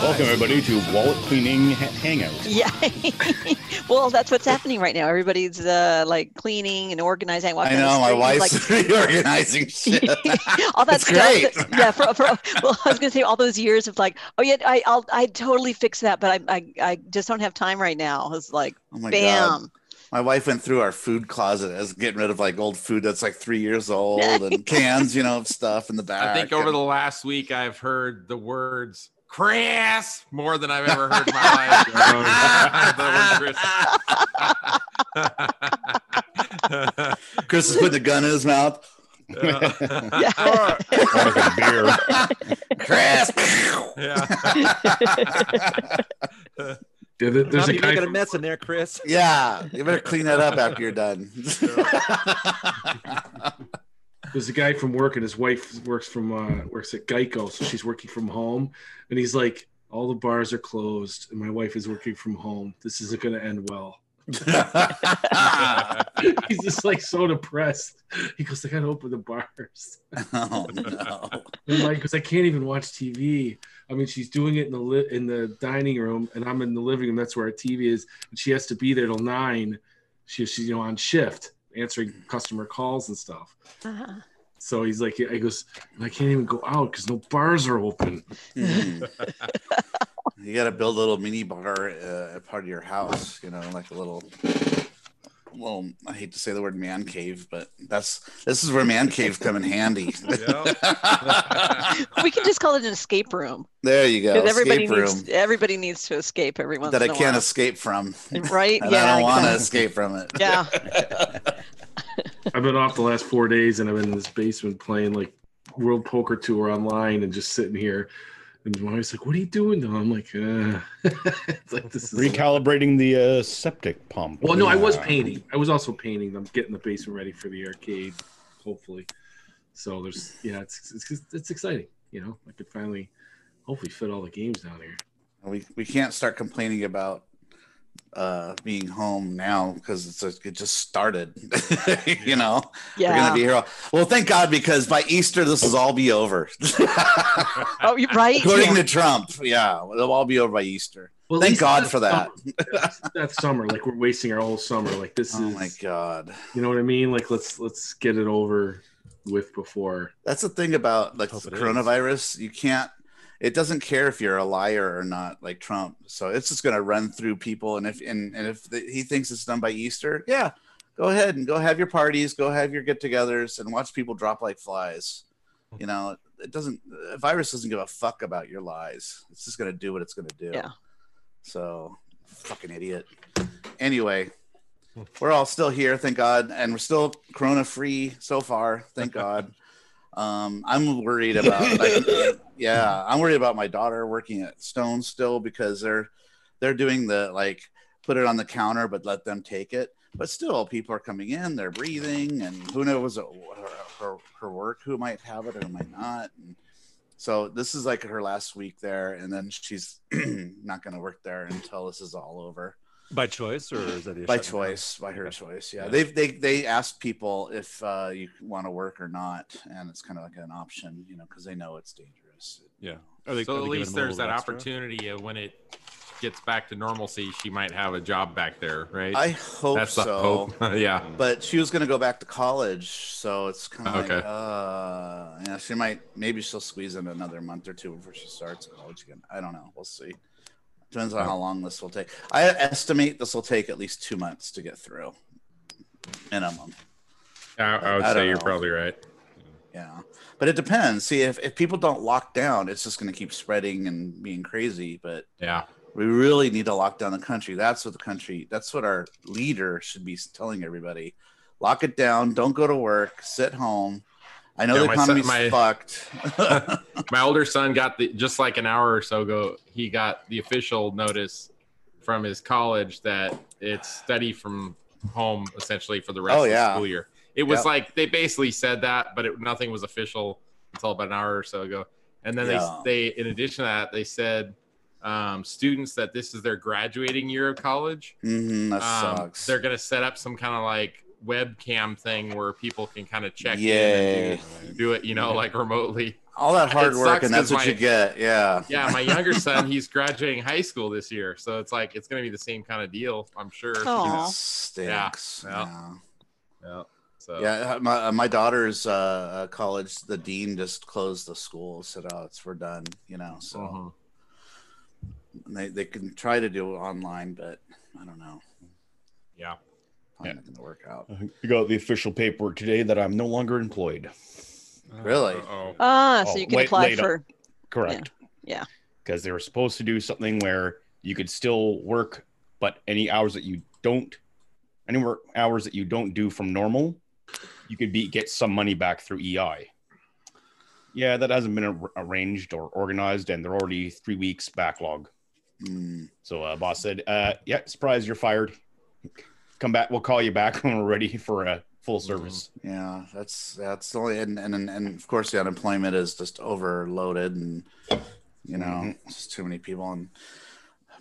Welcome, everybody, to Wallet Cleaning ha- Hangout. Yeah. well, that's what's happening right now. Everybody's uh, like cleaning and organizing. I walking down the know my street, wife's reorganizing shit. Like, all that It's stuff. great. that- yeah. For, for, well, I was going to say all those years of like, oh yeah, I, I'll I totally fix that, but I, I I just don't have time right now. It's like, Oh my god! bam. My wife went through our food closet as getting rid of like old food that's like three years old and cans, you know, of stuff in the back. I think over and- the last week, I've heard the words Chris more than I've ever heard in my life. The Chris is putting the gun in his mouth. word Yeah. Chris. Like a beer. Chris. yeah. There- there- There's There's a guy. making a From, mess in there, Chris. yeah, you better clean that up after you're done. there's a guy from work, and his wife works from uh, works at Geico, so she's working from home, and he's like, "All the bars are closed, and my wife is working from home. This isn't going to end well." he's just like so depressed. He goes, "I got to open the bars." oh no! And like, because I can't even watch TV. I mean, she's doing it in the li- in the dining room, and I'm in the living room. That's where our TV is, and she has to be there till nine. She, she's you know on shift, answering customer calls and stuff. Uh-huh. So he's like, I goes, I can't even go out because no bars are open. Hmm. you got to build a little mini bar uh, at part of your house, you know, like a little. Well, I hate to say the word man cave, but that's this is where man caves come in handy. we can just call it an escape room there you go, because everybody escape room needs everybody needs to escape every once that I in a can't while. escape from, right? and yeah. I don't want to exactly. escape from it. Yeah. I've been off the last four days and I've been in this basement playing like World Poker Tour online and just sitting here. And my wife's like, "What are you doing?" though? I'm like, uh. it's like this is Recalibrating the uh, septic pump. Uh, Well, no, I was Yeah. painting. I was also painting. I'm getting the basement ready for the arcade, hopefully. So there's, yeah, it's it's, it's exciting. You know, I could finally, hopefully, fit all the games down here. We we can't start complaining about uh being home now because it's a, it just started you know we're Yeah. gonna be here all- well thank god because by easter this will all be over oh, you're right. According Yeah. to Trump, yeah, they'll all be over by Easter. Well, Thank God for that. that summer, like we're wasting our whole summer. Like this Oh is, my God, you know what I mean? Like let's let's get it over with before. that's the thing about like Hope it is. coronavirus. You can't. It doesn't care if you're a liar or not, like Trump. So it's just gonna run through people, and if and, and if the, he thinks it's done by Easter, yeah, go ahead and go have your parties, go have your get-togethers, and watch people drop like flies. You know, it doesn't. The virus doesn't give a fuck about your lies. It's just gonna do what it's gonna do. Yeah. So, fucking idiot. Anyway, we're all still here, thank God, and we're still corona free so far, thank God. Um, I'm worried about, like, yeah, I'm worried about my daughter working at Stone still because they're they're doing the like put it on the counter but let them take it. But still, people are coming in, they're breathing, and who knows uh, her, her, her work, who might have it or might not. And so this is like her last week there, and then she's not going to work there until this is all over By choice, or is that a by shutdown? choice by her Okay. choice yeah, Yeah. they've they they ask people if uh you want to work or not and it's kind of like an option you know because they know it's dangerous Yeah. Are they- so are at they giving least them a there's little that extra? opportunity of when it gets back to normalcy, she might have a job back there, right? i hope That's the so hope. yeah. but she was going to go back to college so it's kind of like Okay. uh yeah she might maybe she'll squeeze in another month or two before she starts college again i don't know we'll see depends on how long this will take i estimate this will take at least two months to get through minimum I, I would I don't say you're know. probably right. Yeah. But it depends. See, if, if people don't lock down, it's just going to keep spreading and being crazy. But Yeah. we really need to lock down the country. That's what the country, that's what our leader should be telling everybody. Lock it down. Don't go to work. Sit home. I know Yeah, the my son- economy's my- fucked. my older son got the just like an hour or so ago he got the official notice from his college that it's study from home essentially for the rest Oh, of yeah. the school year it was Yep. like they basically said that but it, nothing was official until about an hour or so ago and then Yeah. they they in addition to that they said um, students that this is their graduating year of college Mhm, that um, sucks. they're gonna set up some kind of like webcam thing where people can kind of check in Yay. and do, do it you know like remotely all that hard It work sucks and that's 'cause what you my- get. Yeah. Yeah, my younger son, he's graduating high school this year, so it's like it's gonna be the same kind of deal, I'm sure. Oh. Aw. It stinks. Yeah. Yeah. Yeah. So Yeah, my uh, my daughter's uh, uh, college, the dean just closed the school. Said, "Oh, it's we're done," you know. So Mhm. and they they can try to do it online, but I don't know. yeah. Probably Yeah. not going to work out. You got the official paperwork today that I'm no longer employed. Really? Uh-oh. Ah, Oh, so you can wait, apply later. for. Correct. Yeah. Because they were supposed to do something where you could still work, but any hours that you don't, any work hours that you don't do from normal, you could be get some money back through EI. Yeah, that hasn't been ar- arranged or organized, and they're already three weeks backlog. Hmm. So uh, boss said, uh, "Yeah, surprise, you're fired. Come back. We'll call you back when we're ready for a full service." yeah, that's that's the only and, and and and of course the unemployment is just overloaded, and you know, Mm-hmm. it's too many people and.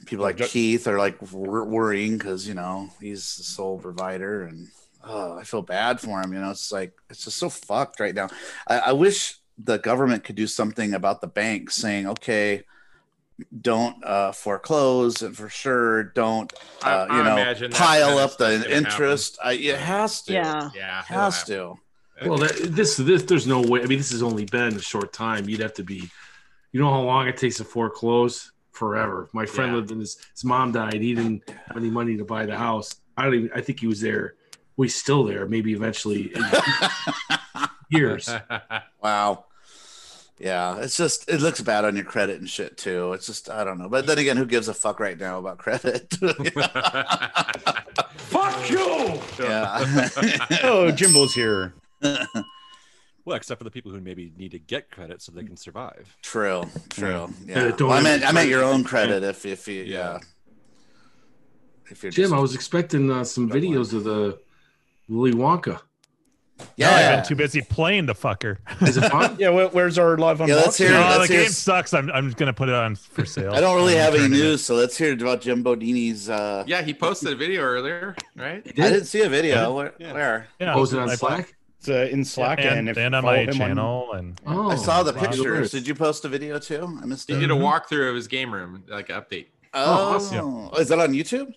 People like Ju- Keith are like wor- worrying because you know he's the sole provider, and oh, I feel bad for him. You know, it's like it's just so fucked right now. I, I wish the government could do something about the banks saying, okay, don't uh, foreclose, and for sure, don't I- uh, you I know imagine that pile kinda up the stuff's gonna interest. I, it has to. Yeah. Yeah. it'll Has happen. to. Well, that, this this there's no way. I mean, this has only been a short time. You'd have to be, you know, how long it takes to foreclose? Forever. My friend Yeah. lived in this. His mom died. He didn't have any money to buy the house. I don't even. I think he was there. Well, he's still there. Maybe eventually in years. Wow. Yeah, it's just it looks bad on your credit and shit too. It's just I don't know. But then again, who gives a fuck right now about credit? Fuck you. yeah. Oh, Jimbo's here. Well, except for the people who maybe need to get credit so they can survive. True, true. Uh, Yeah. don't Well, I have meant I meant credit. your own credit if if you yeah. Yeah. If you're Jim, just, I was expecting uh, some videos of the Willy Wonka. Oh, No, I've yeah. been too busy playing the fucker. Is it fun? Yeah, where, where's our live on? Yeah, let's hear it. no, the let's hear game s- sucks. I'm, I'm just gonna put it on for sale. I don't really I'm have any turning it- news, so let's hear about Jim Bodini's. Uh, yeah, he posted a video earlier, right? It I did? didn't see a video. Yeah. Where? Yeah. where? Yeah, Oh, is it on I- Slack? It's, uh, in Slack and, if and you on follow my him on- channel and Oh, I saw the wow. pictures. Did you post a video too? I missed He it. did a walkthrough of his game room, like an update. Oh, awesome. is that on YouTube?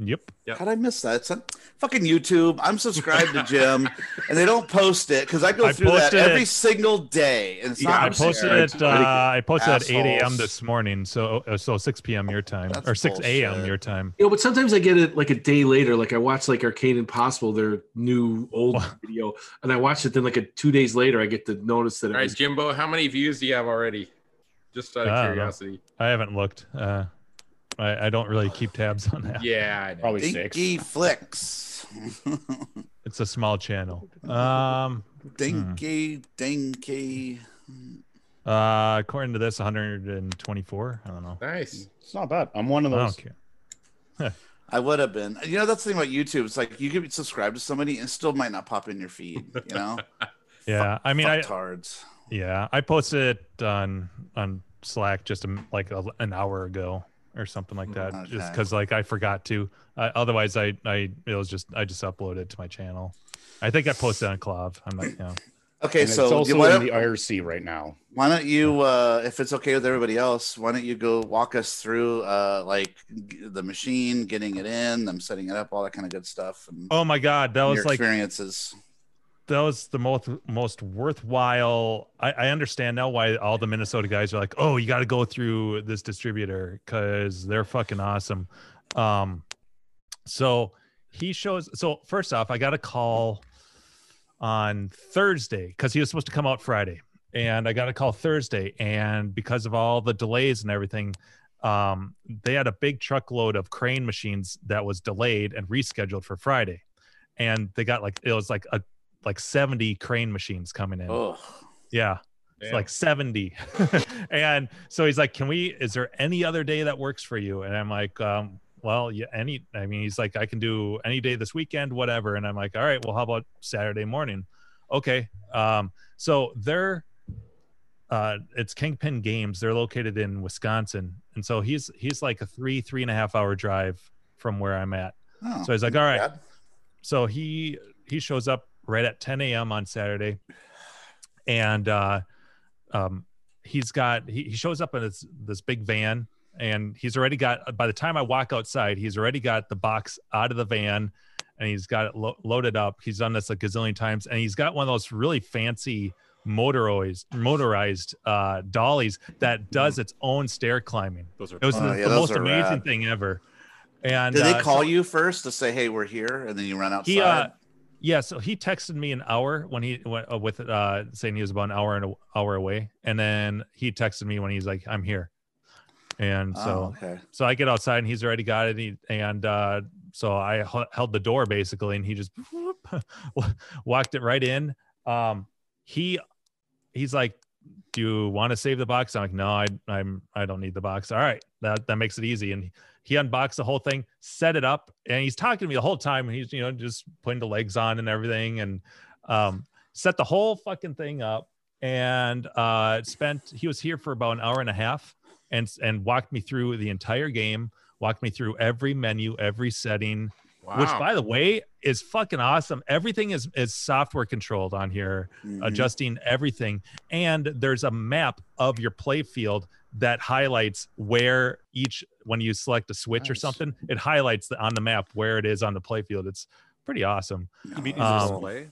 yep. Yep. How'd I miss that? It's on fucking YouTube. I'm subscribed to Jim, and they don't post it because I go I through that posted every it. single day. And it's Yeah, not I posted shared. it. Uh, I posted at 8 a.m. Assholes. this morning, so uh, so 6 p.m. your time That's or 6 a.m. bullshit. your time. You know, but sometimes I get it like a day later. Like I watch like Arcade Impossible, their new old video, and I watch it. Then like a two days later, I get to notice that All it right, was Jimbo, how many views do you have already? Just out of I don't know. curiosity. I haven't looked. Uh, I, I don't really keep tabs on that. Yeah, I know. Probably six. Dinky flicks. It's a small channel. Um, dinky, dinky. uh, according to this, 124. I don't know. Nice. It's not bad. I'm one of I those. don't care. I would have been. You know, that's the thing about YouTube. It's like you could subscribe to somebody and it still might not pop in your feed. You know, Yeah, I mean, I Fucktards. yeah, I posted it on on Slack just a m like a, an hour ago or something like that, Just 'cause just Okay. because like I forgot to. Uh, otherwise, I I it was just I just uploaded it to my channel. I think I posted on Clav. I'm like, yeah. Okay, And it's so also you, why, in don't, the IRC right now. why don't you, uh, if it's okay with everybody else, why don't you go walk us through uh, like g- the machine, getting it in, them setting it up, all that kind of good stuff, and Oh my god, that your was like experiences. that was the most most worthwhile. I, I understand now why all the Minnesota guys are like, oh, you got to go through this distributor because they're fucking awesome. Um, so he shows. So first off, I got a call on Thursday because he was supposed to come out Friday, and I got a call Thursday, and because of all the delays and everything, um, they had a big truckload of crane machines that was delayed and rescheduled for Friday, and they got like it was like a like 70 crane machines coming in. Oh, Yeah. It's Damn. like 70. and so he's like, Can we, is there any other day that works for you? And I'm like, um, Well, yeah, any, I mean, he's like, I can do any day this weekend, whatever. And I'm like, All right, well, how about Saturday morning? Okay. Um, so they're, uh, it's Kingpin Games. They're located in Wisconsin. And so he's, he's like a three, three and a half hour drive from where I'm at. oh. So he's like, All right, bad. so he he shows up right at 10 a.m on saturday and uh um, he's got he, he shows up in this this big van and he's already got by the time i walk outside he's already got the box out of the van and he's got it lo- loaded up he's done this a gazillion times and he's got one of those really fancy motorized motorized uh dollies that does its own stair climbing Those are it was Oh, the, yeah, the those most are amazing rad. thing ever and Did uh, they call you first to say, "Hey, we're here," and then you run outside? he uh yeah so he texted me an hour when he went uh, with uh saying he was about an hour and a hour away and then he texted me when he's like i'm here and Oh, so okay. so i get outside and he's already got it and, he, and uh so i h- held the door basically and he just walked it right in um he he's like do you want to save the box i'm like no i i'm i don't need the box all right that that makes it easy and he unboxed the whole thing set it up and he's talking to me the whole time and he's you know just putting the legs on and everything and um set the whole fucking thing up and uh spent he was here for about an hour and a half and and walked me through the entire game walked me through every menu every setting Wow. which by the way is fucking awesome everything is is software controlled on here Mm-hmm. Mhm. adjusting everything and there's a map of your play field that highlights where each when you select a switch or Nice. something it highlights the, on the map where it is on the play field it's pretty awesome You mean is Um, it Oh. display?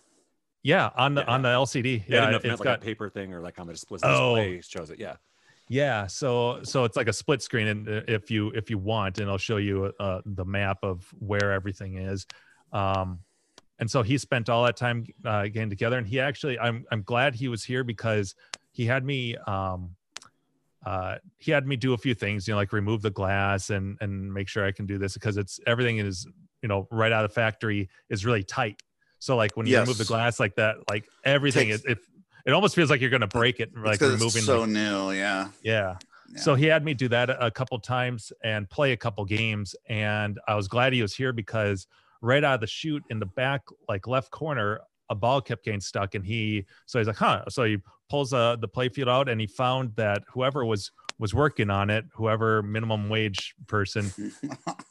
yeah on the Yeah. on the lcd Yeah, yeah enough it's like got a paper thing or like on the display. Oh. display shows it. Yeah, yeah so so it's like a split screen and uh, if you if you want and i'll show you uh, the map of where everything is um and so he spent all that time uh, getting together and he actually i'm i'm glad he was here because he had me um uh, he had me do a few things, you know, like remove the glass and and make sure I can do this because it's everything is you know right out of the factory is really tight. So like when you remove the Yes. glass like that, like everything Takes- is if it almost feels like you're gonna break it, It's like 'cause it's removing so new, yeah. yeah. Yeah. So he had me do that a couple times and play a couple games. And I was glad he was here because right out of the shoot in the back, like left corner, a ball kept getting stuck. And he, so he's like, huh. So he pulls uh, the play field out and he found that whoever was, was working on it, whoever minimum wage person.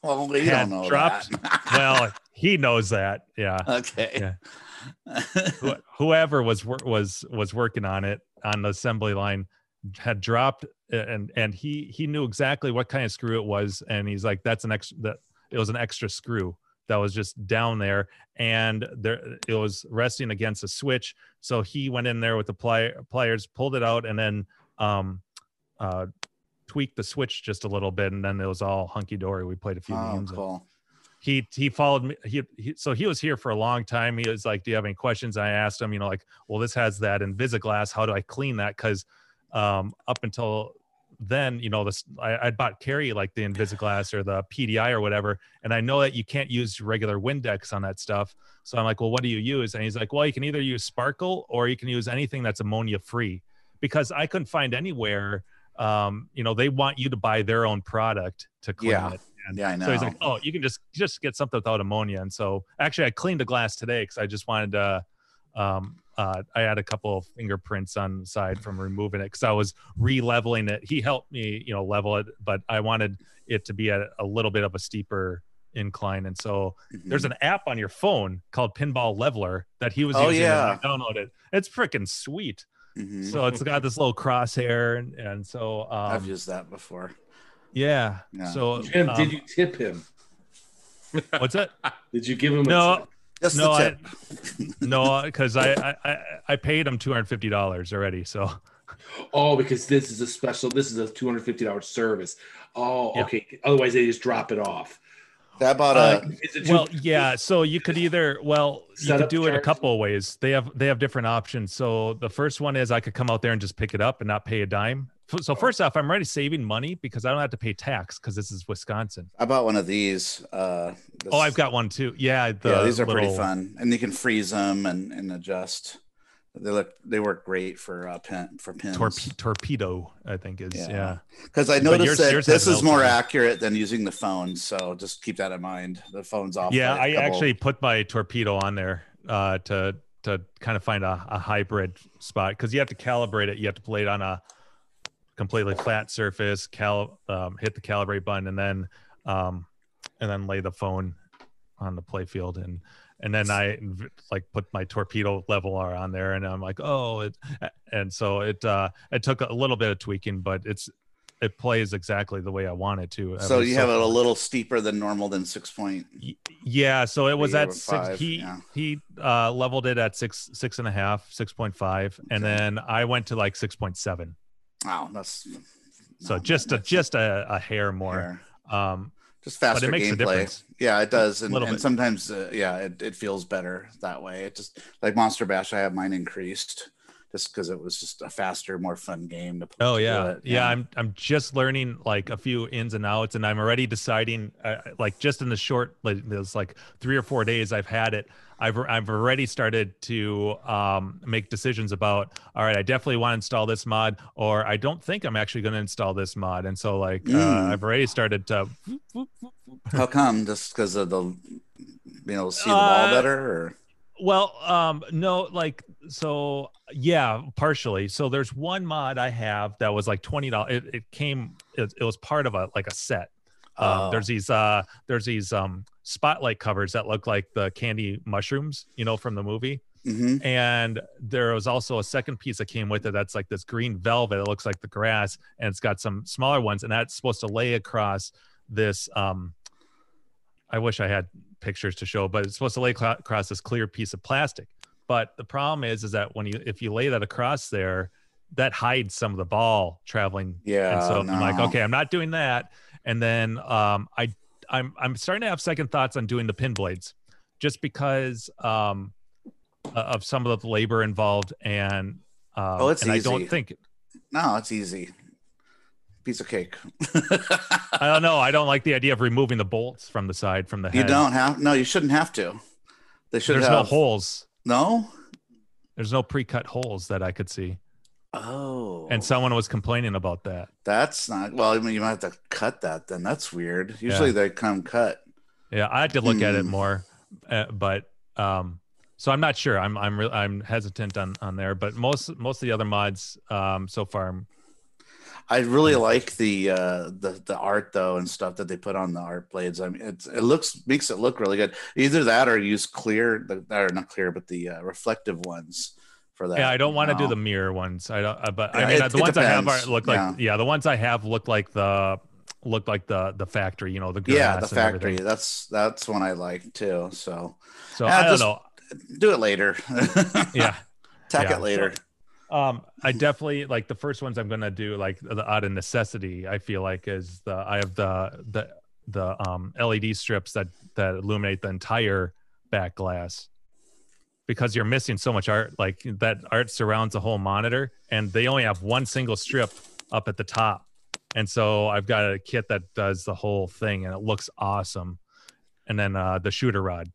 well, we Had don't know dropped- that. Well, he knows that. Yeah. okay. Who- whoever was wor- was was working on it on the assembly line had dropped and and he he knew exactly what kind of screw it was and he's like that's an extra that it was an extra screw that was just down there and there it was resting against a switch so he went in there with the pli- pliers pulled it out and then um uh tweaked the switch just a little bit and then it was all hunky dory we played a few oh, games and- cool. he he followed me he, he so he was here for a long time he was like do you have any questions i asked him you know like well this has that invisiglass how do i clean that because um up until then you know this I, I bought carry like the invisiglass or the pdi or whatever and i know that you can't use regular windex on that stuff so i'm like well what do you use and he's like well you can either use sparkle or you can use anything that's ammonia free because i couldn't find anywhere um you know they want you to buy their own product to clean Yeah. it And Yeah, I know. so he's like, "Oh, you can just just get something without ammonia." And so, actually, I cleaned the glass today because I just wanted to. Um, uh, I had a couple of fingerprints on the side from removing it because I was re-leveling it. He helped me, you know, level it, but I wanted it to be at a little bit of a steeper incline. And so, Mm-hmm. there's an app on your phone called Pinball Leveler that he was Hmm. Oh, using. yeah. and I downloaded. It's freaking sweet. Mhm. So it's got this little crosshair, and, and so um, I've used that before. yeah. Yeah. So Jim, um, did you tip him? what's it? Did you give him? No, A tip? Just no, the I- tip. no, because I, I I I paid him two hundred fifty dollars already. So Oh, because this is a special. This is a two hundred fifty dollars service. Oh, Yeah. okay. Otherwise, they just drop it off. That bought a. Is it too- well, yeah. So you could either well you Set could up do it a charge. couple of ways. They have they have different options. So the first one is I could come out there and just pick it up and not pay a dime. F- So first off, I'm already saving money because I don't have to pay tax because this is Wisconsin. I bought one of these. Uh, this- Oh, I've got one too. Yeah, the yeah, these are pretty little- fun, and you can freeze them and, and adjust. They look they work great for uh, pin for pins. Torpe- torpedo, I think is Yeah. yeah. Because I But noticed yours- that yours has this an is more outside. accurate than using the phone, so just keep that in mind. The phone's off. yeah by i a couple- actually put my torpedo on there uh to to kind of find a, a hybrid spot because you have to calibrate it you have to play it on a completely flat surface cal um, hit the calibrate button and then um and then lay the phone on the play field and and then I v- like put my torpedo level R on there, and I'm like, oh, it, and so it uh, it took a little bit of tweaking, but it's it plays exactly the way I want it to. So It was you have it a fun. little steeper than normal than six point. Y- Yeah, so it was Three at over six. five, he yeah. he uh, leveled it at six, six and a half, six point five, and Okay. then I went to like six point seven. Wow, that's So no, just a Oh, that's just a, a hair more. fair. Um, just but faster it makes a gameplay. difference. Yeah, it does, and, Little and bit. sometimes uh, yeah, it, it feels better that way. It just like Monster Bash, I have mine increased just because it was just a faster, more fun game to play. Oh yeah. yeah, um, I'm I'm just learning like a few ins and outs, and I'm already deciding. Uh, like just in the short, like those like three or four days I've had it, I've I've already started to um, make decisions about. All right, I definitely want to install this mod, or I don't think I'm actually going to install this mod, and so like Mm. uh, I've already started to. How come? Just because of the you know see the Uh, ball better or Well, um, no, like so, yeah, partially. So there's one mod I have that was like twenty dollars. It, it came, it, it was part of a like a set. Um, Oh. There's these, uh, there's these um, spotlight covers that look like the candy mushrooms, you know, from the movie. Mhm. And there was also a second piece that came with it that's like this green velvet. It looks like the grass, and it's got some smaller ones, and that's supposed to lay across this. Um, I wish I had pictures to show, but it's supposed to lay cla across this clear piece of plastic. But the problem is, is that when you if you lay that across there, that hides some of the ball traveling yeah? and so Oh, no. I'm like, okay, I'm not doing that. And then um, I I'm I'm starting to have second thoughts on doing the pin blades, just because um, uh, of some of the labor involved and um, Oh, it's and I easy. don't think no, it's easy. Piece of cake. I don't know I don't like the idea of removing the bolts from the side from the head. you don't have no. You shouldn't have to. They should There's have no holes. No. There's no pre-cut holes that I could see, Oh. and someone was complaining about that. That's not well. I mean, you might have to cut that. Then that's weird. Usually Yeah. they come cut. Yeah, I had to look at it Hmm. more, uh, but um, so I'm not sure. I'm I'm re- I'm hesitant on on there, but most most of the other mods um so far. I'm, I really like the uh, the the art though and stuff that they put on the art blades. I mean, it's, it looks makes it look really good. Either that or use clear or not clear, but the uh, reflective ones for that. yeah, I don't want to do Wow. the mirror ones. I don't, uh, but Yeah, I mean it- uh, the it ones I have are depends. look like yeah. the ones I have look like the look like the the factory. You know the grass Yeah, the and factory. everything. That's that's one I like too. So So Yeah, I don't just- know. do it later. Yeah. tack yeah. it later. Um, I definitely like the first ones I'm gonna do like the out of necessity. I feel like is the I have the the the um LED strips that that illuminate the entire back glass because you're missing so much art. Like that art surrounds the whole monitor, and they only have one single strip up at the top. And so I've got a kit that does the whole thing, and it looks awesome. And then uh the shooter rod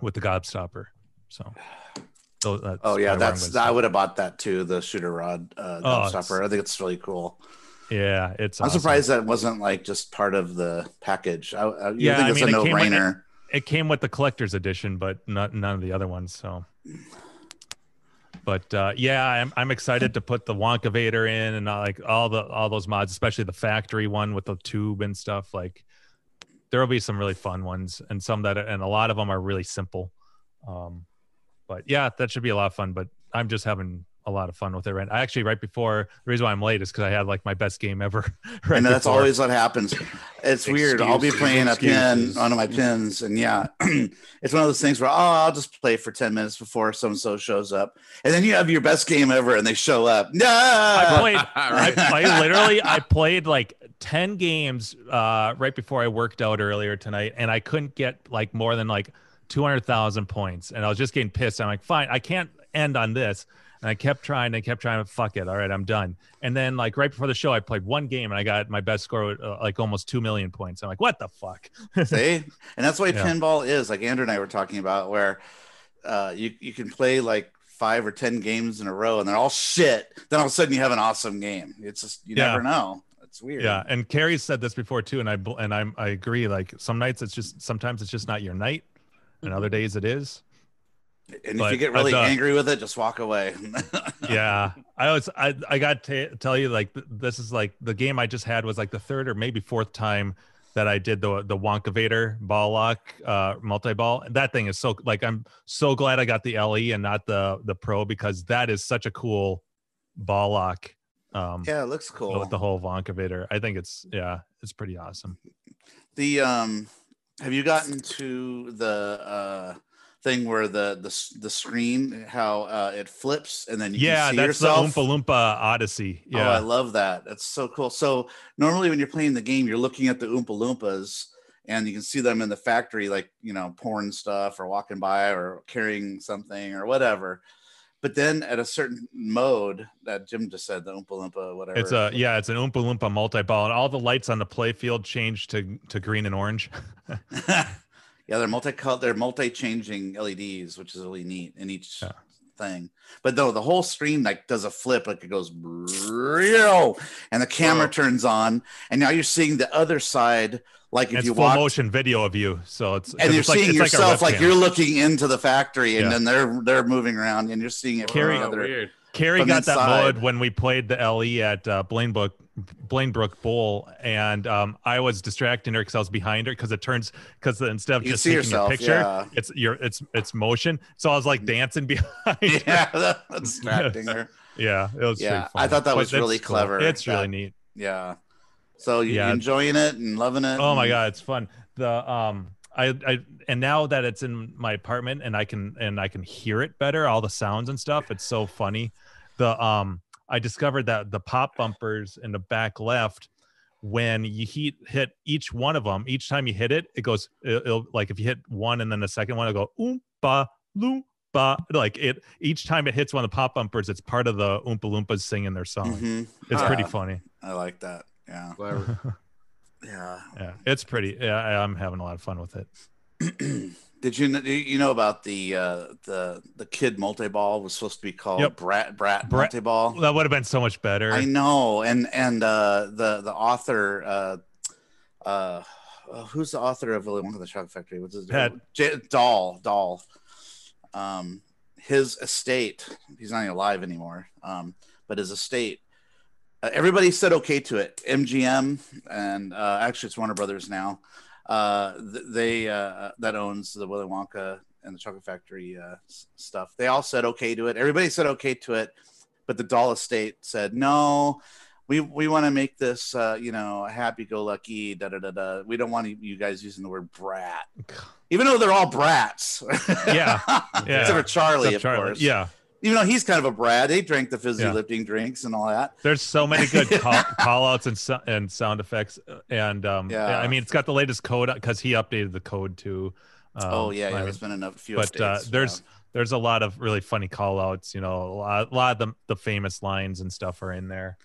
with the gobstopper. So. so that's Oh yeah, where I'm that's gonna I would have bought that too. The shooter rod uh, Oh, it's- stopper. I think it's really cool. Yeah, it's. I'm awesome. surprised that wasn't like just part of the package. I, I you Yeah, think I it's mean, a it no came with brainer. it came with the collector's edition, but not none of the other ones. So, but uh, yeah, I'm I'm excited to put the Wonka Vader in and uh, like all the all those mods, especially the factory one with the tube and stuff. Like, there will be some really fun ones, and some that and a lot of them are really simple. Um, but yeah, that should be a lot of fun. But I'm just having a lot of fun with it right I actually right before the reason why I'm late is because I had like my best game ever. Right and that's before. always what happens. It's weird. I'll be Excuses, playing a pin excuses. on my pins, and yeah, it's one of those things where oh, I'll just play for ten minutes before so and so shows up, and then you have your best game ever, and they show up. No, I played Right. I, I literally I played like 10 games uh, right before I worked out earlier tonight and I couldn't get like more than like 200,000 points and I was just getting pissed. I'm like, fine, I can't end on this. And I kept trying and kept trying. Fuck it. All right, I'm done. And then, like right before the show, I played one game and I got my best score, uh, like almost two million points. I'm like, what the fuck? See, and that's why Yeah. pinball is like Andrew and I were talking about, where uh, you you can play like five or ten games in a row, and they're all shit. Then all of a sudden, you have an awesome game. It's just you Yeah. never know. It's weird. Yeah. And Carrie said this before too, and I bl- and I'm I agree. Like some nights it's just sometimes it's just not your night, and other days it is. and if But you get I've really done- angry with it, just walk away. yeah i was i i got to tell you like th- this is like the game i just had was like the third or maybe fourth time that I did the the Wonka Vader ball lock uh, multi ball. That thing is so like I'm so glad I got the LE and not the the Pro because that is such a cool ball lock. Um, Yeah, it looks cool. With the whole Wonka Vader, I think it's yeah, it's pretty awesome. the um have you gotten to the uh thing where the the, s- the screen how uh it flips and then you yeah, can see that's yourself the Oompa Loompa Odyssey. oh Yeah, i love that that's so cool so normally when you're playing the game you're looking at the oompa loompas and you can see them in the factory like you know pouring stuff or walking by or carrying something or whatever but then at a certain mode that jim just said the oompa loompa whatever it's a yeah, it's an Oompa Loompa multi ball, and all the lights on the play field change to to green and orange. yeah, they're multi they're multi-changing LEDs, which is really neat in each Yeah. thing. But no, the whole screen like does a flip, like it goes real, and the camera Wow. turns on, and now you're seeing the other side, like if it's you full walk. motion video of you, so it's And you're it's like- seeing it's like a yourself like, webcam. you're looking into the factory, and Yeah. then they're they're moving around, and you're seeing it. from Carry- the Wow, other- weird. Carrie from got that inside. mode when we played the LE at uh, Blainebrook Blainebrook Bowl, and um, I was distracting her because I was behind her because it turns because instead of You can just see taking yourself. a picture, it's your it's it's motion. So I was like dancing behind. Yeah, her. yeah, that's distracting her. yeah, it was. Yeah, pretty I thought that fun. was But it's really cool. clever, It's really that- neat. Yeah. So you, Yeah. you enjoying it and loving it. Oh my and- god, it's fun. The um, I I and now that it's in my apartment and I can and I can hear it better, all the sounds and stuff. It's so funny. The um, I discovered that the pop bumpers in the back left, when you heat hit each one of them, each time you hit it, it goes. It'll, it'll like if you hit one and then the second one, it'll go oompa loompa. Like it each time it hits one of the pop bumpers, it's part of the oompa loompas singing their song. Mhm. It's Ah. pretty funny. I like that. Yeah. Clever. Yeah. yeah, it's pretty. Yeah, I- I'm having a lot of fun with it. Did you know, you know about the uh, the the kid multi ball was supposed to be called Yep. Brat Brat Brat- multi ball? That would have been so much better. I know, and and uh, the the author, uh, uh, oh, who's the author of Willy Wonka and the Chocolate Factory? What's his name? Pat. J- Doll Doll. Um, his estate. He's not even alive anymore. Um, but his estate. Uh, everybody said okay to it. MGM and uh, actually it's Warner Brothers now. Uh, th- they uh, that owns the Willy Wonka and the Chocolate Factory uh, s- stuff. They all said okay to it. Everybody said okay to it, but the Doll Estate said no. We we want to make this uh, you know happy go lucky da da da da. We don't want you guys using the word brat, even though they're all brats. Yeah. Yeah. Except for Charlie, Except of Charlie. course. Yeah, Even though he's kind of a brat, they drank the fizzy Yeah. lifting drinks and all that. there's so many good call, call outs and so, and sound effects, uh, and um, yeah. Yeah. I mean it's got the latest code because he updated the code too. Um, oh yeah, yeah. like- There's been enough few. but uh, updates, there's there's a lot of really funny call outs. You know, a lot, a lot of the the famous lines and stuff are in there.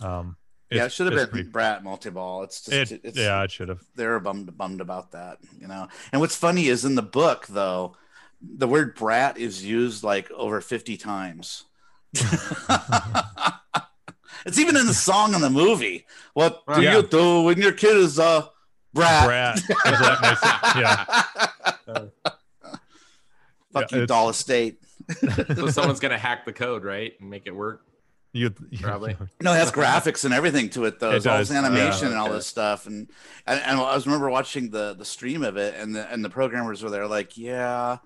Um, yeah. yeah, it it's- should have it's been brat multi ball. It's just pretty- it- it's, yeah, it should have. they're bummed bummed about that, you know. And what's funny is in the book though, the word brat is used like over 50 times. it's even in the song in the movie. What do Yeah. you do when your kid is a brat? Brat. There's a lot nice- yeah. Fuck Uh, Yeah, you, it's- doll estate. So someone's gonna hack the code, right, and make it work. You Probably. No, it has graphics and everything to it though. It It's all does. this animation Yeah. and all this stuff. And, and and I was remember watching the the stream of it, and the and the programmers were there like, yeah,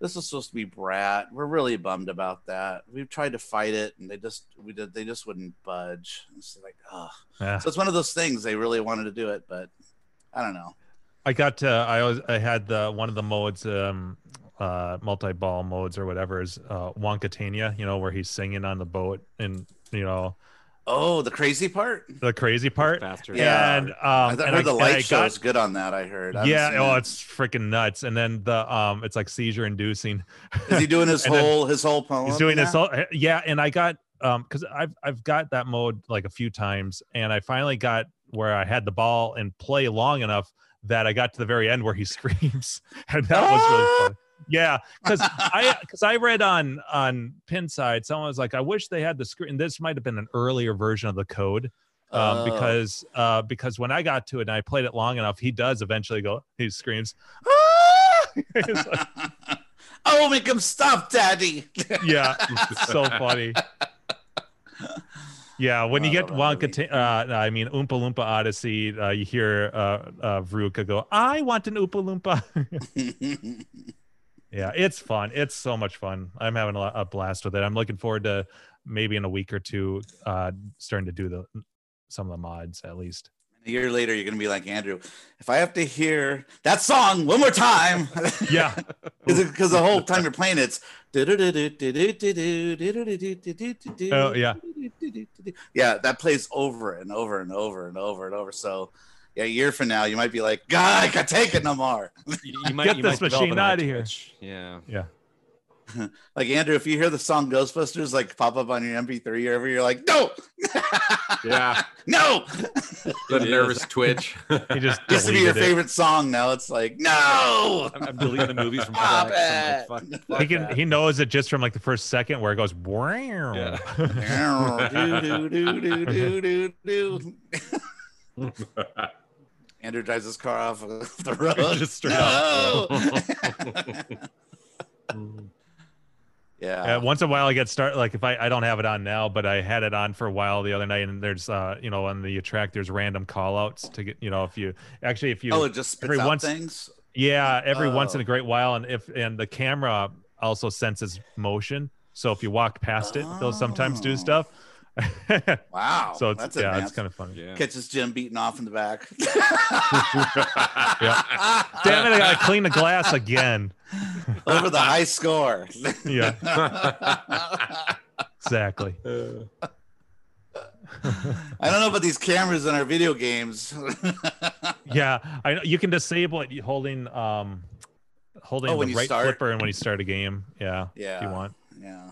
this is supposed to be brat. We're really bummed about that. We've tried to fight it, and they just we did they just wouldn't budge. It's like, oh, Yeah. so it's one of those things they really wanted to do it, but I don't know. I got to, I was I had the one of the modes um uh multi-ball modes or whatever is uh Wonkatania, you know, where he's singing on the boat and you know Oh, the crazy part. the crazy part. faster. Yeah. And um I thought and heard the and light I show got- is good on that. I heard. I haven't yeah, seen oh it. it's freaking nuts. And then the um it's like seizure inducing. is he doing his and then whole his whole poem? He's doing in this that? all eh, yeah, and I got um because I've I've got that mode like a few times and I finally got where I had the ball and play long enough that I got to the very end where he screams and that was really Ah! fun. Yeah, because I because I read on on Pinside, someone was like, I wish they had the screen. This might have been an earlier version of the code. Um, Oh. because uh, because when I got to it and I played it long enough, he does eventually go. He screams, "Ah!" It's like- I will make him stop, Daddy. "Yeah, it's so funny." Yeah, when I you get love that Wonka, movie. Tin- uh, I mean Oompa Loompa Odyssey, uh, you hear uh, uh, Veruca go, "I want an Oompa Loompa." yeah, it's fun. It's so much fun. I'm having a, lo- a blast with it. I'm looking forward to maybe in a week or two uh, starting to do the some of the mods at least. A year later, you're gonna be like Andrew. If I have to hear that song one more time, Yeah, because the whole time you're playing it's. Oh Oh, yeah. Yeah, that plays over and over and over and over and over. So, yeah, a year from now, you might be like, God, I can't take it no more. You, you might, Get you this might develop machine an outta eye here. twitch. Yeah. Like Andrew, if you hear the song Ghostbusters like pop up on your MP3 or ever, you're like, no, Yeah. no. The It is. nervous twitch. he just Used to be your deleted it. favorite song. Now it's like, no. I'm, I'm deleting the movies from Stop tracks. I'm like, fuck, fuck He can that. he knows it just from like the first second where it goes. Yeah. do, do, do, do, do, do. Andrew drives his car off of the road. Just straight no! Uh, yeah. once in a while, I get start like if I, I don't have it on now, but I had it on for a while the other night, and there's uh you know on the track there's random call outs to get you know if you actually if you Oh, it just spits every out once- things. yeah every once in Oh. a great while and if and the camera also senses motion, so if you walk past it, they'll sometimes do Oh. stuff. Wow. so it's that's yeah, advanced. it's kind of funny. Yeah. Catches Jim beating off in the back. Damn it! I gotta clean the glass again. Over the high score. Yeah, exactly. I don't know about these cameras in our video games. Yeah, I know you can disable it holding um holding Oh, when the you right start? flipper and when you start a game. Yeah, if you yeah. want Yeah.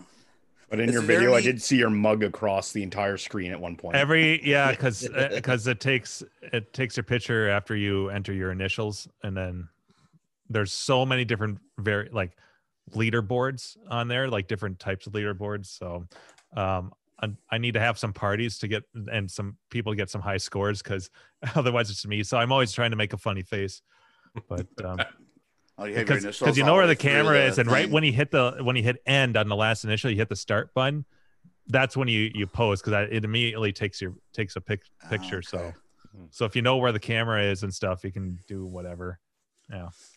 But in Is your there video, I any- did see your mug across the entire screen at one point. every yeah because because it takes it takes your picture after you enter your initials and then there's so many different very like leaderboards on there like different types of leaderboards so um I, I need to have some parties to get and some people to get some high scores because otherwise it's me so i'm always trying to make a funny face but um Oh, you have your because initials. because you all know where way the through camera is, and right thing. when you hit the when you hit end on the last initial, you hit the start button. That's when you you pose because it immediately takes your takes a pic, Ah, picture. So okay. Hmm. so if you know where the camera is and stuff, you can do whatever.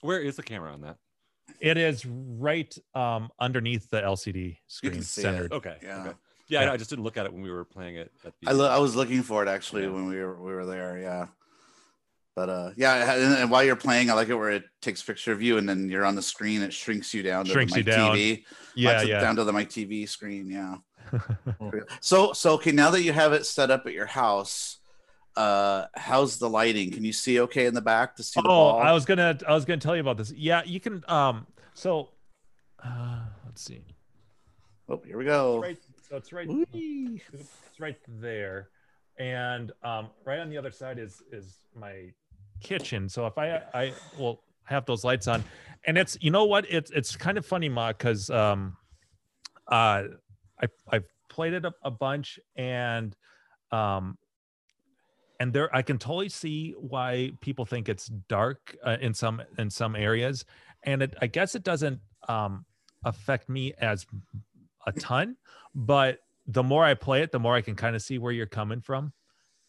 Where is the camera on that? It is right um underneath the LCD screen, see it. Oh, centered. Okay. Yeah. Okay. Yeah, I Yeah. know, I just didn't look at it when we were playing it. At the, I, lo- I was looking for it actually Yeah. when we were we were there. Yeah. But uh, yeah, and, and while you're playing, I like it where it takes a picture of you, and then you're on the screen. It shrinks you down to Shrinks the you mic down. TV. Yeah, Like, to- yeah. Down to the mic TV screen. Yeah. So so okay, now that you have it set up at your house, uh, how's the lighting? Can you see okay in the back to see the oh ball? i was gonna i was gonna tell you about this yeah you can um so uh let's see oh, here we go. right so it's right Whee! it's right there and um right on the other side is is my kitchen so if i i will have those lights on and it's you know what it's it's kind of funny ma because um uh i i've played it a, a bunch and um and there i can totally see why people think it's dark uh, in some in some areas and it i guess it doesn't um affect me as a ton but the more i play it the more i can kind of see where you're coming from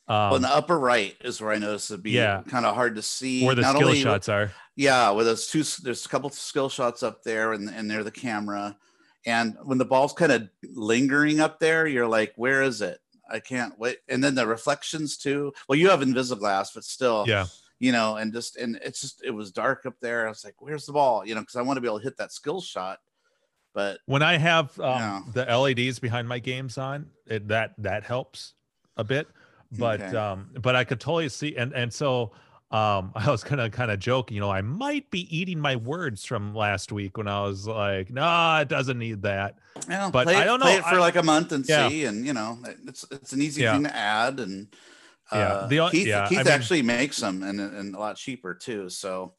um Well, in the upper right is where I noticed it'd be Yeah. kind of hard to see. where the not skill only- shots are Yeah, with those two, there's a couple skill shots up there, and and near the camera, and when the ball's kind of lingering up there, you're like, where is it? I can't wait. And then the reflections too. Well, you have invisiglass, but still, yeah you know, and just and it's just it was dark up there. I was like, where's the ball? You know, because I want to be able to hit that skill shot, but when I have Yeah. um, the LEDs behind my games on, it, that that helps a bit. But Okay. um, but I could totally see, and and so um, I was gonna kind of joke, you know, I might be eating my words from last week when I was like, nah, it doesn't need that. you know, But play I it- don't play know, it for I- like a month and Yeah. see, and you know, it's it's an easy Yeah. thing to add, and Yeah. uh, The o- Keith, yeah, I Keith mean- actually makes them and and a lot cheaper too, so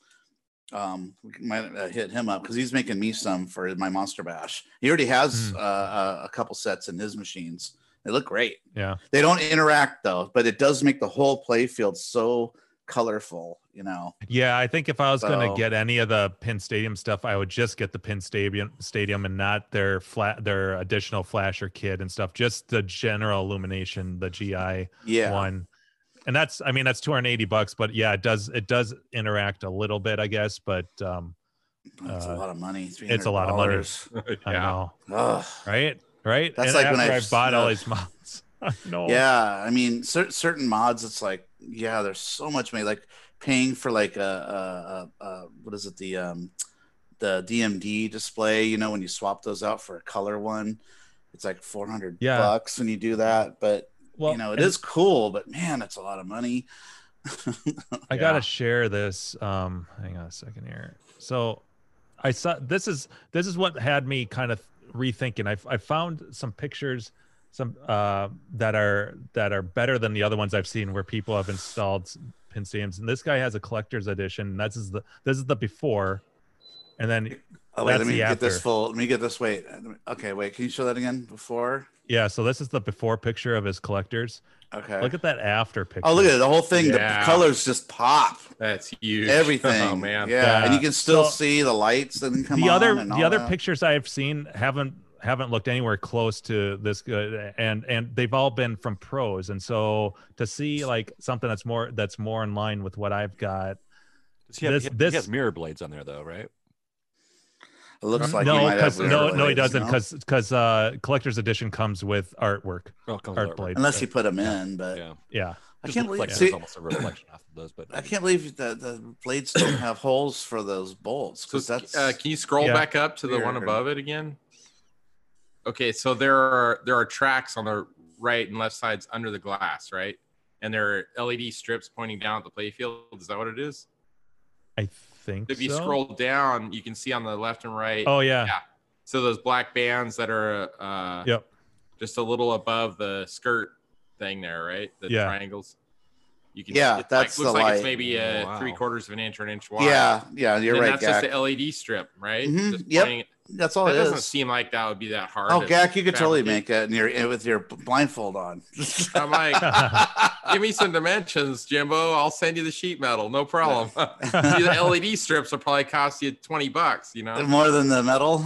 um we might uh, hit him up because he's making me some for my monster bash he already has Mm. uh, uh, a couple sets in his machines they look great Yeah. they don't interact though but it does make the whole play field so colorful, you know. Yeah, I think if I was going So- to get any of the Penn Stadium stuff, I would just get the Penn Stadium Stadium and not their flat their additional flasher kit and stuff. Just the general illumination, the GI Yeah. one. And that's I mean that's 280 bucks, but yeah, it does it does interact a little bit, I guess, but um That's a Uh, lot of money. it's a lot of money. $300. I know, Ugh. right? Right? That's and like when after I- I bought all yeah. these mods. no. Yeah, I mean, cer- certain mods, it's like, yeah, there's so much money. Like paying for like a, a, a, a what is it the um the DMD display? You know, when you swap those out for a color one, it's like 400 Yeah. bucks when you do that. But Well, you know, it and- is cool. But man, it's a lot of money. Oh, I Yeah. gotta share this. Um, hang on a second here. So, I saw this is this is what had me kind of rethinking. I f- I found some pictures, some uh that are that are better than the other ones I've seen where people have installed s- pin stadiums. And this guy has a collector's edition. And this is the this is the before, and then Oh wait, That's let me the get this after. full. Let me get this. Wait, okay, wait. Can you show that again before? yeah. So this is the before picture of his collectors. Okay. Look at that after picture. oh, look at it. The whole thing. Yeah. The colors just pop. That's huge. Everything. Oh man. Yeah. Yeah. and you can still So- see the lights that come the on. other and the all other that. pictures I've seen haven't haven't looked anywhere close to this good and and they've all been from pros and so to see like something that's more that's more in line with what I've got Does he, have, This- he, this- he has mirror blades on there though, right? It looks like he Mm-hmm. no might have 'cause- no weird no he legs, doesn't no? because because uh collector's edition comes with artwork Oh, it comes art out, blade unless you put him in. But Yeah. yeah I Just can't looks believe like see, there's almost a reflection off of those, but I can't believe that the blades don't have holes for those bolts So because that's uh, can you scroll Yeah. back up to the one Weird. above it again? Okay, so there are there are tracks on the right and left sides under the glass, right? And there are LED strips pointing down at the playfield. Is that what it is? I think If you so. scroll down, you can see on the left and right. oh yeah Yeah. So those black bands that are uh, Yep. just a little above the skirt thing there, right? The Yeah. triangles. You can Yeah, it's that's like, looks the like it's light. maybe a Wow. three quarters of an inch or an inch wide. yeah, yeah, And you're then right, That's just Gak. the LED strip, right? Mhm, Just yep. pointing- That's all That it doesn't is. seem like that would be that hard. Oh, to- Gak, you could totally make fabricate. it, and you're with your blindfold on. I'm like, give me some dimensions, Jimbo. I'll send you the sheet metal. No problem. See, the LED strips will probably cost you 20 bucks, you know? More than the metal,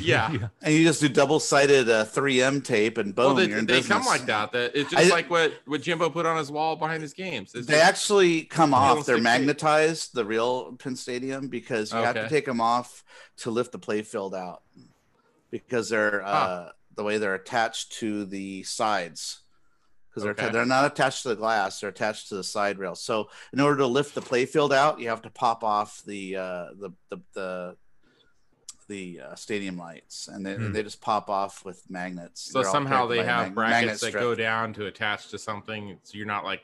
yeah. and you just do double-sided uh, 3M tape, and boom, Well, they, you're in they business. come like that. That It's I- just like what, what Jimbo put on his wall behind his games. It's They just- actually come off. don't They're stick tape. magnetized, the real Penn Stadium, because you have to Okay. take them off to lift the play field out because they're uh, the way they're attached to the sides. Because they're, Okay. they're not attached to the glass, they're attached to the side rail. So in order to lift the play field out, you have to pop off the uh, the the the, the uh, stadium lights, and they, Hmm. they just pop off with magnets. so They're all somehow connected they by a have mag- magnet brackets that strip. go down to attach to something. So you're not like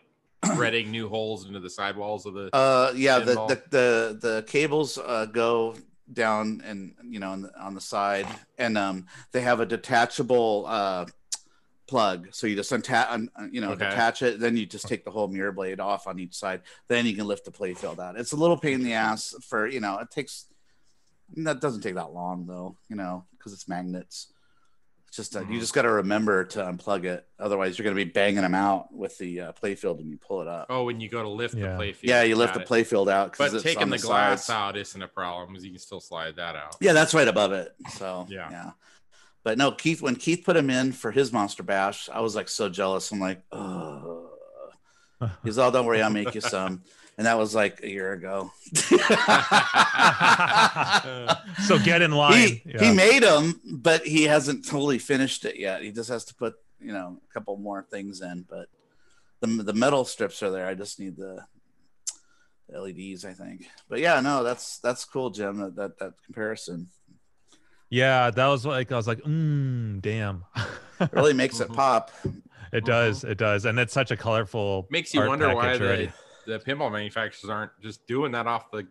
threading new holes into the sidewalls of the. Uh, yeah, the, Pinball. the the the cables uh, go down and you know on the, on the side, and um, they have a detachable uh plug, so you just untap, un- un- you know, Okay. detach it, then you just take the whole mirror blade off on each side, then you can lift the play field out. It's a little pain in the ass for you know, it takes that doesn't take that long though, you know, because it's magnets. It's just that you Mhm. just got to remember to unplug it, otherwise you're going to be banging them out with the uh, play field when you pull it up. oh, when you go to lift Yeah. the play field. Yeah, you left Got the it. play field out. 'cause But it's taking on the, glass sides. out isn't a problem because you can still slide that out. Yeah, that's right above it. So yeah. Yeah. But no, Keith, when Keith put him in for his Monster Bash, I was like so jealous. I'm like, oh. He's all, don't worry, I'll make you some. And that was like a year ago. so get in line He, yeah. he made them, but he hasn't totally finished it yet. He just has to put, you know, a couple more things in. But the, the metal strips are there. I just need the LEDs, I think. But yeah, no, that's that's cool, Jim. That that, that comparison yeah that was like I was like mm, damn It really makes Mm-hmm. it pop. it does it does and it's such a colorful Uh-huh. Makes you art wonder why package already. the, the pinball manufacturers aren't just doing that off the,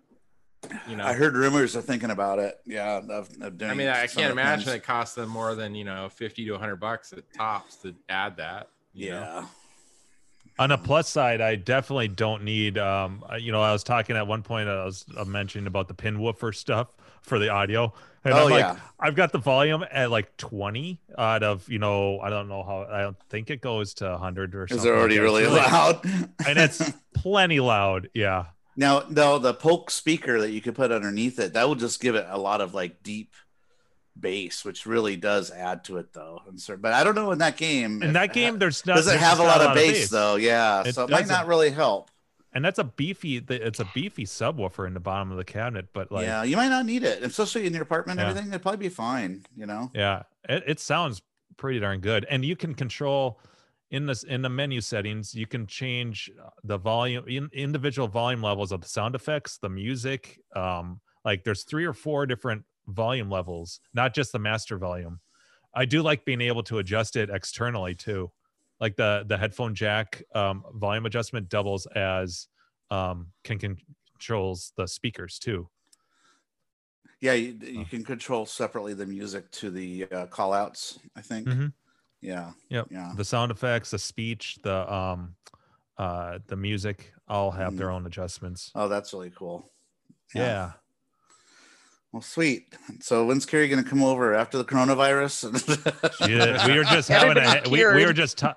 you know. I heard rumors are thinking about it. Yeah, of, of doing. I mean, I some can't of the imagine things. it costs them more than you know fifty to hundred bucks at tops to add that. you know? Yeah. on the plus side, I definitely don't need. Um, I- you know, I was talking at one point. I was uh, mentioning about the pin woofer stuff for the audio, and oh I'm like, yeah, I've got the volume at like 20 out of you know. I don't know how. I don't think it goes to 100 or something. is it already like that. really It's really- loud? and it's plenty loud. Yeah. now no the poke speaker that you could put underneath it that will just give it a lot of like deep bass, which really does add to it though. And so, but I don't know in that game. In if that it game, ha- there's not Uh, does it there's have just a not lot of bass though? Yeah, It so it might doesn't. not really help. And that's a beefy. It's a beefy subwoofer in the bottom of the cabinet, but like, yeah, you might not need it, especially in your apartment. and Yeah. Everything it'd probably be fine. You know. Yeah, it, it sounds pretty darn good. And you can control in this in the menu settings, you can change uh, the volume in individual volume levels of the sound effects, the music. Um, like there's three or four different volume levels, not just the master volume. I do like being able to adjust it externally too. Like the the headphone jack um, volume adjustment doubles as um, can, can controls the speakers too. Yeah, you, you Oh. can control separately the music to the uh, call outs, I think. Mhm. Yeah. Yep. Yeah. the sound effects, the speech, the um uh the music all have Mm. their own adjustments. Oh, that's really cool. Yeah. Well, sweet. So when's Carrie going to come over after the coronavirus? Yeah, we were just having a Everybody's we, we were cured. just ta-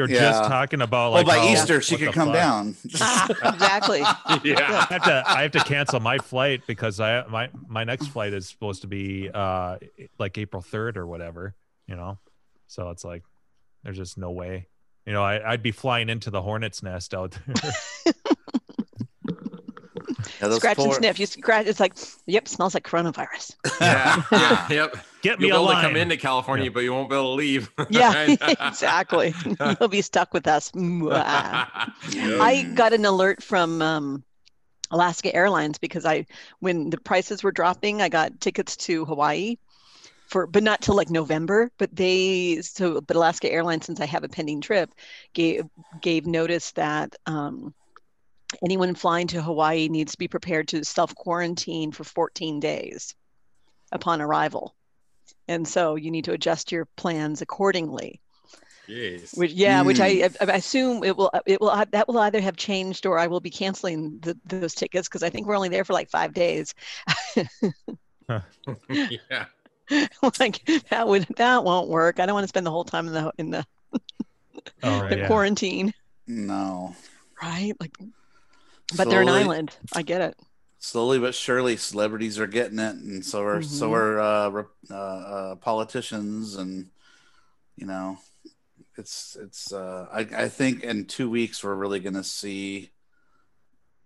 were just Yeah. talking about well, like by how- Easter, she what could the come fuck. down. Ah, exactly. yeah. I have to I have to cancel my flight because I my my next flight is supposed to be uh like April 3rd or whatever, you know. So it's like there's just no way. You know, I, I'd be flying into the hornet's nest out there. Yeah, those scratch and poor- sniff. You scratch. It's like, yep, smells like coronavirus. Yeah. yeah. Yep. Get me You'll be a able line. to come into California, but you won't be able to leave. Yeah, Right? exactly. You'll be stuck with us. Mwah. I Mm. got an alert from um, Alaska Airlines because I, when the prices were dropping, I got tickets to Hawaii for, but not till like November. But they, so, but Alaska Airlines, since I have a pending trip, gave gave notice that um, anyone flying to Hawaii needs to be prepared to self quarantine for 14 days upon arrival. And so you need to adjust your plans accordingly. Jeez. Which yeah, which I, Hmm. I I assume it will it will uh, that will either have changed or I will be canceling the, those tickets because I think we're only there for like five days. yeah. like that would that won't work. I don't want to spend the whole time in the in the, Oh, the yeah. quarantine, No. right? Like, but they're an Slowly- island. I get it. Slowly but surely, celebrities are getting it, and so are so Mhm. are uh, rep- uh, uh, politicians, and you know, it's it's. Uh, I I think in two weeks we're really going to see.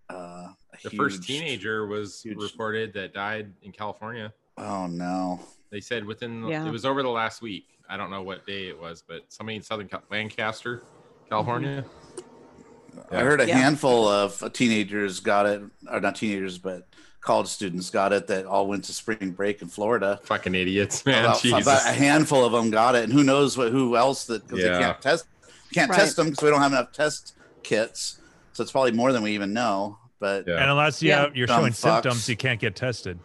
Uh, a The first huge- teenager was huge- reported that died in California. Oh no! They said within Yeah. it was over the last week. I don't know what day it was, but somebody in Southern Cal- Lancaster, California. I heard a Yeah. handful of teenagers got it, or not teenagers, but college students got it that all went to spring break in Florida. Fucking idiots, man. about, Jesus. about a handful of them got it, and who knows what who else that because Yeah. they can't test can't Right. test them because we don't have enough test kits. So it's probably more than we even know. But Yeah. And unless you Yeah. have, you're Dumb showing fucks. symptoms, you can't get tested.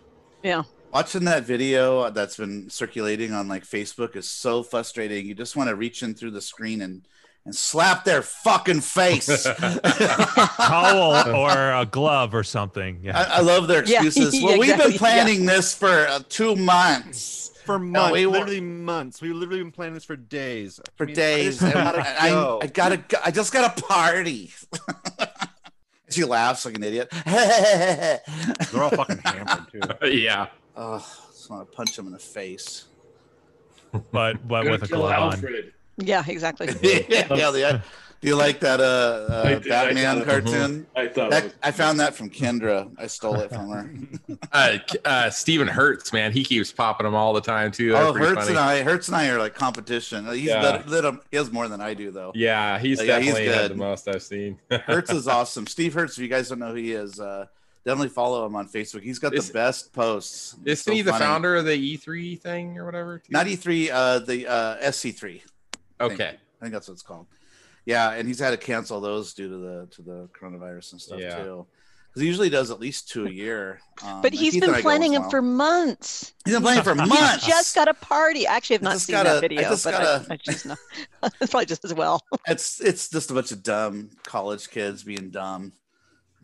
watching that video that's been circulating on like Facebook is so frustrating. You just want to reach in through the screen and and slap their fucking face. towel or a glove or something. Yeah. I, I love their Yeah, excuses. well, we've exactly, been planning this for uh, two months. For months, we wa- literally months. We've literally been planning this for days. for I mean, I days. just and gotta I, go. I, I gotta, go- I just gotta party. she laughs like an idiot. They're all fucking hammered too. yeah. oh, I just want to punch him in the face. But but Gonna with a kill glove on. Alfred. Yeah, exactly. yeah, the, do you like that uh, I uh did, I Batman did. cartoon? I Uh-huh. thought it That, was- I found that from Kendra. I stole it from her. Uh, uh, Stephen Hertz, man, he keeps popping them all the time too. They're oh, pretty Hertz and I, Hertz and I are like competition. He's Yeah. better- little- he has more than I do though. Yeah, he's Yeah, he's definitely had good. the most I've seen. Hertz is awesome. Steve Hertz, if you guys don't know who he is, uh, definitely follow him on Facebook. He's got Is- the best posts. He's Isn't so he the funny. founder of the E3 thing or whatever? too? Not E3, uh, the uh, SC3. okay. I think that's what it's called. Yeah, and he's had to cancel those due to the to the coronavirus and stuff Yeah. too. because he usually does at least two a year. Um, But and he's Keith been and I go planning once him in a for months. while. He's been planning for months. He's just got a party. Actually, I've I not just seen gotta- I that video, just but gotta- I, I just know. it's probably just as well. it's it's just a bunch of dumb college kids being dumb,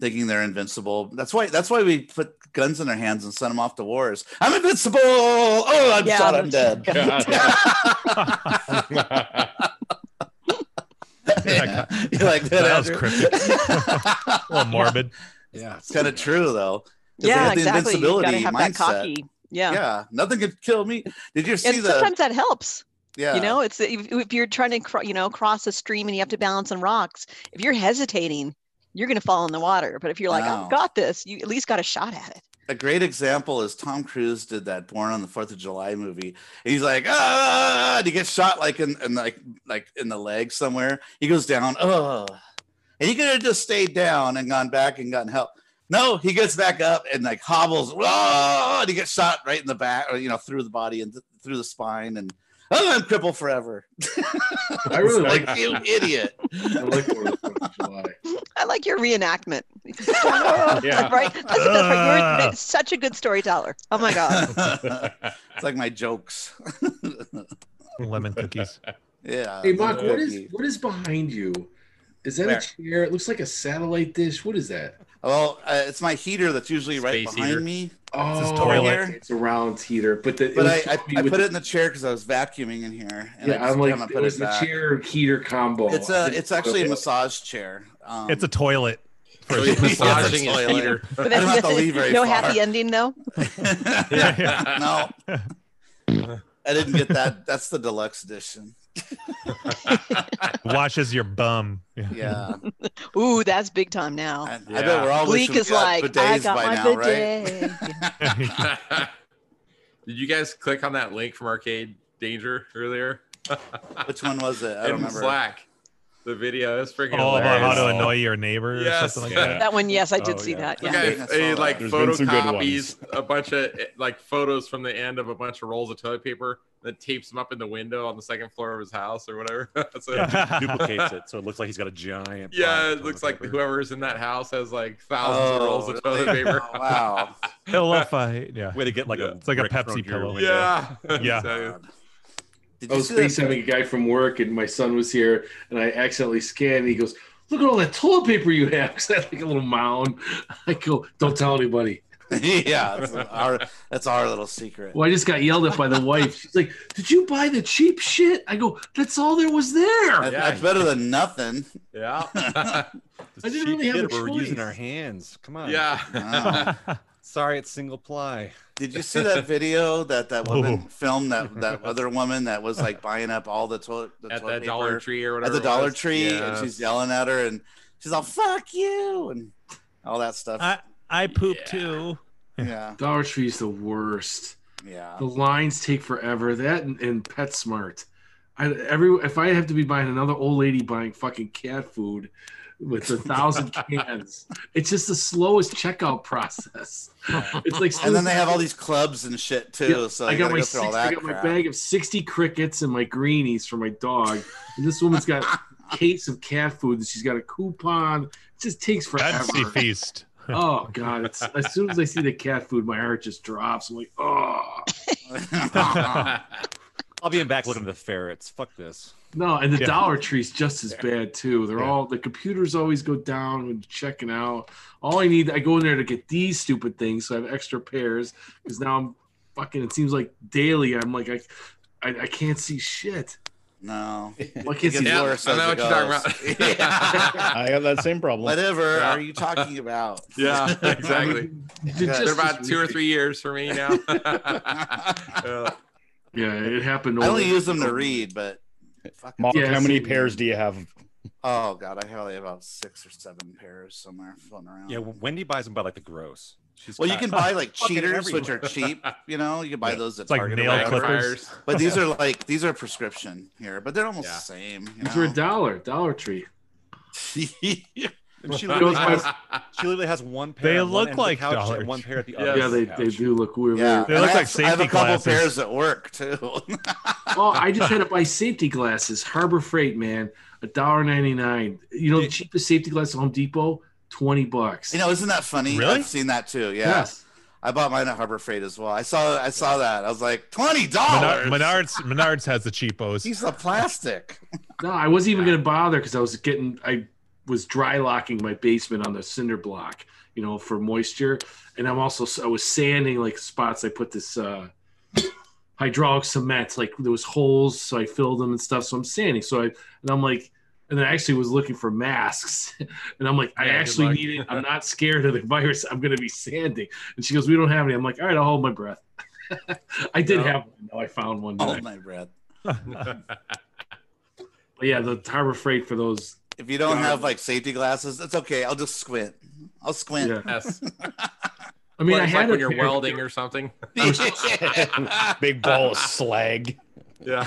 thinking they're invincible. That's why that's why we put guns in their hands and send them off to wars. I'm invincible. Oh, I'm Yeah, shot. I'm I'm dead. you like that? That was Andrew? cryptic. A little morbid. Yeah, It's kind of true though. 'Cause they Yeah, have the exactly. You gotta invincibility have that mindset. cocky. Yeah. Yeah. nothing could kill me. Did you see And the? sometimes that helps. yeah, You know, it's if, if you're trying to, cro- you know, cross a stream and you have to balance on rocks. If you're hesitating, you're going to fall in the water. But if you're like, No. I've got this, you at least got a shot at it. a great example is Tom Cruise did that Born on the Fourth of July movie. And he's like, ah, and he gets shot like in, in like like in the leg somewhere. He goes down, oh, and he could have just stayed down and gone back and gotten help. No, he gets back up and like hobbles, oh, and he gets shot right in the back, or you know, through the body and th- through the spine, and oh, I'm crippled forever. I really like. like you idiot. I like Fourth of July. I like your reenactment. Yeah. right? That's, that's right. You're Ah. ma- such a good storyteller. Oh my God. it's like my jokes. Lemon cookies. yeah. Hey, Mark, what is Cookie. what is behind you? Is that Where? a chair? It looks like a satellite dish. What is that? Well, uh, it's my heater that's usually right Space behind heater. me, Oh, his toilet. okay, it's a round heater, but the, it but was I, I, supposed to be I with put the- it in the chair because I was vacuuming in here, and Yeah, I I'm just like haven't it put was it the back. chair heater combo. It's I a, didn't it's actually a know. massage chair. Um, It's a toilet. For So he's massaging Yeah, his it's heater. But don't have to leave very no far. happy ending though. no, I didn't get that. That's the deluxe edition. washes your bum. Yeah, Ooh, that's big time now. I, I bet Yeah. we're all Bleak wishing is we had like, I bidets got by my now, right? bidet. Did you guys click on that link from Arcade Danger earlier? Which one was it? I In don't remember. Slack, the video is freaking. Oh, about how to hilarious. annoy your neighbor or Yes. something like Yeah. that. That one, yes, I did Oh, see yeah. that. The Yeah. Okay. guy I saw he, that. like There's been some good photocopies a bunch of like photos from the end of a bunch of rolls of toilet paper, then tapes them up in the window on the second floor of his house or whatever. so, yeah, Yeah, du- duplicates it, so it looks like he's got a giant. pile of it looks toilet like paper. whoever's in that house has like thousands of Oh, rolls of really? toilet paper. Oh, wow. Pillow fight. Yeah. way to get like Yeah. a It's like a brick Pepsi thrown to your pillow. window. Yeah, Yeah. So- Did I you was see that? FaceTiming a guy from work, and my son was here, and I accidentally scanned. And he goes, "Look at all that toilet paper you have." 'Cause I had like a little mound. I go, "Don't tell anybody." yeah, that's our that's our little secret. Well, I just got yelled at by the wife. She's like, "Did you buy the cheap shit?" I go, "That's all there was there." That- That's better than nothing. yeah, This I didn't cheap really have a kid, We're using choice. our hands. Come on. yeah. Wow. Sorry, it's single ply. Did you see that video that that woman Oh. filmed that that other woman that was like buying up all the toilet the At toilet the Dollar paper Tree at or whatever. the it Dollar was. Tree Yes. and she's yelling at her and she's all "fuck you" and all that stuff. I I poop Yeah. too. yeah, Dollar Tree's the worst. yeah. The lines take forever. That and, and PetSmart. I, every if I have to be buying another old lady buying fucking cat food with a thousand cans, it's just the slowest checkout process. It's like And then they have all these clubs and shit too. so I you got gotta my go through all six- that I got my crap. bag of sixty crickets and my greenies for my dog. And this woman's got a case of cat food. And she's got a coupon. It just takes forever. Fancy feast. Oh god! It's as soon as I see the cat food, my heart just drops. I'm like, oh I'll be in back looking at the ferrets. Fuck this. no! And the Yeah. Dollar Tree's just as bad too. They're Yeah. all the computers always go down when checking out. All I need, I go in there to get these stupid things, so I have extra pairs. Because now I'm fucking. It seems like daily, I'm like I, I, I can't see shit. no, Well, I can't see It gets Yeah, worse I know as it what you're goes. talking about. Yeah. I have that same problem. Whatever Yeah. are you talking about? yeah, exactly. They're Yeah, just They're as about two or weird. three years for me now. Uh, Yeah, it happened. I over- only use them to read, but fuck Mark, Yeah, how many same. pairs do you have? Oh god, I have like about six or seven pairs somewhere floating around. Yeah, Wendy buys them by like the gross. She's Well, you got- can buy like Fucking cheaters, which are everywhere. cheap. You know, you can buy Yeah. those at like Target. or nail whatever. clippers. Backfires. But these are like these are prescription here, but they're almost Yeah. the same. You These were a know? dollar, Dollar Tree. She It was literally, has, she literally has one pair. They on one look end of the like couch Dollar and one Tree. pair at the Yeah, other. yeah, they, couch. they do look weird. yeah, They and look I like have, I have a safety couple glasses. pairs at work too. Oh, I just had to buy safety glasses. Harbor Freight, man, a dollar ninety nine. You know the cheapest safety glass at Home Depot, twenty bucks. You know, isn't that funny? Really? I've seen that too. Yeah. Yes. I bought mine at Harbor Freight as well. I saw I saw that. I was like, twenty Menard, dollars. Menards Menards has the cheapos. Piece of plastic. No, I wasn't even gonna bother because I was getting I was dry locking my basement on the cinder block, you know, for moisture, and I'm also I was sanding like spots. I put this uh, hydraulic cement, like there was holes, so I filled them and stuff. So I'm sanding. So I and I'm like. And then I actually was looking for masks, and I'm like, I Yeah, good actually luck. need it. I'm not scared of the virus. I'm gonna be sanding. And she goes, We don't have any. I'm like, All right, I'll hold my breath. I did No. Oh have one. though. I found one. Hold my breath. But yeah, the Harbor Freight for those. If you don't Yeah. have like safety glasses, it's okay. I'll just squint. I'll squint. Yeah. Yes. I mean, Well, I it's had like a when you're pair. welding or something. Big ball of slag. Yeah.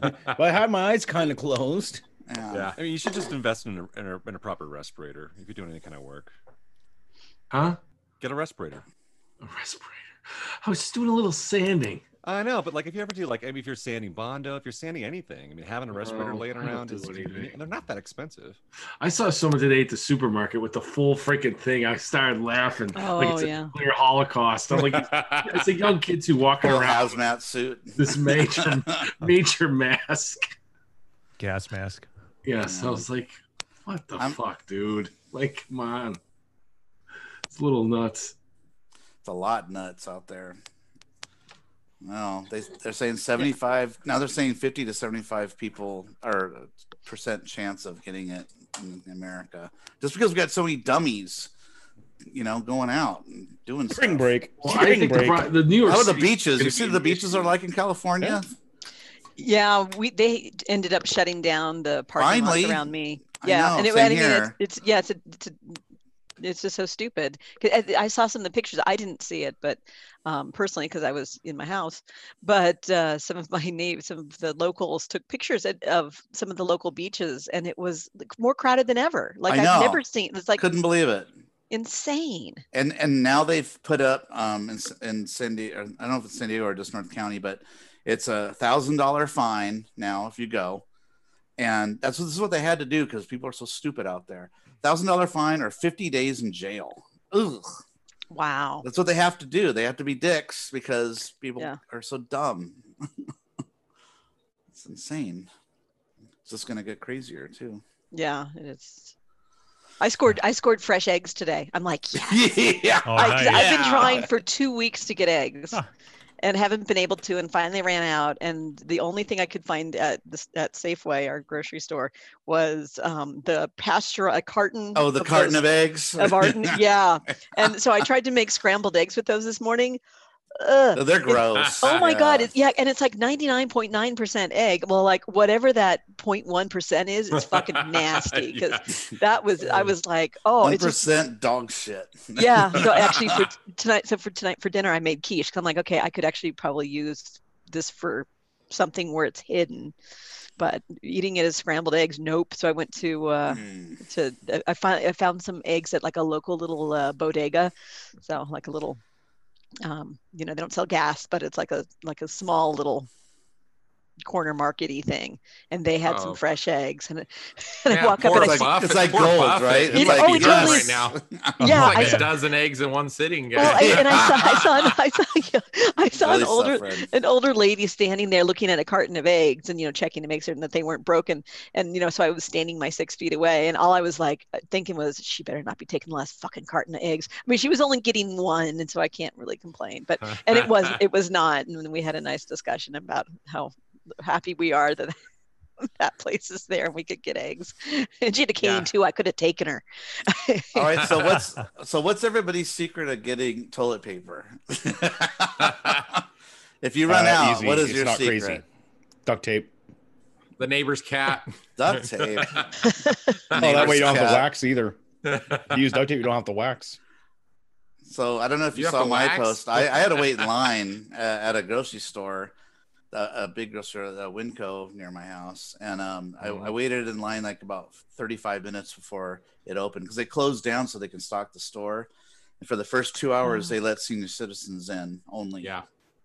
But I had my eyes kind of closed. Yeah. Yeah. I mean, you should just invest in a, in a, in a proper respirator if you're doing any kind of work. Huh? Get a respirator. A respirator. I was just doing a little sanding. I know, but like if you ever do like I mean, if you're sanding Bondo, if you're sanding anything, I mean, having a respirator Oh, No, laying I don't around do is anything. convenient, and they're not that expensive. I saw someone today at the supermarket with the full freaking thing. I started laughing like Oh it's yeah. a clear Holocaust. I'm like, it's a young kid who walking Full around with hazmat suit. this major major mask. Gas mask. Yes, I was like, what the I'm- fuck, dude? Like, come on. It's a little nuts. It's a lot nuts out there. No, they they're saying seventy five. Now they're saying fifty to seventy five people are uh, percent chance of getting it in America, just because we got so many dummies, you know, going out and doing Spring stuff. break. Well, I Spring think the, break. bri- the New York How are the City- beaches? You gonna see be what the an beaches issue. are like in California. Yeah, we they ended up shutting down the parking Finally. lots around me. I Yeah, know, and it, same I mean, it's, here. it's yeah, it's a, it's, a, it's just so stupid. 'Cause I, I saw some of the pictures. I didn't see it, but um, personally, because I was in my house, but uh, some of my neighbors, some of the locals took pictures at, of some of the local beaches, and it was like, more crowded than ever. Like I I've know. never seen. It's like Couldn't believe it. insane. and and now they've put up um in, in San Diego. I don't know if it's San Diego or just North County, but it's a thousand dollar fine now if you go, and that's what this is what they had to do because people are so stupid out there. Thousand dollar fine or fifty days in jail. Ugh, Wow. that's what they have to do. They have to be dicks because people Yeah. are so dumb. it's insane. It's just gonna get crazier too. Yeah, it is. I scored. I scored fresh eggs today. I'm like, yeah. yeah. Oh, I, have nice. been Yeah. trying for two weeks to get eggs Huh. and haven't been able to and finally ran out and the only thing i could find at this at safeway our grocery store was um, the pasture a carton Oh, the carton those- of eggs. of arden yeah and so i tried to make scrambled eggs with those this morning Ugh. They're gross. Oh my God! Yeah. It's, yeah, and it's like ninety nine point nine percent egg. Well, like whatever that 0.1 percent is, it's fucking nasty. Because that was, I was like, oh, One it's just percent dog shit. yeah so actually for t- tonight so for tonight for dinner i made quiche 'cause i'm like okay i could actually probably use this for something where it's hidden but eating it as scrambled eggs nope so i went to uh Hmm. to I- i found i found some eggs at like a local little uh, bodega so like a little um you know they don't sell gas but it's like a like a small little corner markety thing and they had Oh. some fresh eggs and, I- and i Yeah, walk up poor and it's i like, see- Buffett. it's like Poor gold, Buffett. right? It's It- like oh, it yes. totally right now. yeah like I a saw- dozen eggs in one sitting. well, I, guys. and I saw, I saw, an, I saw, I saw Really an older, suffering. an older lady standing there looking at a carton of eggs and you know checking to make certain that they weren't broken and you know so i was standing my six feet away and all i was like uh, thinking was she better not be taking the last fucking carton of eggs i mean she was only getting one and so i can't really complain but and it was it was not and then we had a nice discussion about how happy we are that that place is there and we could get eggs and she had a cane Yeah. too i could have taken her All right, so what's so what's everybody's secret of getting toilet paper? if you run Uh, out, easy. what is It's your not secret? crazy. Duct tape. the neighbor's cat. Duct tape. Oh, that way you don't have to cat. wax either. You use duct tape, you don't have to wax. So I don't know if you, You have saw to my wax? post. I, I had to wait in line uh, at a grocery store, uh, a big grocery store, uh, Winco near my house, and um, Mm-hmm. I, I waited in line like about 35 minutes before it opened because they closed down so they can stock the store. And for the first two hours, they let senior citizens in only, Mm. yeah.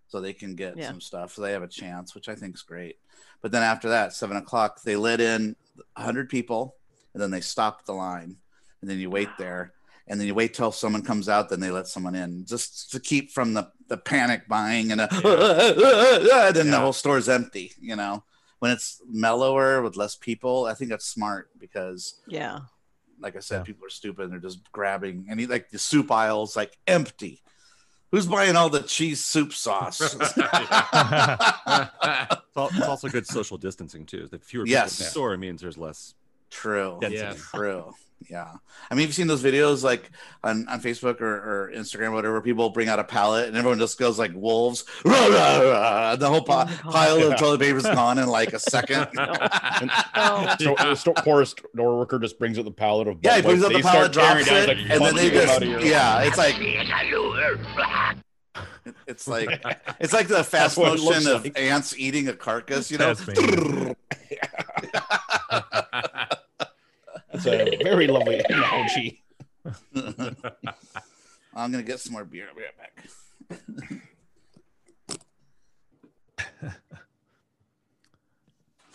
so they can get Yeah. some stuff. So they have a chance, which I think is great. But then after that, seven o'clock, they let in 100 people, and then they stopped the line, and then you wait there. and then you wait till someone comes out, then they let someone in just to keep from the, the panic buying and a, then the Yeah. whole store's empty, you know. When it's mellower with less people, I think that's smart because Yeah. like I said, Yeah. people are stupid and they're just grabbing and he, like the soup aisle's like empty. Who's buying all the cheese soup sauce? It's al- it's also good social distancing too. The fewer people Yes. in the store means there's less. True. Density. Yeah. True. Yeah. I mean, you've seen those videos like on, on Facebook or, or Instagram, or whatever, people bring out a pallet and everyone just goes like wolves. Rah, rah, rah. The Oh whole pi- my God. pile Yeah. of toilet paper is gone in like a second. Oh. So the store, poor store worker just brings up the pallet of. yeah, he Budweiser. brings out the They pallet, start tearing drops down, it, it's like, and then "Fuck they you, just, I'm outta here." yeah, it's like. It's like it's like the fast That's what it motion looks of like. ants eating a carcass, you know. That's me. It's a very lovely analogy. I'm gonna get some more beer. I'll be right back.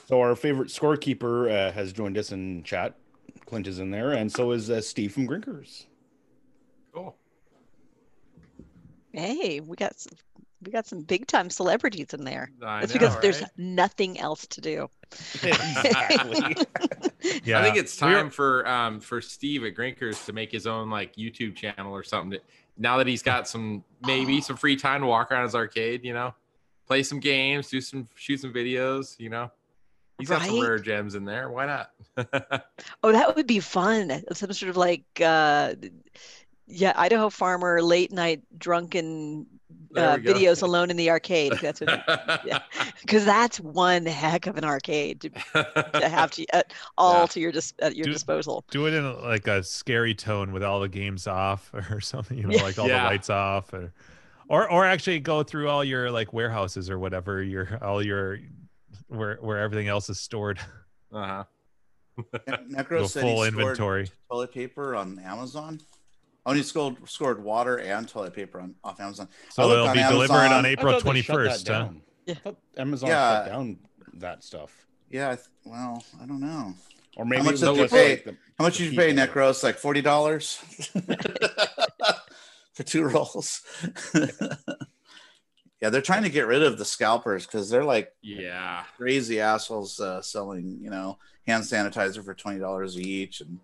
So our favorite scorekeeper uh, has joined us in chat. Clint is in there, and so is uh, Steve from Grinkers. cool. Hey, we got s- we got some big time celebrities in there. I That's know, because there's right? nothing else to do. Yeah. I think it's time for um for Steve at Grinkers to make his own like YouTube channel or something. That, now that he's got some maybe some free time to walk around his arcade, you know, play some games, do some shoot some videos, you know. He's got some Right? rare gems in there. Why not? Oh, that would be fun. Some sort of like, uh, yeah, Idaho farmer late night drunken There uh, we go. videos alone in the arcade. That's what, because that's one heck of an arcade to, to have to at all Yeah. to your dis at your Do- disposal. Do it in like a scary tone with all the games off or something, you know, Yeah. like all Yeah. the lights off or or or actually go through all your like warehouses or whatever your all your where where everything else is stored. uh-huh. Necro Go said he full scored inventory. toilet paper on Amazon. Oh, and he scored scored water and toilet paper on off Amazon. So looked it'll on be delivered Amazon. on April twenty first, huh? Yeah. Yeah. Amazon Yeah. shut down that stuff, Yeah, I th- well, I don't know. or maybe much it did was you just pay? like the- How much the did you pay, people. Necros? Like forty dollars for two rolls. yeah, they're trying to get rid of the scalpers because they're like Yeah. crazy assholes uh, selling, you know, hand sanitizer for twenty dollars each, and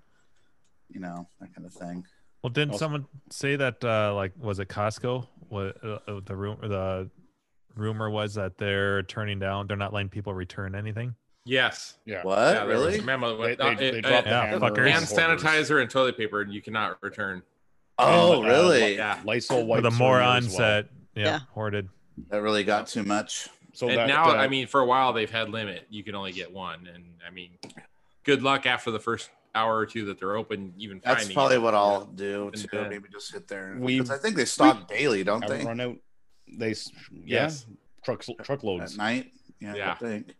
you know that kind of thing. Well, didn't Also- someone say that uh like was it Costco? What uh, uh, the room the rumor was that they're turning down they're not letting people return anything Yes. Yeah. What Yeah, Uh, there was really? a memo They, with- they, uh, they it- dropped uh, the Yeah, hammer fuckers. on hand orders. sanitizer and toilet paper, and you cannot return. Oh, And, uh, really? Yeah. Lysol Or wipes. the are new as morons well. that yeah, Yeah. hoarded That really got too much. So and that, now, uh, I mean, for a while they've had limit. You can only get one, and I mean, good luck after the first hour or two that they're open. Even That's finding probably it. what I'll do And too. then- Maybe just hit there. We- Because I think they stock daily, don't haven't they? run out. They s- yeah, Yes. trucks At truckloads. night. Yeah, Yeah. I think.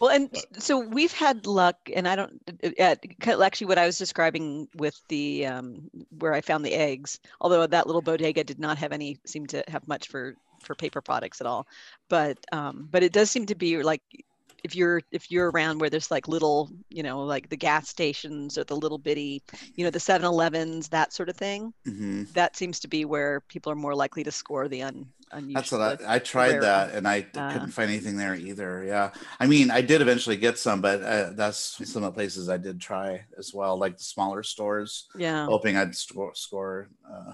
Well, and so we've had luck, and I don't at, actually what I was describing with the um, where I found the eggs. Although that little bodega did not have any, seemed to have much for for paper products at all. But um, but it does seem to be like if you're if you're around where there's like little, you know, like the gas stations or the little bitty, you know, the 7-Elevens, that sort of thing. hmm That seems to be where people are more likely to score the un unusual. That's what I, I tried rare that, and I Ah. couldn't find anything there either. Yeah, I mean, I did eventually get some, but uh, that's some of the places I did try as well, like the smaller stores, yeah. hoping I'd score. score uh,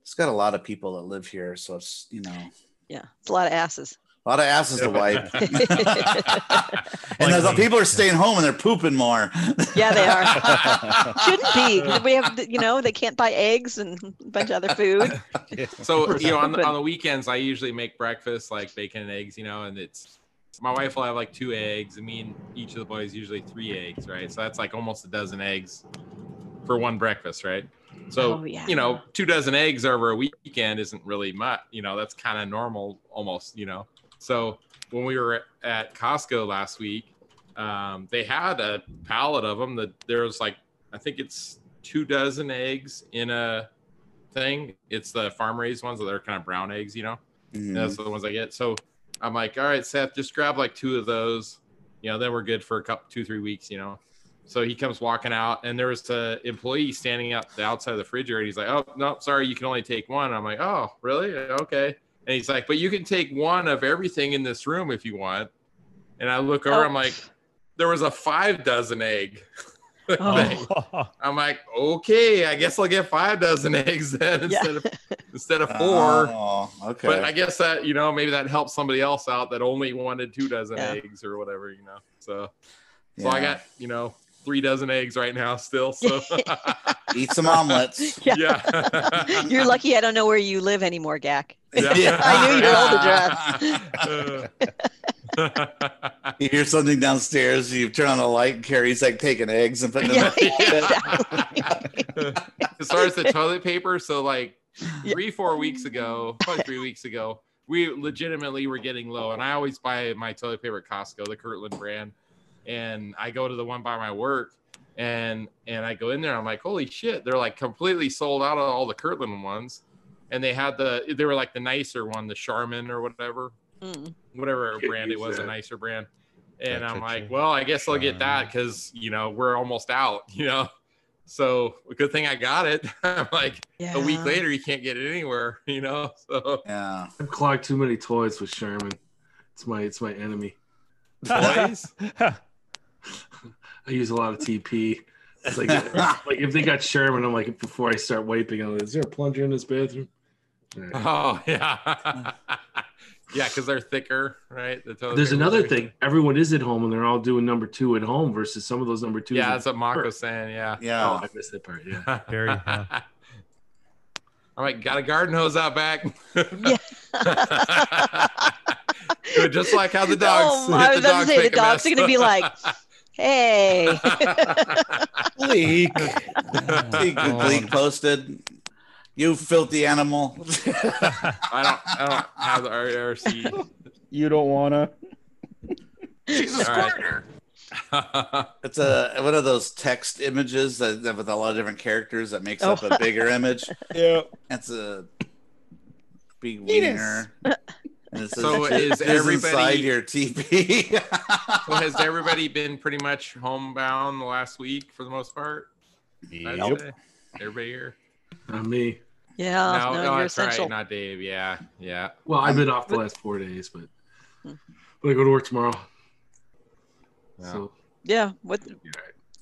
it's got a lot of people that live here, so it's you know a Yeah. It's a lot of asses. lot of asses to wipe. and Like those me. people are staying home and they're pooping more. Yeah, they are. shouldn't be 'cause we have the- you know they can't buy eggs and a bunch of other food So you know, on the, Open. on the weekends, I usually make breakfast like bacon and eggs. You know, and it's my wife will have like two eggs, and me and each of the boys usually three eggs, right? So that's like almost a dozen eggs for one breakfast, right? So Oh, yeah. you know, two dozen eggs over a weekend isn't really much. You know, that's kind of normal, almost. You know, so when we were at Costco last week, um, they had a pallet of them. That there was like, I think it's two dozen eggs in a thing. It's the farm raised ones that are kind of brown eggs, you know. Mhm. And That's the ones I get. So I'm like, all right, Seth, just grab like two of those. You know, then we're good for a couple, two, three weeks. You know, So he comes walking out, and there was a employee standing out the outside of the refrigerator. He's like, "Oh no, sorry, you can only take one." I'm like, "Oh really? Okay." And he's like, "But you can take one of everything in this room if you want." And I look over, Oh. I'm like, "There was a five dozen egg." Oh. thing. I'm like, "Okay, I guess I'll get five dozen eggs then Yeah. instead of instead of four. Oh, okay. But I guess that you know maybe that helps somebody else out that only wanted two dozen Yeah. eggs or whatever you know. So Yeah. so I got you know three dozen eggs right now still. So eat some omelets. Yeah. yeah, You're lucky I don't know where you live anymore, Gak. Yeah. I knew your old Uh, address. You hear something downstairs, you turn on the light, and Carrie's like taking eggs and putting them Yeah, in as far as the toilet paper, so like three, four weeks ago, probably three weeks ago, we legitimately were getting low. And I always buy my toilet paper at Costco, the Kirtland brand. And I go to the one by my work and and I go in there, I'm like, holy shit, they're like completely sold out of all the Kirtland ones. And they had the they were like the nicer one, the Charmin or whatever, Mm. whatever Can't brand it use was, a that. nicer brand. And I'm Gotcha. like, well, I guess I'll get Um, that because you know we're almost out, you know. So good thing I got it. I'm like, Yeah. a week later you can't get it anywhere you know so Yeah. I've clogged too many toys with Sherman. It's my it's my enemy. Toys? I use a lot of TP. It's like, like if they got Sherman, I'm like before I start wiping, I'm like, is there a plunger in this bathroom? All right. oh yeah yeah because they're thicker right the toilet There's paper another is thicker. thing. Everyone is at home and they're all doing number two at home versus some of those number twos. yeah are- that's what Mako's saying yeah oh, Yeah. I missed that part. Yeah. Very, yeah. I'm like, got a garden hose out back. Yeah. Just like how the Oh, dogs. I was the about to say, the make a dogs mess. are gonna be like, hey. Bleak. Bleak, Bleak posted. You filthy animal. I don't. I don't have the RRC. You don't wanna. Jesus All right. Carter. It's a one of those text images that, that with a lot of different characters that makes up a bigger image. Yeah. It's a big Penis. wiener. And it says, So is "Jizz inside everybody- your teepee? well, has everybody been pretty much homebound the last week for the most part? I'd Yep. say. Everybody here. Not me. Yeah, Oh, no, you're that's essential. right. Not Dave. Yeah, yeah. Well, Um, I've been off the last four days, but but I go to work tomorrow. So Yeah. What yeah,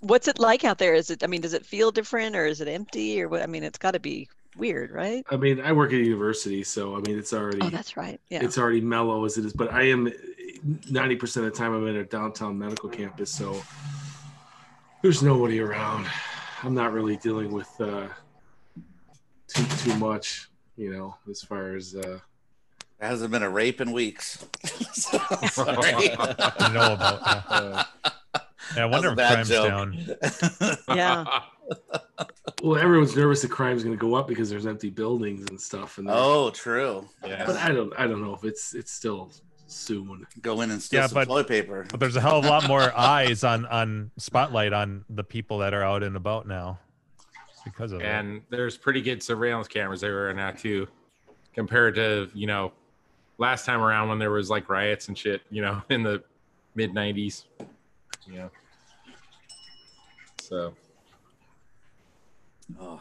what's it like out there? Is it I mean, does it feel different or is it empty or what I mean it's gotta be weird, right? I mean, I work at a university, so I mean, it's already Oh that's right. Yeah. it's already mellow as it is. But I am ninety percent of the time I'm in a downtown medical campus, so there's nobody around. I'm not really dealing with uh, too too much, you know, as far as uh, There hasn't been a rape in weeks. Sorry. I know about. Yeah. Yeah, I wonder if That crime's was a bad down. yeah. well, everyone's nervous the crime's going to go up because there's empty buildings and stuff. And oh, true. but yeah. I don't I don't know if it's it's still soon. Go in and steal Yeah, some but- toilet paper. But there's a hell of a lot more eyes on on spotlight on the people that are out and about now because of it. And there's pretty good surveillance cameras everywhere now too, compared to you know, last time around when there was like riots and shit, you know, in the mid '90s. Yeah. So Oh,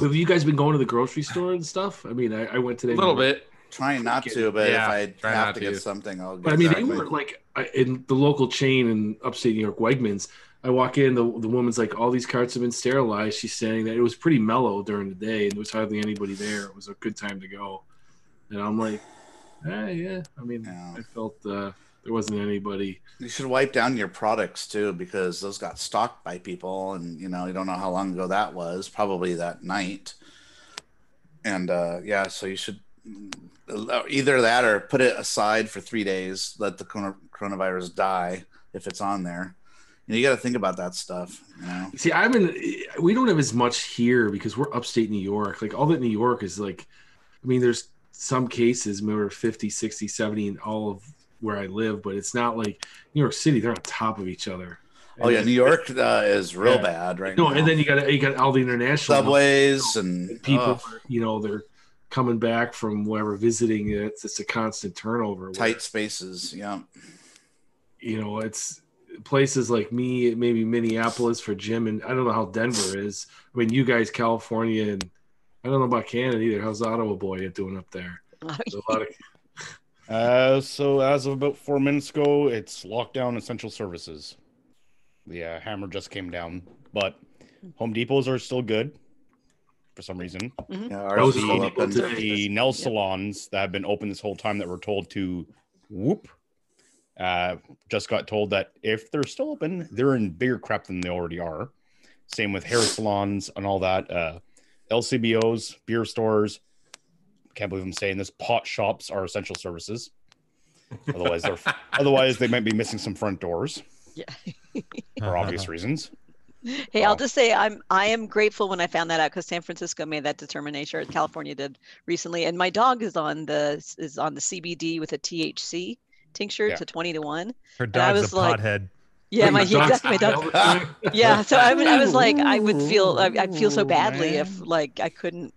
Have you guys been going to the grocery store and stuff? I mean, I, I went a today. little bit. trying not to, but Yeah, if I try have not to, to. get something, I'll get But I mean, something. they were like I- in the local chain in upstate New York, Wegmans. I walk in, the, the woman's like, all these carts have been sterilized. She's saying that it was pretty mellow during the day and there was hardly anybody there. It was a good time to go. And I'm like, eh, yeah. I mean, Yeah. I felt uh, there wasn't anybody. You should wipe down your products too, because those got stocked by people, and you know you don't know how long ago that was. Probably that night. And uh, yeah, so you should uh, either that or put it aside for three days. Let the corona- coronavirus die if it's on there. You, know, you got to think about that stuff. You know, See, I'm in, we don't have as much here because we're upstate New York. Like, all that New York is like, I mean, there's some cases, remember 50, 60, 70 in all of where I live, but it's not like New York City, they're on top of each other. oh yeah, New York uh, is real Yeah. bad right No, now. and then you got you got all the international subways and people. oh, are, you know, they're coming back from wherever visiting. It's it's a constant turnover. where, tight spaces. Yeah, You know, it's places like me, maybe Minneapolis for Jim, and I don't know how Denver is. I mean, you guys, California, and I don't know about Canada either. How's Ottawa boy doing up there? There's a lot of- Uh, so as of about four minutes ago, it's lockdown essential services. The uh, hammer just came down, but Home Depots are still good for some reason. Yeah, Those ours is are all the up and- people today. The nail salons that have been open this whole time that were told to whoop, uh, just got told that if they're still open, they're in bigger crap than they already are. Same with hair salons and all that. Uh, LCBOs, beer stores. Can't believe I'm saying this. Pot shops are essential services. Otherwise, they're otherwise they might be missing some front doors Uh-huh. for obvious reasons. Hey, I'll just say I'm I am grateful when I found that out because San Francisco made that determination, or California did recently, and my dog is on the is on the CBD with a THC tincture Yeah. to twenty to one. Her I dog's was a like- pothead. Yeah, my Your dog's exactly my dog. high. Yeah, so I, mean, I was like, I would feel I, I'd feel so badly if like I couldn't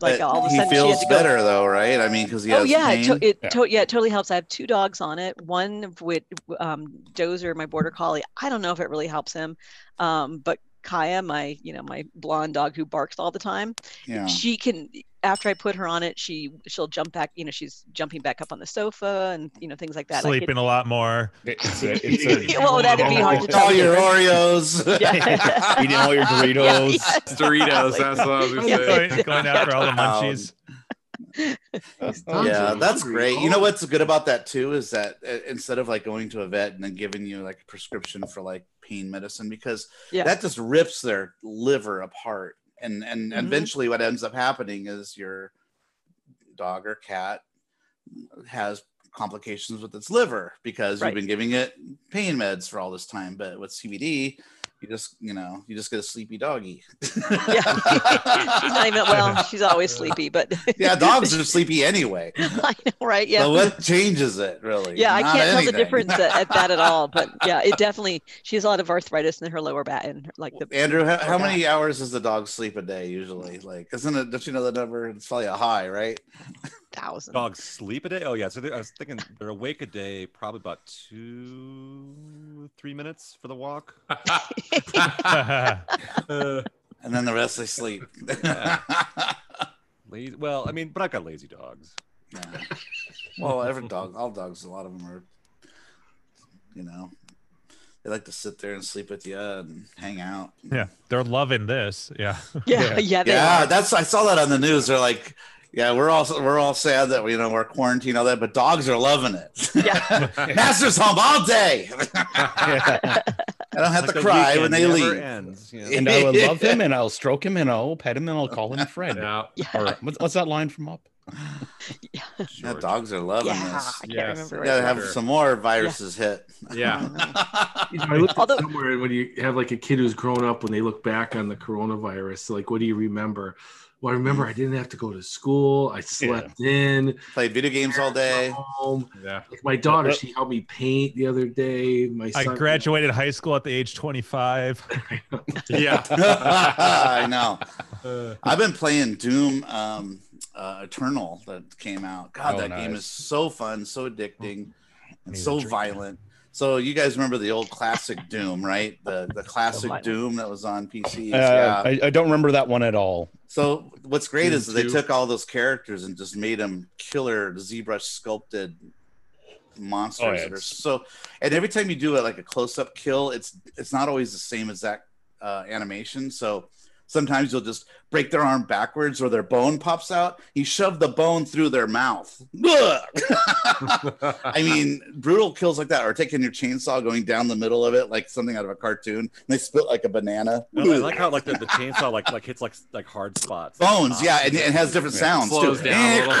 like But all of a he sudden she feels had to go. better though, right? I mean, because he has oh yeah, it, pain. to- it Yeah. To- yeah, it totally helps. I have two dogs on it. One of which um, Dozer, my border collie. I don't know if it really helps him, um, but Kaya, my you know my blonde dog who barks all the time, yeah. she can. After I put her on it, she she'll jump back. You know, she's jumping back up on the sofa and you know things like that. I Sleeping a lot more. It's a, it's a, Well, that'd be hard to Eat all tell your you. Oreos. Yeah. eating all your Yeah, Doritos. yeah. Doritos. That's what I was gonna Yeah. say. Going, going after all the munchies. Sounds yeah, like that's hungry. great. Oh. You know what's good about that too is that uh, instead of like going to a vet and then giving you like a prescription for like pain medicine because Yeah. that just rips their liver apart. And and Mhm. eventually what ends up happening is your dog or cat has complications with its liver because Right. you've been giving it pain meds for all this time. But with CBD, you just you know you just get a sleepy doggy. yeah, she's not even well. She's always sleepy, but yeah, dogs are sleepy anyway. I know, right? Yeah. So what changes it really? Yeah, I Not can't tell the anything. difference at, at that at all. But yeah, it definitely she has a lot of arthritis in her lower back and her- like the Andrew, how, how Okay. many hours does the dog sleep a day usually? Like, isn't it? Don't you know the number? It's probably a high, right? thousand. Dogs sleep a day. Oh yeah, so they, I was thinking they're awake a day, probably about two, three minutes for the walk. Uh, And then the rest they sleep. Yeah. Lazy. Well, I mean, but I've got lazy dogs. Yeah. Well, every dog, all dogs, a lot of them are, you know, they like to sit there and sleep with you and hang out. Yeah, they're loving this. Yeah. Yeah, yeah, they yeah, are. that's I saw that on the news. They're like, yeah, we're all we're all sad that you know we're quarantined all that, but dogs are loving it. Yeah. Master's home all day. I don't have Like to the cry when weekend they never leave. Ends, you know? and I will love him, and I'll stroke him, and I'll pet him, and I'll call him Fred. yeah. Yeah, Or what's, what's that line from Up? Yeah, dogs are loving yeah, this. I can't Yes. remember. We Right gotta now. for have sure. some more viruses hit. Yeah. I looked Although- at somewhere when you have like a kid who's grown up when they look back on the coronavirus, like what do you remember? Well, I remember I didn't have to go to school. I slept in Played video games all day. home. Yeah. Like my daughter, she helped me paint the other day. My I son, graduated high school at the age 25. Yeah. I know. Uh, I've been playing Doom um, uh, Eternal that came out. God, Oh, that game nice. is so fun, so addicting, and Need a so drink. violent. So you guys remember the old classic Doom, right? The the classic violent. Doom that was on PC. Uh, I, I don't remember that one at all. So what's great Doom is that they 2. took all those characters and just made them killer ZBrush sculpted monsters Oh, yeah, that are it's- so. And every time you do it like a close up kill, it's it's not always the same exact uh, animation. So sometimes you'll just break their arm backwards or their bone pops out. You shove the bone through their mouth. I mean, brutal kills like that, or taking your chainsaw going down the middle of it like something out of a cartoon, and they spit like a banana. Well, I like how like the, the chainsaw like like hits like like hard spots. bones yeah and it has different Yeah. sounds too. Ah, Slows down a little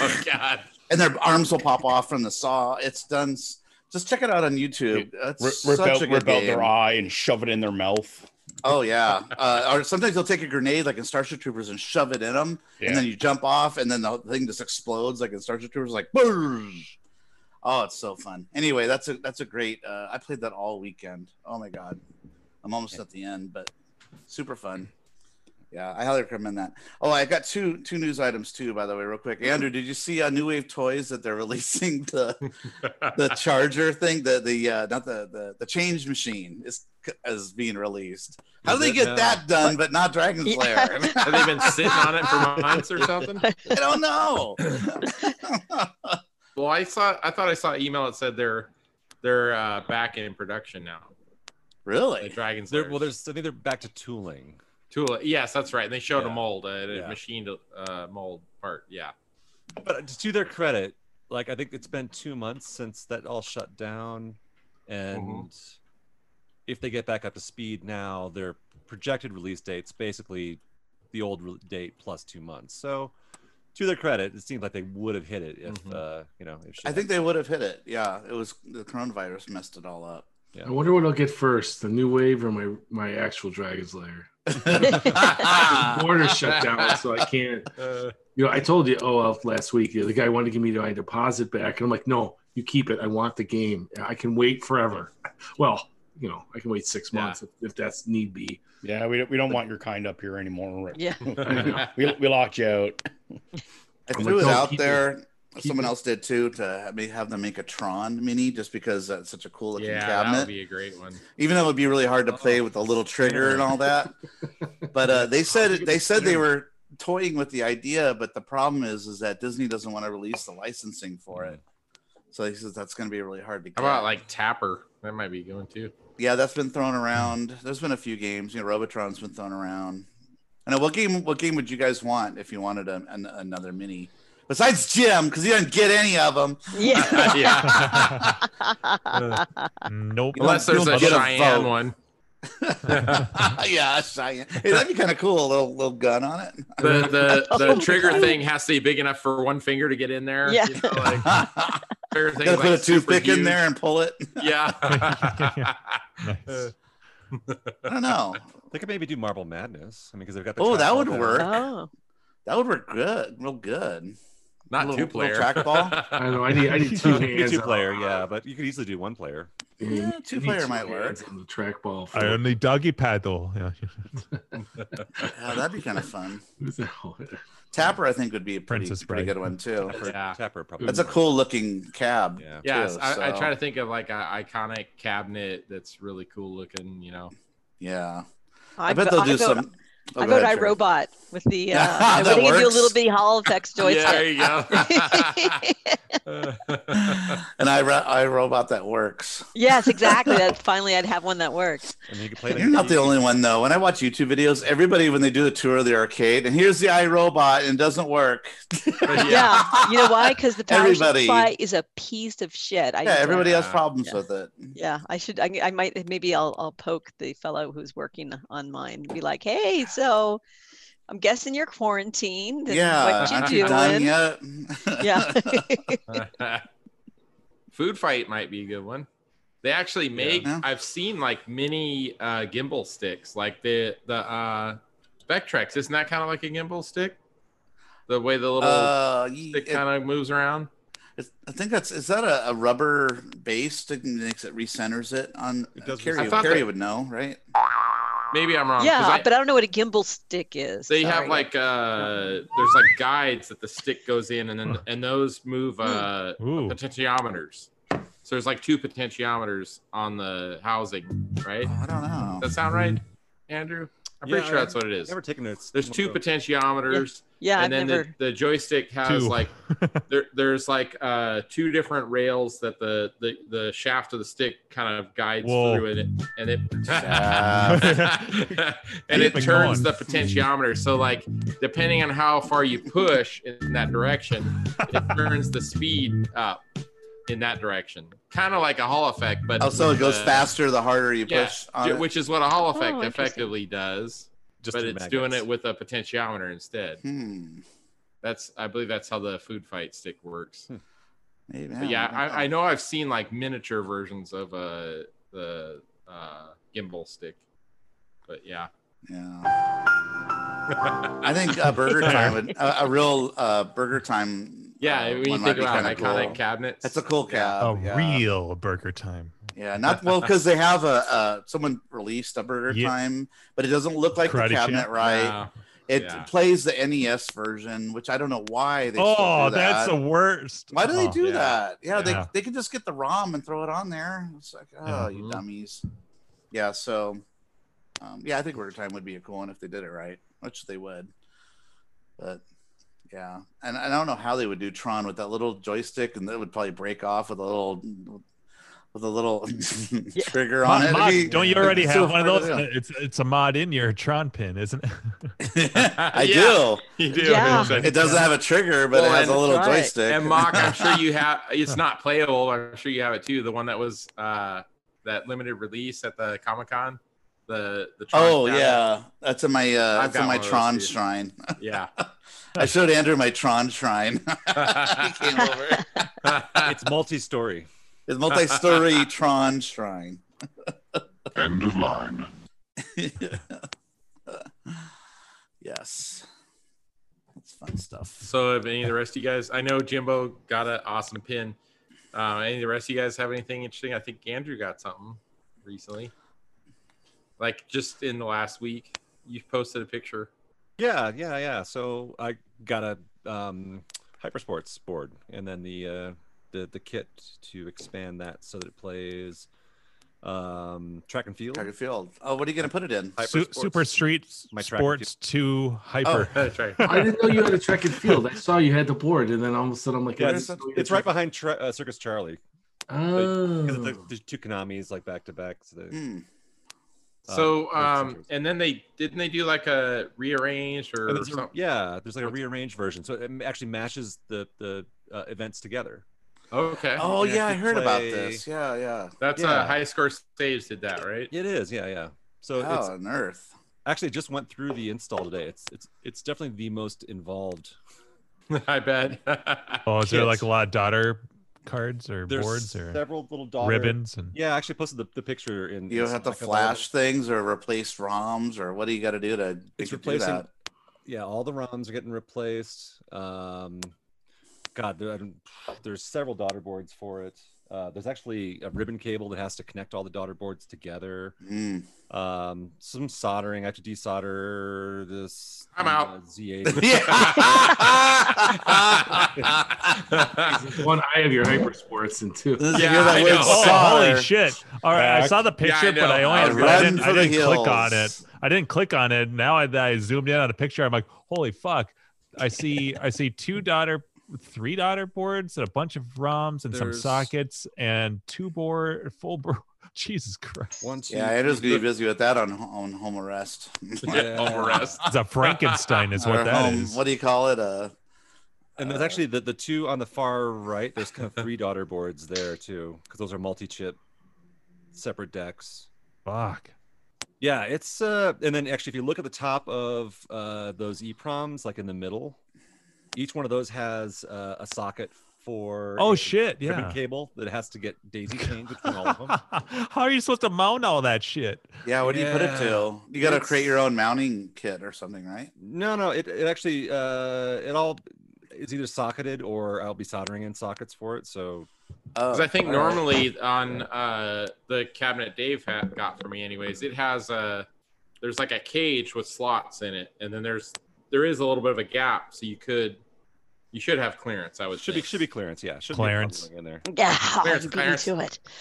oh God. and their arms will pop off from the saw it's done s- just check it out on youtube It's Rip, rip such out, a good rip out game. their eye and shove it in their mouth. oh yeah uh, or sometimes they'll take a grenade like in starship troopers and shove it in them Yeah. and then you jump off and then the thing just explodes like in starship troopers like boom oh it's so fun anyway that's a that's a great uh, i played that all weekend oh my god i'm almost at the end but super fun Yeah, I highly recommend that. Oh, I got two two news items too, by the way, real quick. Andrew, did you see uh, New Wave Toys that they're releasing the the charger thing, the the uh, not the, the the change machine is is being released? How do they it get now? that done, but not Dragon Yeah. Slayer? Have they been sitting on it for months or something? I don't know. Well, I saw. I thought I saw an email that said they're they're uh, back in production now. The really? dragons. They're, well, there's I think they're back to tooling. Tula. Yes, that's right. And they showed a Yeah. mold, a, a Yeah. machined uh, mold part. Yeah. But to their credit, like I think it's been two months since that all shut down, and if they get back up to speed now, their projected release date's basically the old re- date plus two months. So, to their credit, it seems like they would have hit it if Mhm. uh, you know if shit I think they would have hit it. Yeah, it was the coronavirus messed it all up. I wonder what I'll get first: the new wave or my my actual Dragon's Lair. The border shut down, so I can't. Uh, You know, I told you, oh, well, last week the guy wanted to give me my deposit back, and I'm like, no, you keep it. I want the game. I can wait forever. Well, you know, I can wait six Yeah. months if, if that's need be. Yeah, we don't, we don't want your kind up here anymore. Yeah. we, we locked you out. I I'm threw like, it "Don't out keep there. Someone it." else did too to have me- have them make a Tron mini just because that's such a cool looking yeah, that cabinet. would be a great one. Even though it would be really hard to play with a little trigger and all that. But uh, they said they said they were toying with the idea, but the problem is is that Disney doesn't want to release the licensing for it. So he says that's going to be really hard to get. How about like Tapper? That might be going too. yeah, that's been thrown around. There's been a few games. You know, Robotron's been thrown around. I know what game. What game would you guys want if you wanted a, an, another mini? Besides Jim, because he doesn't get any of them. Yeah. yeah. Nope. You Unless there's don't a get a Cheyenne vote. one. yeah, Cheyenne. Hey, that'd be kind of cool. A little, little gun on it. The the, the Oh, trigger God. thing has to be big enough for one finger to get in there. Yeah. You know, like, trigger thing's, Gotta put like, a super toothpick in huge. there and pull it. Yeah. Nice. I don't know. they could maybe do Marble Madness. I mean, because they've got the Oh, that trackball would down. work. oh. That would work good, real good. Not Little- two player. little trackball? I don't know. I need I need two You could hands. do two player, yeah, but you could easily do one player. Yeah, Yeah, you two need player might hands work. on the trackball. I For, only doggy paddle. Yeah. Yeah, that'd be kind of fun. who's that one? Tapper, I think, would be a pretty, Princess pretty Bride. good one too. Yeah. Tapper probably. That's a cool looking cab. Yeah. Yes, too, I, I so- try to think of like an iconic cabinet that's really cool looking, you know. Yeah, I, I, bet they'll do go, some. Oh, I go go to ahead, Sherry. iRobot with the. Uh, Yeah, I that want to give you a works. little bitty Hall effects there joystick. you go. and I, ro- I robot that works. yes, exactly. That's finally I'd have one that works. And you could play You're not the only one though. When I watch YouTube videos, everybody when they do a tour of the arcade, and here's the iRobot, and it doesn't work. But Yeah. You know why? Because the power Everybody. supply is a piece of shit. I Yeah, don't- everybody has Yeah. problems Yeah. with it. Yeah, I should. I, I might. eh, Maybe I'll. I'll poke the fellow who's working on mine. and Be like, hey, so I'm guessing you're quarantined. and yeah, what you aren't doing? you done yet? Um, Yeah. Food fight might be a good one. They actually make Yeah. I've seen like mini uh, gimbal sticks, like the the uh Vectrex. Isn't that kind of like a gimbal stick? The way the little uh, ye- stick it- kind of moves around. it's- I think that's is that a, a rubber base that makes it recenters it on. It does Carrie, I thought Carrie that- would know, right? Maybe I'm wrong. 'cause yeah, I- but I don't know what a gimbal stick is. they Sorry. have like uh there's like guides that the stick goes in and then Huh. and those move uh Ooh. potentiometers. So there's like two potentiometers on the housing, right? Oh, I don't know. Does that sound right, Andrew? I'm pretty Yeah, sure I- that's what it is. Never taken it. There's two potentiometers, Yeah, and I've then never. the, the joystick has Two. like there, there's like uh two different rails that the the, the shaft of the stick kind of guides Whoa. through it, and it Yeah. and it Keep it turns going. the potentiometer. So like depending on how far you push in that direction, it turns the speed up in that direction. Kind of like a Hall effect, but Oh, so it goes uh, faster the harder you yeah, push on it. which is what a Hall Oh, effect interesting. effectively does, Just but two it's doing magnets. it with a potentiometer instead. Hmm. That's I believe that's how the food fight stick works. Hmm. Maybe, But yeah, I, I know I've seen like miniature versions of uh, the uh, gimbal stick, but yeah, Yeah. I think uh, Burger Time would a, a real uh, Burger Time. yeah. uh, when you one might think be about kinda iconic cool. cabinets, That's a cool Yeah. a cab. Oh, yeah. real burger time. Yeah, not well because they have a uh, someone released a Burger Yeah. Time, but it doesn't look like Karate the cabinet Champ. right. Wow. It Yeah. plays the NES version, which I don't know why they. still Oh, do that's that. the worst. Why do they Oh, do yeah. that? Yeah, Yeah. they they could just get the ROM and throw it on there. It's like, oh, Yeah. you Mhm. dummies. Yeah, so um, yeah, I think Order Time would be a cool one if they did it right, which they would. But yeah, and I don't know how they would do Tron with that little joystick, and that would probably break off with a little with a little trigger on Mod- it. mod- It'd be- don't you already it's have so one of hard those? to do. It's it's a mod in your Tron pin, isn't it? I Yeah. do. You do. Yeah. Vincent. It doesn't have a trigger, but Well, it has a and- little Right. joystick. And mock, I'm sure you have. It's not playable. I'm sure you have it too. The one that was uh, that limited release at the Comic Con. The the. Tron Oh cabinet. yeah, that's in my uh, I've that's in got my one of those, Tron too. shrine. I showed Andrew my Tron shrine. he came over. Yeah. It's multi-story. His multi-story Tron shrine. End of line. yes, that's fun stuff. So, if any of the rest of you guys, I know Jimbo got an awesome pin. Uh, any of the rest of you guys have anything interesting? I think Andrew got something recently, like just in the last week. You posted a picture. Yeah, yeah, yeah. So I got a um, hypersports board, and then the uh, the the kit to expand that so that it plays um, track and field. Target field. Oh, what are you gonna put it in? Hyper Su- sports. Super Street My track and Sports Two Oh, Hyper. That's right. I didn't know you had a track and field. I saw you had the board, and then all of a sudden I'm like, I Yeah, it's, didn't know you had it's right track- behind tra- uh, Circus Charlie. Oh, Because the, there's two Konamis like back to back. So they- Hmm. So, Um, those um, pictures. and then they didn't they do like a rearrange or And there's a- something? yeah, there's like a rearranged version, so it actually mashes the the uh, events together. Okay, Oh You yeah, I actually heard about play- this. Yeah, yeah. that's uh, yeah. high score saves did that right? It is, yeah, yeah. So it's Oh, on Earth. actually it just went through the install today. It's it's it's definitely the most involved. I bet. Oh, is there Yes. like a lot of daughter cards or There's boards or several little daughter ribbons and Yeah, I actually posted the, the picture in. You in have to Slack of all flash the- things or replace ROMs or what do you got to do to It's to do replacing. that? Yeah, all the ROMs are getting replaced. Um, God, there, I don't, there's several daughter boards for it. Uh, there's actually a ribbon cable that has to connect all the daughter boards together. Mm. um some soldering i have to desolder this I'm uh, out. z8 Oh. Yeah. There's one eye of your hypersports and two. This is- Yeah, hear that I word know. Oh, solder. holy shit! All right, I Back. saw the Yeah, I picture, Oh, but know. I only I I, ran didn't, for I the didn't click on it. hills. I didn't click on it. Now that I zoomed in on a picture, I'm like, holy fuck! I see, I see two daughter, three daughter boards, and a bunch of ROMs and some There's- sockets, and two board, full board. Jesus Christ! one two Yeah, Andrew's three, gonna be busy with that on on home arrest. four. Yeah. Home arrest. It's a Frankenstein, is Or what that home- is. What do you call it? Uh, and there's actually the, the two on the far right there's kind of three daughter boards there too because those are multi-chip separate decks Fuck. yeah it's uh and then actually if you look at the top of uh those eproms like in the middle each one of those has uh, a socket for Oh a shit! ribbon Yeah. cable that has to get daisy chained between all of them How are you supposed to mount all that shit? Yeah, what do you put it Yeah. to? You got to It's- create your own mounting kit or something, right? No, no, it, it actually uh it all it's either socketed or I'll be soldering in sockets for it. So Oh, Because I think all right. normally on uh, the cabinet Dave ha- got for me, anyways, it has a there's like a cage with slots in it, and then there's there is a little bit of a gap, so you could you should have clearance. I would should be think. should be clearance, yeah. Should Clearance. be a bubbling in there. Yeah, Clarence, you beat me Clarence.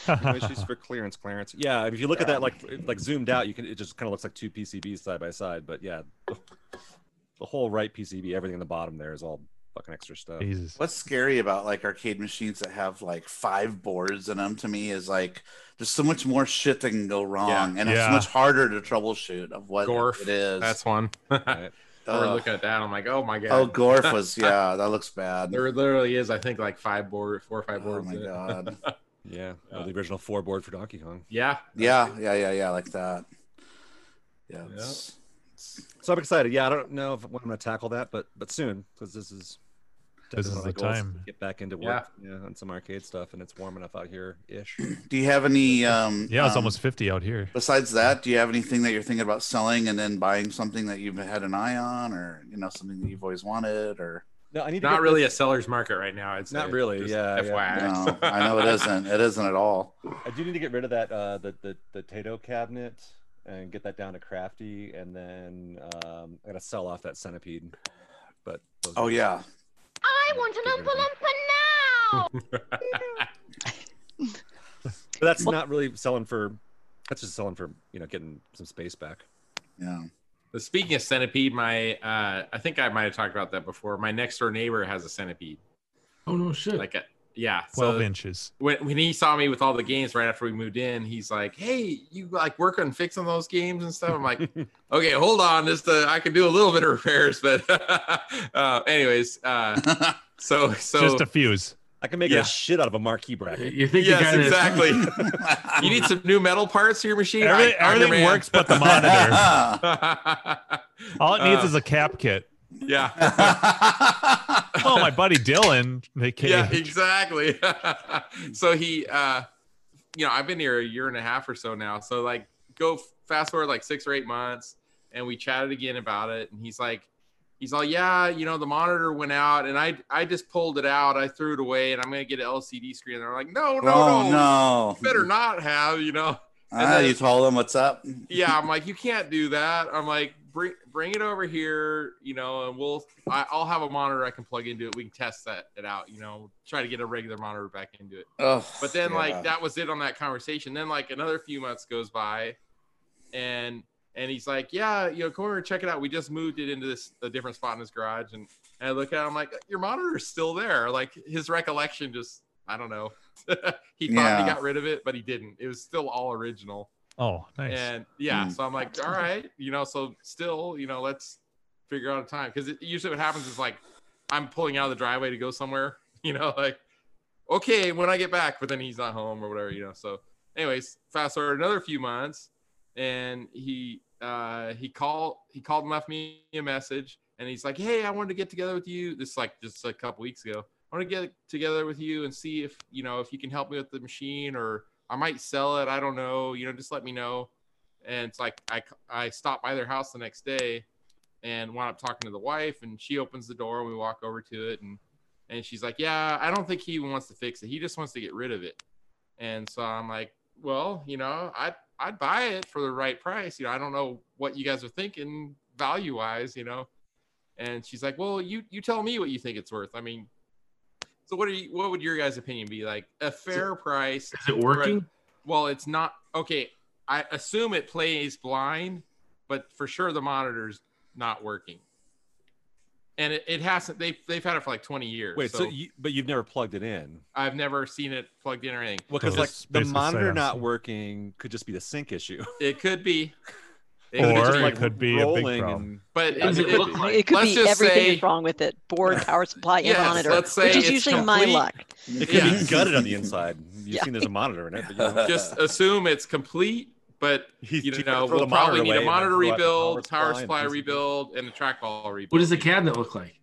to it. No issues for clearance, clearance. Yeah, if you look at that like like zoomed out, you can it just kind of looks like two PCBs side by side. But yeah, the whole right PCB, everything in the bottom there is all fucking extra stuff. Jesus. What's scary about like arcade machines that have like five boards in them to me is like there's so much more shit that can go wrong, and it's Yeah. so much harder to troubleshoot of what Gorf. it is. That's one. Right? I remember Ugh. looking at that, I'm like, oh my god. Oh, Gorf was yeah, that looks bad. There literally is, I think, like five board, four or five Oh boards. my in it. god. Yeah. well, Yeah. the original four board for Donkey Kong. Yeah. Yeah, yeah, yeah, yeah, like that. Yeah. it's- So I'm excited. Yeah, I don't know if when I'm gonna tackle that, but but soon because this is This is one of my the goals, time. Get back into work yeah. on some arcade stuff, and it's warm enough out here ish. Do you have any? Um, Yeah, it's um, almost fifty out here. Besides that, do you have anything that you're thinking about selling and then buying something that you've had an eye on, or you know something that you've always wanted, or No, I need to Not get really a this- seller's market right now. It's Not really, yeah, yeah. FYI. no? I know it isn't. It isn't at all. I do need to get rid of that uh, the the the Tato cabinet. and get that down to crafty, and then um, I gotta sell off that centipede. But those Oh are- yeah. I want an Oompa Loompa now! but that's Well- not really selling for. That's just selling for you know getting some space back. Yeah. But Speaking of centipede, my uh, I think I might have talked about that before. My next door neighbor has a centipede. Oh no Hmm. shit. Like a yeah. Twelve so inches. when, when he saw me with all the games right after we moved in, he's like, "Hey, you like work on fixing those games and stuff?" I'm like, "Okay, hold on, just uh, I can do a little bit of repairs, but uh, anyways, uh, so so Just a fuse. I can make Yeah. a shit out of a marquee bracket. you think yes, you got exactly. you need some new metal parts for your machine. Everything, I- I'm your everything man. works but the monitor. All it needs Uh, is a cap kit. yeah. Oh, my buddy Dylan. They came. Yeah, exactly. so he, uh, you know, I've been here a year and a half or so now. So like, go f- fast forward like six or eight months, and we chatted again about it. And he's like, he's all, yeah, you know, the monitor went out, and I, I just pulled it out, I threw it away, and I'm gonna get an LCD screen. And I'm like, no, no, oh no, no. you better not have, you know. Ah, you told him what's up. yeah, I'm like, you can't do that. I'm like, bring bring it over here, you know, and we'll I, I'll have a monitor I can plug into it. We can test that it out, you know, try to get a regular monitor back into it. Ugh, But then yeah. like that was it on that conversation. Then like another few months goes by, and and he's like, yeah, you know, come over and check it out. We just moved it into this a different spot in his garage, and, and I look at him I'm like, your monitor's still there. Like his recollection just I don't know. he thought Yeah. he got rid of it, but he didn't. It was still all original. Oh, nice. And yeah, Hmm. so I'm like, all right, you know, so still, you know, let's figure out a time because usually what happens is like I'm pulling out of the driveway to go somewhere, you know, like okay, when I get back, but then he's not home or whatever, you know. So, anyways, fast forward another few months, and he uh, he called he called and left me a message, and he's like, hey, I wanted to get together with you. This is like just a couple weeks ago. I want to get together with you and see if you know if you can help me with the machine or I might sell it. I don't know. You know, just let me know. And it's like I I stopped by their house the next day, and wound up talking to the wife, and she opens the door, and we walk over to it, and and she's like, yeah, I don't think he wants to fix it. He just wants to get rid of it. And so I'm like, well, you know, I I'd buy it for the right price. You know, I don't know what you guys are thinking value wise, you know. And she's like, well, you you tell me what you think it's worth. I mean, so what are you? What would your guys' opinion be like? A fair price Is it working? well, it's not okay. I assume it plays blind, but for sure the monitor's not working. And it, it hasn't. They they've had it for like twenty years. Wait, so, so, you, but you've never plugged it in? I've never seen it plugged in or anything. Well, So because like it's the basically monitor silence. not working could just be the sync issue. It could be, it Or could it be, like- could be a big problem. and- but Does it, it look it- like- It could let's be just everything say- is wrong with it. Board, power supply, and Yes, monitor. let's say which is it's usually my complete. luck. it could Yeah. be gutted on the inside. You've Yeah. seen there's a monitor in it. But, you know. Just assume it's complete, but He's you just know gonna throw we'll the monitor probably need away a and monitor throw out the rebuild, power power supply supply and pieces. rebuild, and a trackball rebuild. What does the cabinet look like?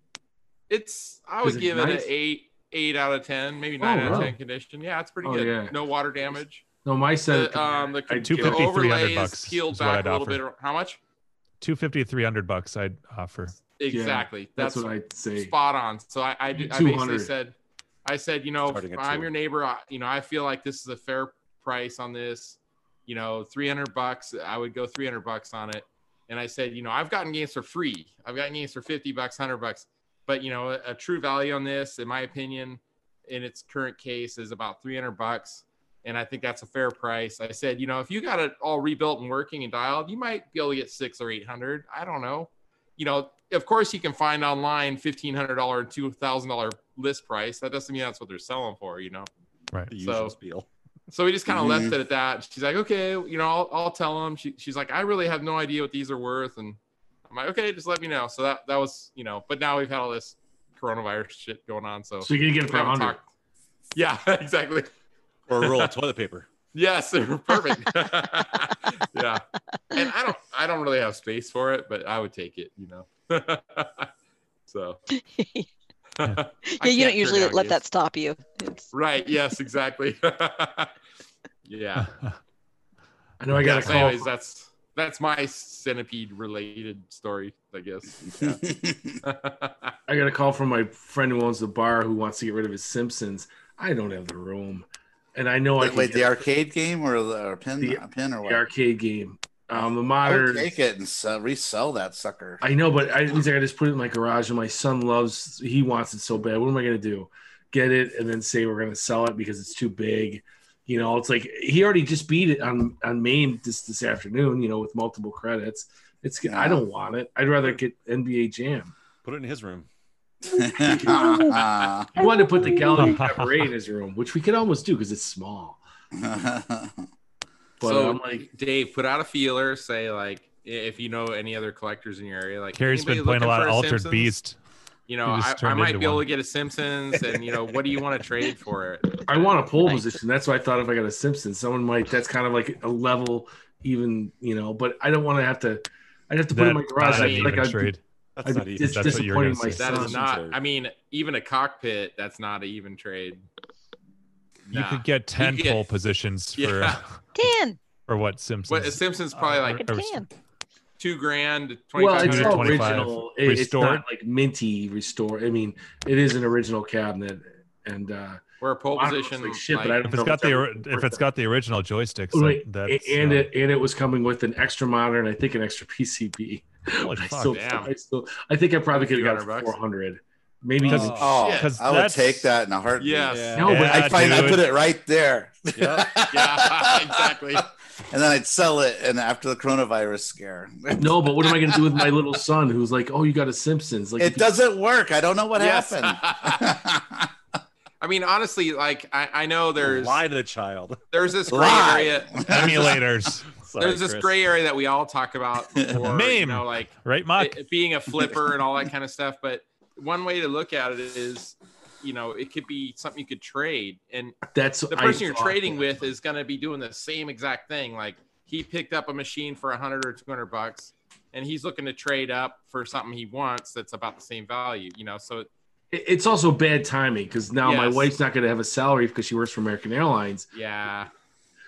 It's I Is would it give it nice? an Oh, eight, eight out of ten, maybe nine out of wow. ten condition. Yeah, it's pretty Oh, good. yeah. No water damage. No, my The, set. um, the, I the do $250, get- overlay 300 is bucks peeled is what back I'd a little offer. bit. How much? 250 300 bucks I'd offer. Exactly. That's that's what I say. spot on. So I, I, did- I 200. basically said, I said, you know, Starting at I'm two. your neighbor. I, you know, I feel like this is a fair price on this. You know, 300 bucks. I would go 300 bucks on it. And I said, you know, I've gotten games for free. I've gotten games for 50 bucks, 100 bucks. But you know, a, a true value on this, in my opinion, in its current case, is about 300 bucks. And I think that's a fair price. I said, you know, if you got it all rebuilt and working and dialed, you might be able to get six or 800. I don't know you know, of course you can find online fifteen hundred dollar, two thousand dollar list price. That doesn't mean that's what they're selling for, you know. the So- usual spiel. So we just kind of Mhm. left it at that. She's like, okay, you know, I'll, I'll tell him. She, she's like, I really have no idea what these are worth, and I'm like, okay, just let me know. So that that was, you know, but now we've had all this coronavirus shit going on, so, So you can get it we for haven't hundred. talked. Yeah, exactly. Or a roll of toilet paper. Yes, perfect. yeah, and I don't, I don't really have space for it, but I would take it, you know. so. yeah, yeah, you don't usually let that stop you. It's, Right. Yes. Exactly. yeah. I know I got a So call. anyways, that's that's my centipede related story, I guess. Yeah. uh, I got a call from my friend who owns the bar who wants to get rid of his Simpsons. I don't have the room, and I know I wait, can wait, get the arcade game or the or pin The- a pin or the what? arcade game. Um, the I modern would take it and sell, resell that sucker. I know, but I, it means I gotta just put it in my garage, and my son loves. He wants it so bad. What am I gonna do? Get it and then say we're gonna sell it because it's too big. You know, it's like he already just beat it on on Maine this this afternoon. You know, with multiple credits. It's I don't want it. I'd rather get NBA Jam. Put it in his room. I wanted to put the Galaxy Cabaret in his room, which we could almost do because it's small. but so I'm like, Dave, put out a feeler. Say like i- if you know any other collectors in your area, like Carrie's been anybody playing a looking lot of for Altered Simpsons? Beast. You know, He just I, I turned might into be able one. to get a Simpsons, and you know, what do you want to trade for it? I want a pole Nice. position. That's why I thought if I got a Simpson, someone might. That's kind of like a level, even you know. But I don't want to have to. I'd have to put it in my That's garage. not mean, I feel an like even I'd be trade. That's I'd not be even. dis- That's what you were disappointing gonna say. That is Sounds not. absurd. I mean, even a cockpit, that's not an even trade. You Nah. could get ten You get- pole positions for Yeah. Ten. for What what a Simpsons? Simpson's probably Uh, like Like a Or- ten. two grand, twenty well, five it's hundred. all 25, original. It, it's restored. not like minty restore. I mean, it is an original cabinet, and uh, We're a pole I don't know, it's position. like shit, but like- I don't If it's No, got that the would ori- be if worth it's it. got the original joysticks, Wait, then that's and uh, it and it was coming with an extra monitor, and I think an extra PCB. Holy I, fuck. still, Damn. I still, I think I probably could have 200 got bucks. four hundred, maybe Because- even oh, shit. Because I would that's- take that in a heartbeat. Yes. No, but Yeah, I find I dude. put it right there. Yep. Yeah, exactly. And then I'd sell it. And after the coronavirus scare, No, but what am I going to do with my little son who's like, "Oh, you got a Simpsons"? Like, it doesn't work. I don't know what Yes. happened. I mean, honestly, like I, I know there's Lie to the child. there's this gray Lie. area. emulators, Sorry, there's this Chris. gray area that we all talk about before, you Meme. know, like right, Mock? it- it being a flipper and all that kind of stuff. But one way to look at it is, you know, it could be something you could trade, and That's the person you're trading with is going to be doing the same exact thing. Like he picked up a machine for 100 or 200 bucks, and he's looking to trade up for something he wants that's about the same value. You know, so It- It's also bad timing because now my Yes. wife's not going to have a salary because she works for American Airlines. yeah,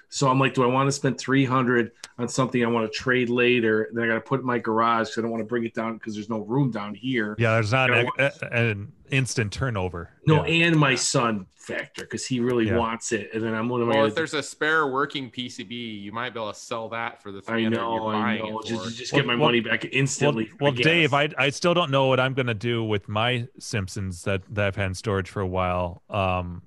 So I'm like, do I want to spend 300 on something I want to trade later? Then I got to put it in my garage 'cause I don't want to bring it down because there's no room down here. Yeah, there's not Yeah, an, an instant turnover. No, yeah. and my son factor because he really Yeah. wants it. And then I'm what am I well, gonna if there's a spare working PCB, you might be able to sell that for the do? I 300 know, you're I buying know. it for. Just, just Well, get my well- money back well, instantly. well guess. Dave, I, I still don't know what I'm gonna do with my Simpsons that, that I've had in storage for a while. Um,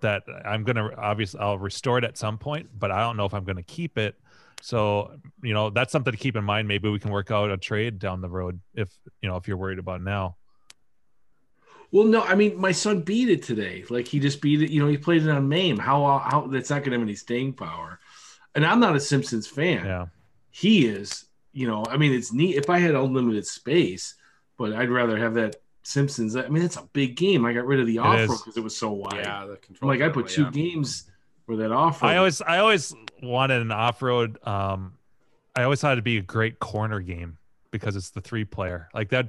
that I'm gonna obviously I'll restore it at some point, but I don't know if I'm gonna keep it. So you know that's something to keep in mind. Maybe we can work out a trade down the road if you know if you're worried about now. Well, no, I mean my son beat it today. Like he just beat it. You know, he played it on Mame. How uh, how that's not going to have any staying power. And I'm not a Simpsons fan. Yeah, He is. You know, I mean it's neat if I had unlimited space, but I'd rather have that Simpsons. I mean that's a big game. I got rid of the off is. because it was so wide. yeah, the I'm control. like I put two yeah. games for that off. I always I always wanted an off road. Um, I always thought it'd be a great corner game because it's the three player. Like that,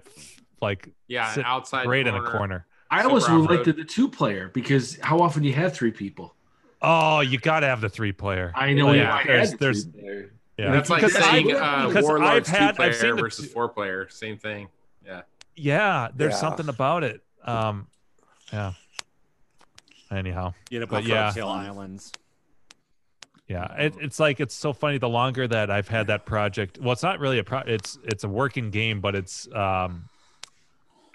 like Yeah, an sit outside great in a corner. I always Super would like off-road. the, the two player because how often do you have three people? Oh, you gotta have the three player. I know Like, if I had there's- the there's- two-player. Yeah. That's like Because saying I've- uh, because I've Warlords had- I've two player seen the versus two- four player, same thing. Yeah, there's Yeah. something about it. Um, yeah. Anyhow, You know, but But yeah. yeah, Tail Islands. yeah, it, it's like it's so funny. The longer that I've had that project, well, it's not really a pro. It's it's a working game, but it's um,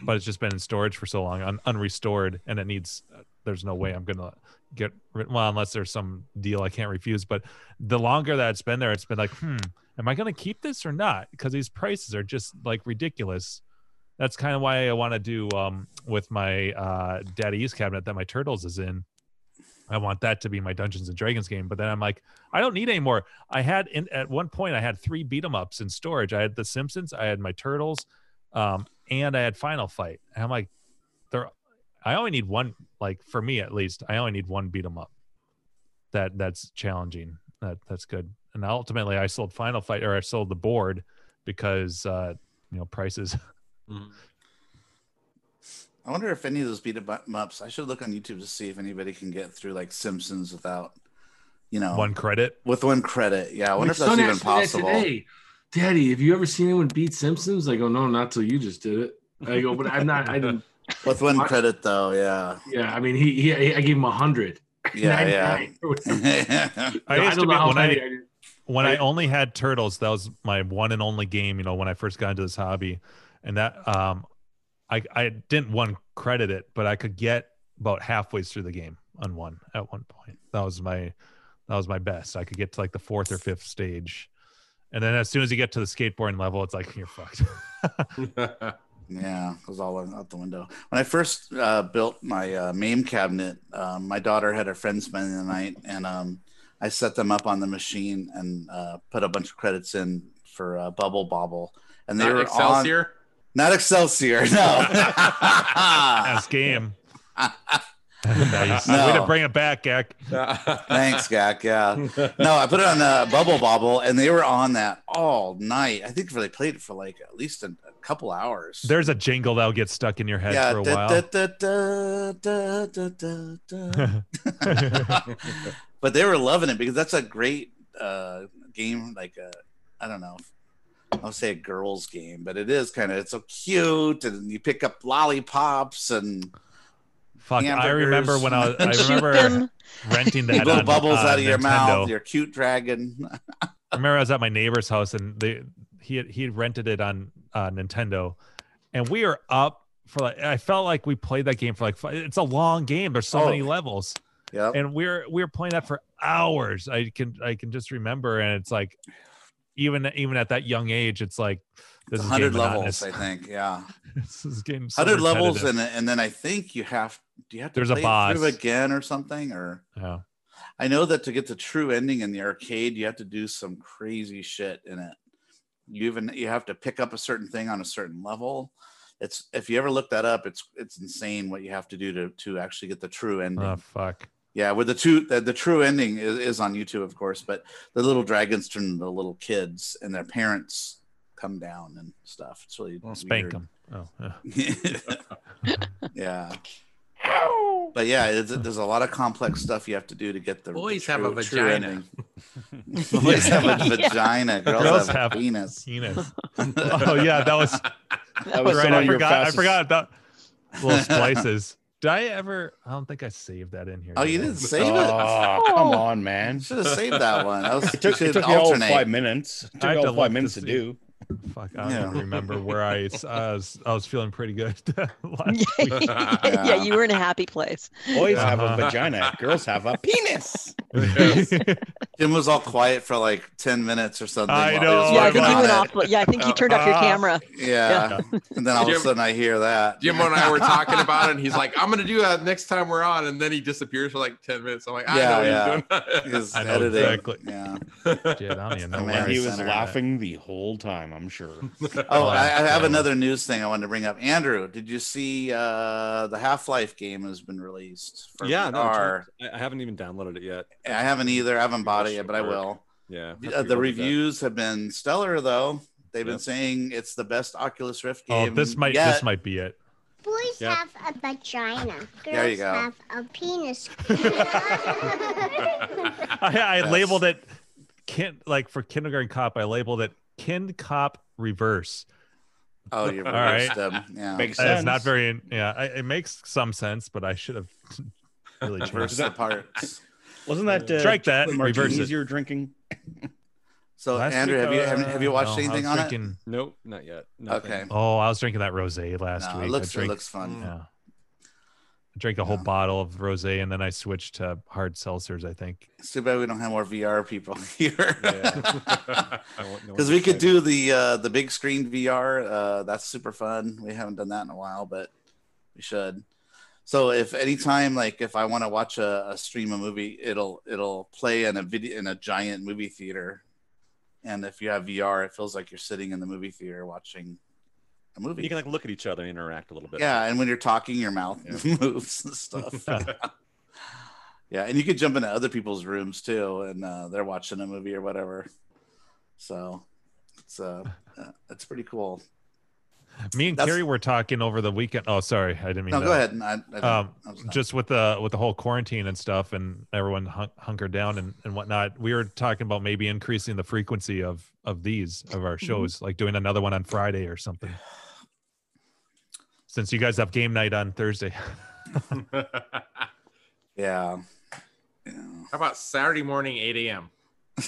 but it's just been in storage for so long, un- unrestored, and it needs. There's no way I'm gonna get rid- well unless there's some deal I can't refuse. But the longer that it's been there, it's been like, hmm, am I gonna keep this or not? Because these prices are just like ridiculous. that's kind of why I want to do um, with my uh, daddy's cabinet that my turtles is in. I want that to be my Dungeons and Dragons game, but then I'm like, I don't need any more. I had in at one point I had three beat 'em ups in storage. I had The Simpsons, I had my Turtles, um, and I had Final Fight. And I'm like, there, I only need one. Like for me at least, I only need one beat 'em up. That that's challenging. That that's good. And ultimately, I sold Final Fight or I sold the board because uh, you know prices I wonder if any of those beat 'em ups. I should look on YouTube to see if anybody can get through like Simpsons without, you know, one credit. with one credit. Yeah, I wonder My if that's son even asked me that possible. today. Daddy, have you ever seen anyone beat Simpsons? I go, no, not till you just did it. I go, but I'm not. I didn't. With one What? credit though, yeah, Yeah, I mean, he, he I gave him a hundred. yeah, 99 or whatever. yeah. I No, used I to don't be know how when I many. I, when I Right. only had turtles, that was my one and only game. You know, when I first got into this hobby, and that um, I I didn't one credit it, but I could get about halfway through the game on one at one point. That was my that was my best. I could get to like the fourth or fifth stage, and then as soon as you get to the skateboarding level, it's like you're fucked. Yeah, it was all out the window. When I first uh, built my uh, MAME cabinet, um, my daughter had her friends spending the night, and um, I set them up on the machine and uh, put a bunch of credits in for uh, Bubble Bobble, and they Not were Excelsior. on not Excelsior, no. Best game. nice. Way to No. bring it back, Gak. Thanks, Gak. Yeah, no, I put it on uh, Bubble Bobble, and they were on that all night. I think they played it for like at least a, a couple hours. There's a jingle that'll get stuck in your head yeah, for a da- while. da- da- da- da- da- da- da. but they were loving it because that's a great uh, game. Like I I don't know, I'll say a girls' game, but it is kind of it's so cute, and you pick up lollipops and Fuck, I remember when I was. And I shoot remember them. renting that. you blow on, bubbles uh, out of your Nintendo. mouth, your cute dragon. I remember I was at my neighbor's house and they he had, he had rented it on uh, Nintendo, and we are up for like I felt like we played that game for like five, it's a long game. There's so Oh. many levels, Yep. and we're we're playing that for hours. I can I can just remember, and it's like even even at that young age, it's like this It's is getting 100 monotonous. levels, I think. Yeah. this is getting so 100 levels, repetitive. and, and then I think you have, do you have to There's a play it through boss. again or something? Or yeah. I know that to get the true ending in the arcade, you have to do some crazy shit in it. You even you have to pick up a certain thing on a certain level. It's if you ever look that up, it's it's insane what you have to do to to actually get the true ending. Oh fuck. yeah, with the two the, the true ending is, is on YouTube, of course, but the little dragons turn into little kids and their parents come down and stuff. It's really Spank weird. him. Oh, yeah. yeah. But yeah, it's, there's a lot of complex stuff you have to do to get the Boys the have a true vagina. ending. Boys have a Yeah. vagina. Girls, Girls have, have- a penis. Penis. oh yeah, that was That right. some of I your forgot. fastest- I forgot that little splices. Did I ever? I don't think I saved that in here. Oh, you I? didn't save it. Oh, come on, man. Should have saved that one. I was, It took, you it should took me all of alternate. five minutes. It took me I had all to of look five to minutes to see. do. Fuck, I don't Yeah. remember where I, s- I was. I was feeling pretty good. last week. yeah. Yeah. you were in a happy place. Boys Yeah. have a vagina. Girls have a penis. Jim was all quiet for like ten minutes or something. while I he was know. Oh, yeah, I I working think you on went it. off. Yeah, I think you turned off your Ah. camera. Yeah. and then all of a Jim- sudden I hear that. Jimbo and I were talking about it, and he's like, "I'm gonna do that next time we're on," and then he disappears for like ten minutes. I'm like, "I Yeah, know what he's doing." His I know editing. exactly. Yeah. Shit, I don't even know Oh, where man, And I he Nice. was said laughing the whole time, I'm sure. Oh, I, I have yeah. another news thing I wanted to bring up. Andrew, did you see uh, the Half Life game has been released for yeah, no, VR? I, I haven't even downloaded it yet. I haven't either. I haven't bought it Should yet, but I work. will. Yeah, The- have uh, the to relook at that. reviews have been stellar, though. They've been Yep. saying it's the best Oculus Rift Oh, game. this might yet. this might be it. Boys Yeah. have a vagina. Girls There you go. have a penis. I, I Yes. labeled it kin like for kindergarten cop. I labeled it kin cop reverse. Oh, you're All right. right. them. Yeah. Makes That sense. is not very. Yeah, I, it makes some sense, but I should have really changed. Reverse the parts. Wasn't that uh, Strike that, chocolate reverse martinis it. you were drinking? So, Last Andrew, week, have you have, uh, have you watched no, I anything was on drinking- Nope, not yet. it? Okay. Oh, I was drinking that rosé last No, week. it looks I drank, it looks fun. Yeah. I drank a whole Yeah. bottle of rosé and then I switched to hard seltzers. I think. It's too bad we don't have more VR people here. Yeah. because we could do the uh, the big screen VR. Uh, that's super fun. We haven't done that in a while, but we should. So if anytime like if I want to watch a, a stream a movie, it'll it'll play in a video in a giant movie theater, and if you have VR, it feels like you're sitting in the movie theater watching a movie. You can like look at each other and interact a little bit. yeah, and when you're talking, your mouth moves and stuff. yeah, and you could jump into other people's rooms too, and uh, they're watching a movie or whatever. So it's uh, uh, it's pretty cool. Me and That's- Carrie were talking over the weekend. Oh, sorry, I didn't mean. No, to- go ahead. and I, I don't- Um, I'm sorry. just with the with the whole quarantine and stuff, and everyone hun- hunkered down and, and whatnot. We were talking about maybe increasing the frequency of of these of Mm-hmm. our shows, like doing another one on Friday or something. Since you guys have game night on Thursday, How yeah. yeah. about Saturday morning, eight a.m.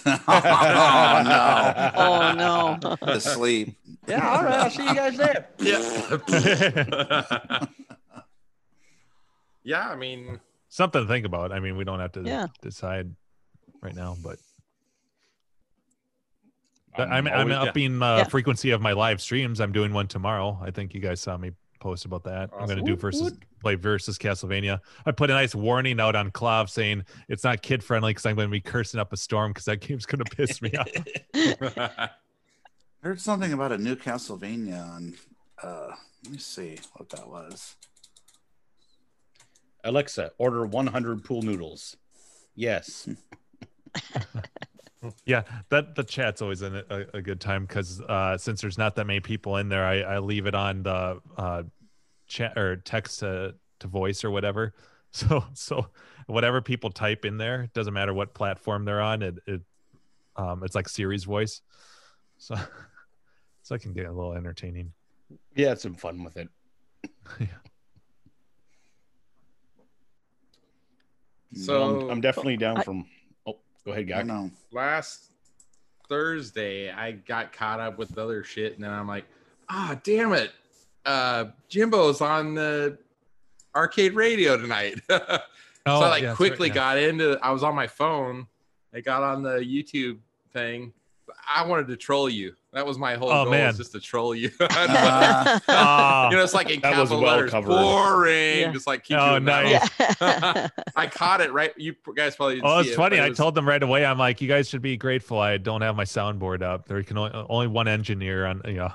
oh no. Oh no. The sleep. Yeah, all right. I'll see you guys there. Yeah. yeah, I mean, Something to think about. I mean, we don't have to Yeah. decide right now, but I'm I'm, I'm always- upping uh, Yeah. frequency of my live streams. I'm doing one tomorrow. I think you guys saw me post about that. I'm going Awesome. to do versus play versus Castlevania. I put a nice warning out on Clav saying it's not kid friendly because I'm going to be cursing up a storm because that game's going to piss me off. I heard something about a new Castlevania on uh let me see what that was. Alexa, order 100 pool noodles. Yes. Yeah, that the chat's always in a, a good time because uh, since there's not that many people in there, I, I leave it on the uh, chat or text to, to voice or whatever. So so whatever people type in there doesn't matter what platform they're on. It it um, it's like Siri's voice, so so I can get a little entertaining. Yeah, had some fun with it. Mm, So- I'm, I'm definitely down I- from. Oh, go ahead, I don't guy. know. last Thursday, I got caught up with other shit, and then I'm like, ah, damn it. Uh, Jimbo's on the arcade radio tonight. so Oh, I like quickly got into I was on my phone. I got on the YouTube thing. I wanted to troll you. That was my whole Oh, goal man. was just to troll you. Uh, Ah, you know, it's like in That was capital well letters, covered. boring. Yeah. Just like keep Oh, you in balance. nice. Yeah. I caught it right. You guys probably. Didn't Oh, see it, it's funny. but it I was- told them right away. I'm like, you guys should be grateful. I don't have my soundboard up. There can only, only one engineer on. You know,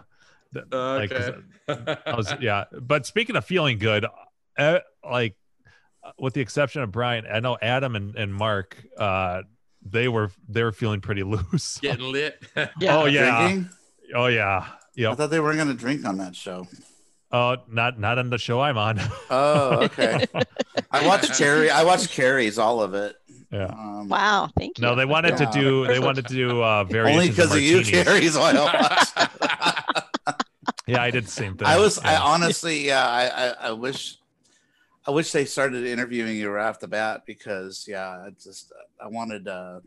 like, Okay. 'cause I was, yeah. But speaking of feeling good, uh, like uh, with the exception of Brian, I know Adam and, and Mark, uh, they were they were feeling pretty loose. getting lit. Oh yeah. Drinking? Oh yeah. I Yep. thought they weren't gonna drink on that show. Oh, not not on the show I'm on. Oh, okay. I watched Carrie. I watched Carrie's all of it. yeah. Um, Wow. Thank you. No, they wanted to Yeah. do they wanted to do uh variations Only because of you, martinis. Carrie's why I watched. Yeah, I did the same thing. I was. I Yeah. honestly, yeah. I, I, I wish. I wish they started interviewing you right off the bat because, yeah, I just I wanted. Uh,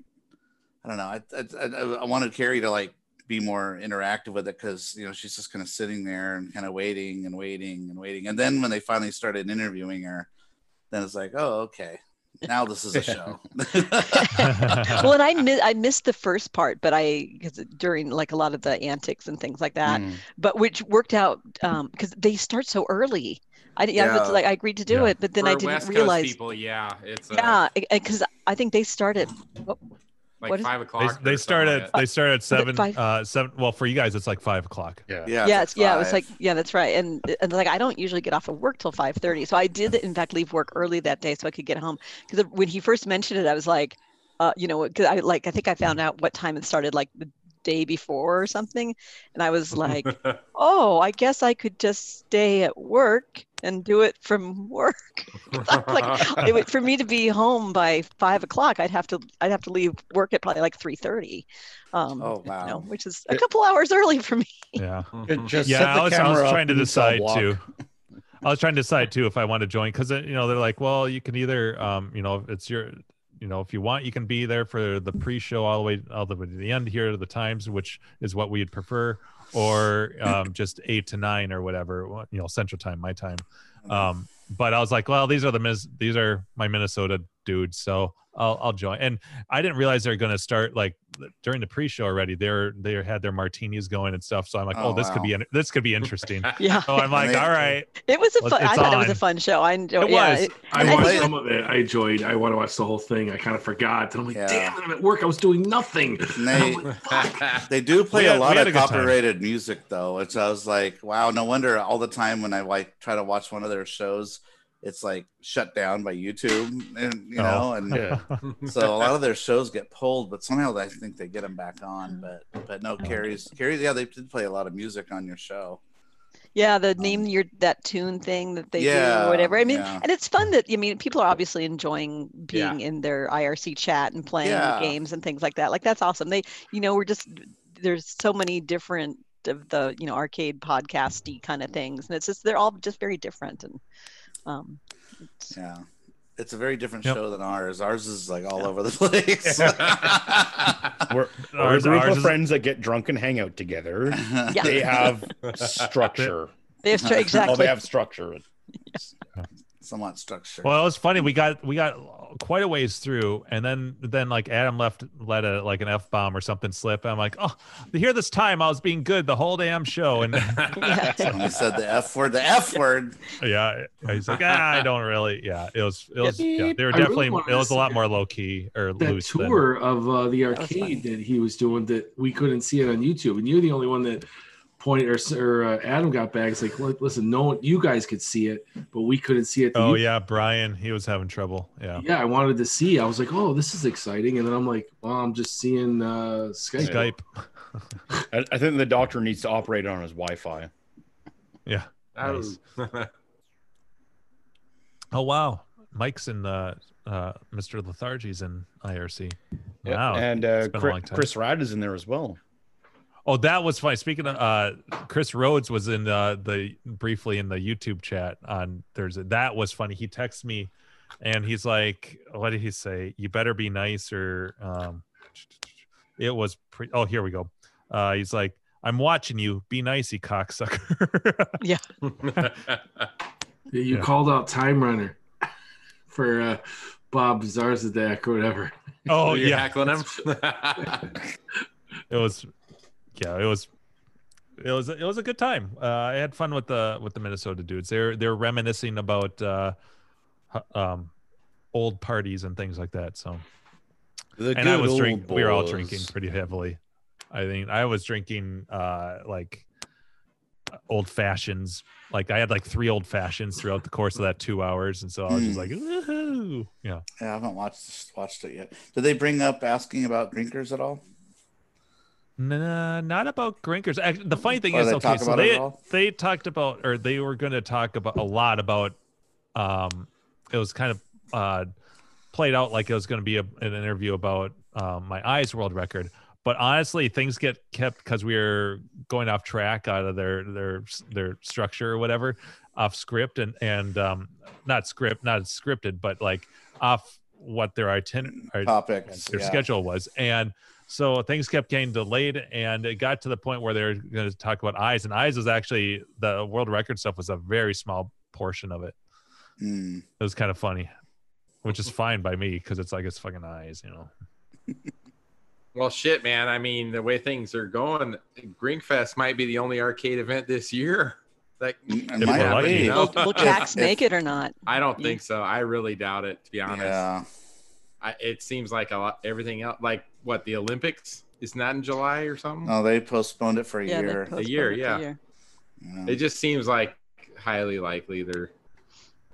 I don't know. I I, I I wanted Carrie to like be more interactive with it because you know she's just kind of sitting there and kind of waiting and waiting and waiting and then when they finally started interviewing her, then it's like, oh, okay, now this is a show. well, and I mi- I missed the first part, but I because during like a lot of the antics and things like that, Hmm. Mm. but which worked out because they start so early. I didn't yeah. Yeah. like I agreed to do Yeah. it, but then I For didn't West Coast realize. people, yeah, it's uh, Yeah, because I think they start at like what is- five they, o'clock. they or something start like at that. they start at seven five- uh seven well for you guys it's like five o'clock. Yeah. yeah, yeah, it's it's, yeah, it was five. like yeah, that's right. And and like I don't usually get off of work till five thirty, so I did in fact leave work early that day so I could get home. Because when he first mentioned it, I was like, uh, you know, because I like I think I found out what time it started like the day before or something, and I was like, oh, I guess I could just stay at work and do it from work. like it would, for me to be home by five o'clock, I'd have to I'd have to leave work at probably like three thirty. Um, Oh, you know, wow. which is a It- couple hours early for me. Yeah. Just set yeah, the I was, I was camera up trying to and sell decide block. too. I was trying to decide too if I want to join because you know they're like, well, you can either, um, you know, it's your, you know, if you want, you can be there for the pre-show all the way all the way to the end here to the times, which is what we'd prefer, or um, just eight to nine or whatever, wha- you know, Central Time, my time. Um, but I was like, well, these are the Mis- these are my Minnesota dudes, so I'll I'll join. And I didn't realize they're going to start like during the pre-show already. They're they had their martinis going and stuff, so I'm like, oh, Oh, this could wow. be in- this could be interesting. Yeah, So I'm like, they- all right, it was a Well, fun. I it's thought it was a on. fun show. I enjoyed. It yeah, was. it- I watched played- some of it. I enjoyed. I want to watch the whole thing. I kind of forgot. And I'm like, Yeah. damn it! I'm at work. I was doing nothing. And they, They do play We had- a we lot had a of good time. copyrighted music though, which I was like, wow, no wonder all the time when I like try to watch one of their shows, it's like shut down by YouTube and you Oh. know, and Yeah. so a lot of their shows get pulled, but somehow I think they get them back on. But but no, Carrie's Carrie's yeah, they did play a lot of music on your show. yeah, the name your that tune thing that they do Yeah, or whatever. I mean, yeah. and it's fun that I mean people are obviously enjoying Yeah. being in their IRC chat and playing Yeah. games and things like that. Like that's awesome. They, you know, we're just there's so many different of the you know arcade podcasty kind of things, and it's just they're all just very different and um, Yeah. It's a very different Yep. show than ours. Ours is like all over the place. We're, we're Ours- a group ours of is- friends that get drunk and hang out together. They have structure. They have stru- Well, exactly. they have structure. Somewhat structure. Well, it was funny. We got we got quite a ways through, and then then like Adam left let a like an f bomb or something slip. I'm like, oh, here this time I was being good the whole damn show, and When you said the F word, the F word. yeah, he's like, ah, I don't really. Yeah, it was it was yeah, they were I really definitely wanted it to was a see lot more low key or that loose. than- tour of uh, the arcade that he was doing that we couldn't see it on YouTube, and you're the only one that pointed or, or uh, Adam got back. It's like, "Look, listen, no one, you guys could see it, but we couldn't see it. oh You- yeah, Brian, he was having trouble. Yeah, yeah. I wanted to see. I was like, oh, this is exciting, and then I'm like, well, I'm just seeing uh, Skype. Skype. I, I think the doctor needs to operate on his Wi-Fi. Yeah. Nice. Oh wow, Mike's in the uh, Mr. Lethargy's in IRC. Yeah, Wow, and uh, Oh, it's been a Chris, long time. Chris Rad is in there as well. Oh, that was funny. Speaking of uh, Chris Rhodes was in the, the briefly in the YouTube chat on Thursday. That was funny. He texts me, and he's like, "What did he say? You better be nice or." Um, it was pre- oh here we go. Uh, he's like, "I'm watching you. Be nice, you cocksucker." yeah. You Yeah. called out Time Runner for uh, Bob Zarzadek or whatever. Oh you're yeah, heckling him. it was yeah it was it was it was a good time uh, i had fun with the with the minnesota dudes they're they're reminiscing about uh hu- um old parties and things like that so The and i good was old drinking we were all boys. drinking pretty heavily i think i was drinking uh like uh, old fashions like i had like three old fashions throughout the course of that two hours and so i was just Hmm. like woohoo yeah Yeah, I haven't watched watched it yet. Did they bring up asking about drinkers at all? Nah, not about Grinkers. Actually, the funny thing Or is, they okay, talk so about it at they all? they talked about, or they were going to talk about a lot about. Um, it was kind of uh, played out like it was going to be a, an interview about um, my eyes world record, but honestly, things get kept because we were going off track out of their their their structure or whatever, off script and and um, not script, not scripted, but like off what their itinerary Topics. their yeah. schedule was. And so things kept getting delayed, and it got to the point where they were going to talk about eyes. And eyes was actually the world record stuff was a very small portion of it. Mm. It was kind of funny, which is fine by me because it's like it's fucking eyes, you know. Well, shit, man. I mean, the way things are going, Greenfest might be the only arcade event this year. Like, It If might we're not lucky. be. Well, Will, will Jax If- make it or not? I don't think so. I really doubt it, to be honest. Yeah. I, it seems like a lot, everything else, like what the Olympics is not in July or something. No, Oh, they postponed it for a Yeah, they year. postponed year, it for yeah. Yeah. It just seems like highly likely they're.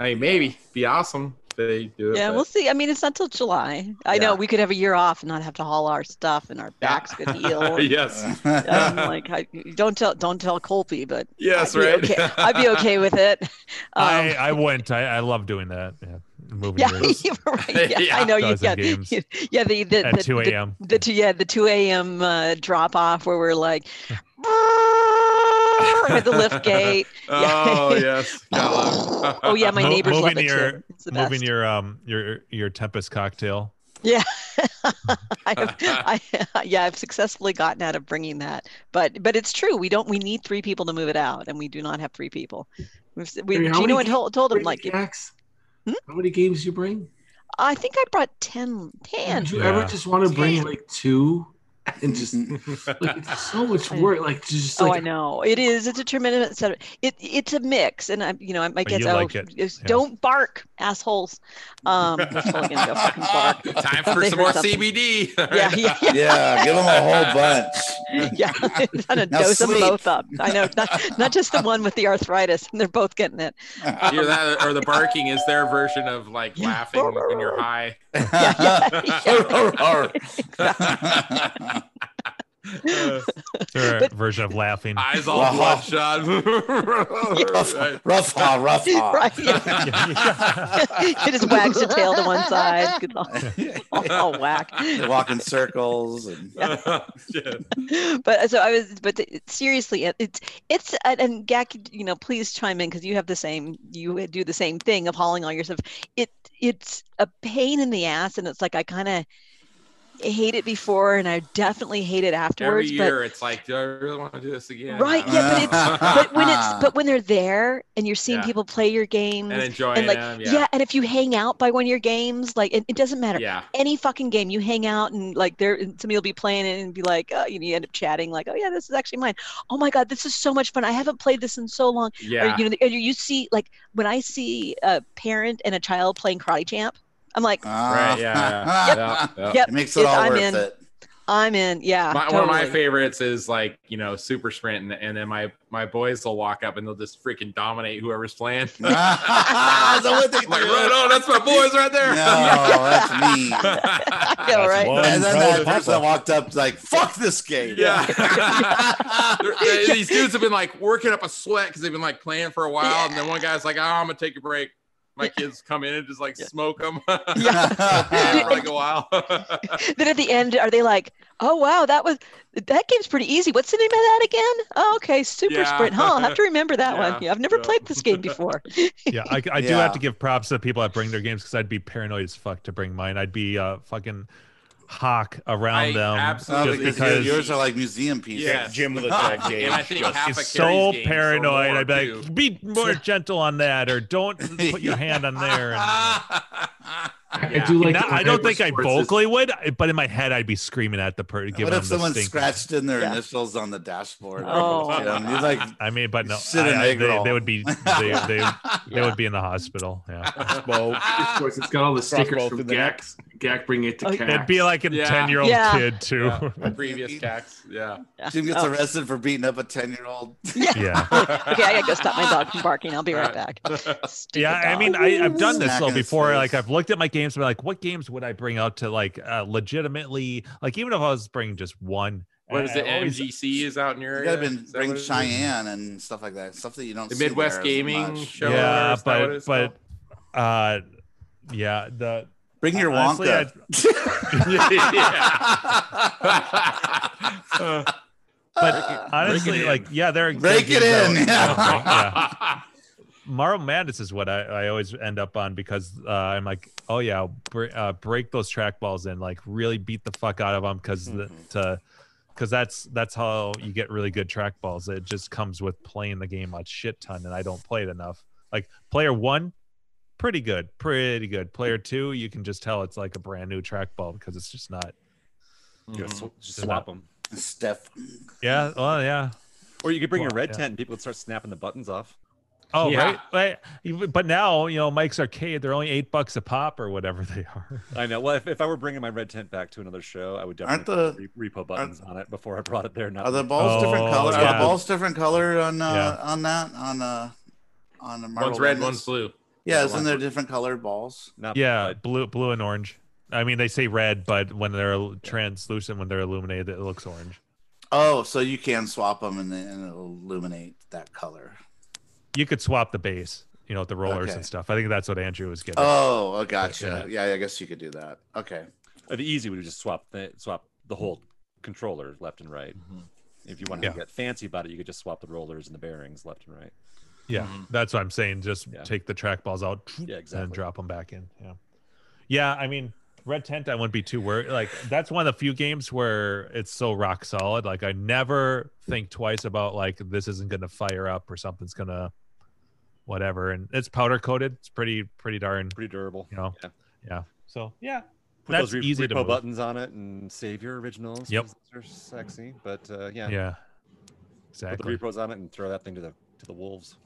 I mean, maybe be awesome if they do it. Yeah, but- we'll see. I mean, it's not till July. I know Yeah. we could have a year off and not have to haul our stuff, and our backs could heal. yes. I'm like, I, don't tell, don't tell Colby, but Yes, I'd be right. okay- I'd be okay with it. Um, I I went. I, I love doing that. Yeah, moving yeah, rooms you were right. Yeah, I Yeah. know you Dozen got games yeah the the, the at two the- a.m. the two yeah the 2 a.m uh, drop off where we're like at the lift gate Oh yes. Gotta oh love- yeah my Mo- neighbors love moving it too your- it's the Moving best your um your your tempest cocktail. I have, I, yeah i've successfully gotten out of bringing that but but it's true we don't we need three people to move it out and we do not have three people We've, s- we Hey, how Gino many had ca- told, told him Bring like Jax, Hmm? how many games you bring? i think i brought 10 10 Did you Yeah. ever just want to bring like two and just like it's so much I- work? Like just oh, Mm-hmm. like I know it is. It's a tremendous set. Of, it it's a mix, and I, you know, I, I guess you oh, like it. just Yeah. don't bark, assholes. Um, they're totally gonna go fucking bark. Time for They some heard more something. CBD. Yeah, yeah, yeah. yeah, give them a whole bunch. yeah. Trying to Now dose them sleep. both up. I know, not, not just the one with the arthritis, and they're both getting it. Either that or the barking is their version of like Yeah. laughing when you're high. Yeah, yeah, yeah. It's our version of laughing. Eyes all bloodshot. Right. Rough ha, rough ha. Right. it just wags your tail to one side. Good luck. All, all whack. They walk in circles and But so I was, but the- seriously, it- it's, it's, and- and Gak, you know, please chime in because you have the same, you do the same thing of hauling all your stuff. It, it's a pain in the ass. And it's like, I kind of hate it before and I definitely hate it Every afterwards. but year, it's like, do I really want to do this again? Right, yeah, but it's but when it's but when they're there and you're seeing Yeah. people play your games and enjoying like them, yeah. and if you hang out by one of your games, like it, it doesn't matter. Yeah. Any fucking game you hang out and like there and somebody will be playing it and be like, oh, you, know, you end up chatting like, oh yeah, this is actually mine. Oh my god, this is so much fun. I haven't played this in so long. Yeah. Or, you know, or you see like when I see a parent and a child playing karate champ, I'm like, Right, yeah, yeah. yep, Yeah, yep, It makes it yes, all I'm worth in. it. I'm in. Yeah. My, One of my totally. favorites is like you know Super Sprint, and, and then my my boys will walk up and they'll just freaking dominate whoever's playing. like, right on, that's my boys right there. No, that's me. Yeah, right. and then that person that walked up like, "Fuck this game." Yeah. They're- they- These dudes have been like working up a sweat because they've been like playing for a while, and then one guy's like, "Oh, I'm gonna take a break." My kids come in and just like smoke 'em smoke them for like a while. then at the end, are they like, oh wow, that was that game's pretty easy. What's the name of that again? Oh, okay, Super Yeah. Sprint. Huh? I'll have to remember that Yeah. one. Yeah, I've never played this game before. yeah, I, I do Yeah. have to give props to the people that bring their games because I'd be paranoid as fuck to bring mine. I'd be uh, fucking hawk around I them absolutely just agree. because Yours are like museum pieces. Yeah, Jim with a tag game. And I think Just- half It's of so Carrie's games are paranoid. more, I'd be too. like, be more gentle on that, or don't put your hand on there. And, I do like. Not- that I Michael don't think I Schwartz is- vocally would, but in my head, I'd be screaming at the person. What if someone scratched in their Yeah. initials on the dashboard? Oh. Jim? You're like, I mean, but no, sit in I- I- egg they, roll. they would be they, they, they would be in the hospital. Yeah, Of course, it's got all the stickers from Gak. Gak bring it to Cax. It'd be like a Yeah. ten-year-old Yeah. kid too. Yeah. Previous tax, yeah. Jim gets Oh. arrested for beating up a ten-year-old. Yeah. okay, I gotta go stop my dog from barking. I'll be right back. yeah, uh, I mean, dog. I, I've done this Smack though in his before. face. Like, I've looked at my games and been like, what games would I bring out to like uh, legitimately, like, even if I was bringing just one. What is I- it? I always- MGC is out in your You area. gotta been Is that bring what it is? Cheyenne and stuff like that. Stuff that you don't. The see Midwest there as Gaming much. Show. or yeah, is that what but it's but uh, yeah, the bring your honestly, Wonka. I'd- but honestly, like, yeah, they're Break it they're- in. Yeah. Marvel Madness is what I, I always end up on because uh, I'm like, oh yeah, br- uh, break those track balls in, like really beat the fuck out of them because to because that's that's how you get really good track balls. It just comes with playing the game a shit ton, and I don't play it enough. Like player one, pretty good, pretty good. Player two, you can just tell it's like a brand new track ball because it's just not. You gotta sw- It's just not- swap them. Steph. Yeah. Well, yeah. Or you could bring your Well, red yeah. tent and people would start snapping the buttons off. Oh Yeah. right, right. You- But now you know Mike's Arcade. They're only eight bucks a pop or whatever they are. I know. Well, if, if I were bringing my red tent back to another show, I would Aren't definitely the- put re- repo buttons on it before I brought it there. Not Are the balls different Oh, color? Are yeah. the balls different color on uh, on that on uh on the Marvel One's red, Madness? one's blue. Yeah, Yeah, isn't one's there blue. different colored balls? Not yeah, blue, blue and orange. I mean, they say red, but when they're translucent, when they're illuminated, it looks orange. Oh, so you can swap them and, then- and it'll illuminate that color. You could swap the base, you know, with the rollers Okay. and stuff. I think that's what Andrew was getting. Oh, I gotcha. Yeah. I guess you could do that. Okay. It'd be uh, easy. We would just swap the swap the whole controller left and right. If you want Yeah. to get fancy about it, you could just swap the rollers and the bearings left and right. yeah, that's what I'm saying. Just Yeah. take the track balls out Yeah, and exactly. drop them back in. Yeah, yeah. I mean, red tent. I wouldn't be too worried. Like that's one of the few games where it's so rock solid. Like I never think twice about like this isn't going to fire up or something's going to whatever. And it's powder coated. It's pretty pretty darn pretty durable. You know. Yeah. yeah. So yeah, Put that's those re- easy to repo move. buttons on it and save your originals. Yep. 'cause Those are sexy, but uh, yeah. Yeah, Put the exactly. repos on it and throw that thing to the to the wolves.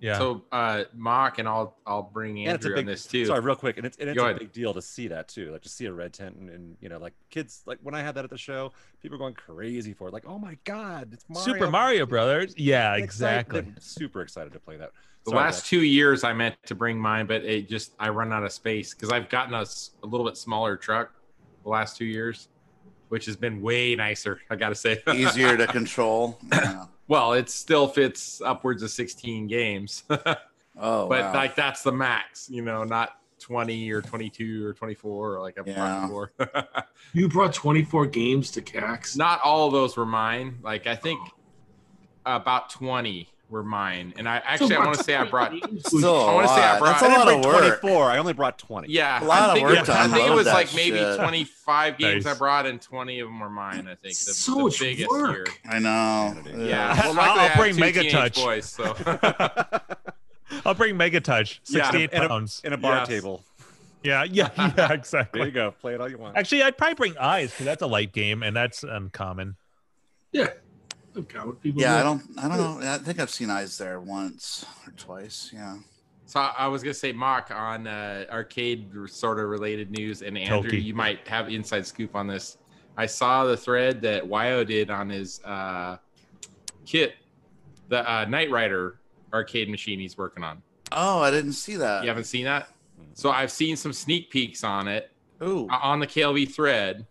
Yeah. So uh, mock and I'll I'll bring and it's a Andrew big on this too. Sorry, real quick, and it's, and it's Go a ahead. big deal to see that too, like to see a red tent and, and you know, like kids, like when I had that at the show, people were going crazy for it, like, oh my god, it's Mario. Super Mario Brothers. Yeah, Excited- exactly. they're super excited to play that. The Sorry, last two years, I meant to bring mine, but it just I run out of space because I've gotten a, s- a little bit smaller truck the last two years, which has been way nicer. I gotta say, Easier to control. Yeah. Well, it still fits upwards of 16 games. Oh, but wow. like that's the max, you know, not 20 or 22 or 24 or like I've Yeah. before. You brought 24 games to CAX. Not all of those were mine. Like I think about 20 were mine, and I actually I want to say I brought. Still I want to say I a lot. brought. That's a lot of work. 24. I only brought 20. A Yeah, lot I'm of thinking- work to I think it unload was that like maybe shit. 25 games Nice. I brought, and 20 of them were mine. I think the, So the much biggest work. year. I know. Yeah, well, I'll- luckily I have bring two Mega teenage Touch. Boys, so I'll bring Mega Touch, Yeah. 68 And a- pounds. In a bar Yes. table. yeah, yeah, yeah, exactly. There you go. Play it all you want. Actually, I'd probably bring eyes because that's a light game and that's uncommon. Yeah. Look, how would people Yeah, I do it? don't. I don't know. I think I've seen eyes there once or twice. Yeah. So I I was gonna say, Mock, on uh, arcade sort of related news, and Andrew, Toki. you might have inside scoop on this. I saw the thread that Wyo did on his uh, kit, the uh, Knight Rider arcade machine he's working on. Oh, I didn't see that. You haven't seen that? So I've seen some sneak peeks on it Ooh. uh, on the KLV thread.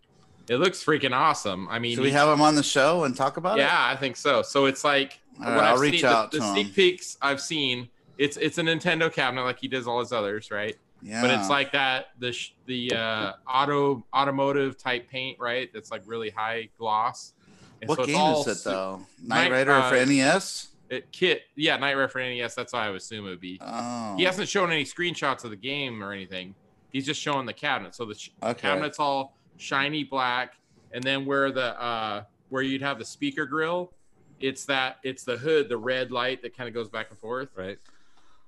It looks freaking awesome. I mean, Should we he- have him on the show and talk about it? yeah, I think so. So it's like All right, I'll I've reach seen, out the, to the him. sneak peeks I've seen. It's it's a Nintendo cabinet like he does all his others, right? Yeah. but it's like that the sh- the uh, auto automotive type paint, right? That's like really high gloss. And what so it's game all is it su- though? Knight Knight- Rider uh, for E NES? It, kit, yeah, Night Rider for NES. That's what I would assume it would be. Oh. He hasn't shown any screenshots of the game or anything. He's just showing the cabinet. So the sh- Okay. cabinet's all shiny black, and then where the uh, where you'd have the speaker grill, it's that it's the hood, the red light that kind of goes back and forth Right.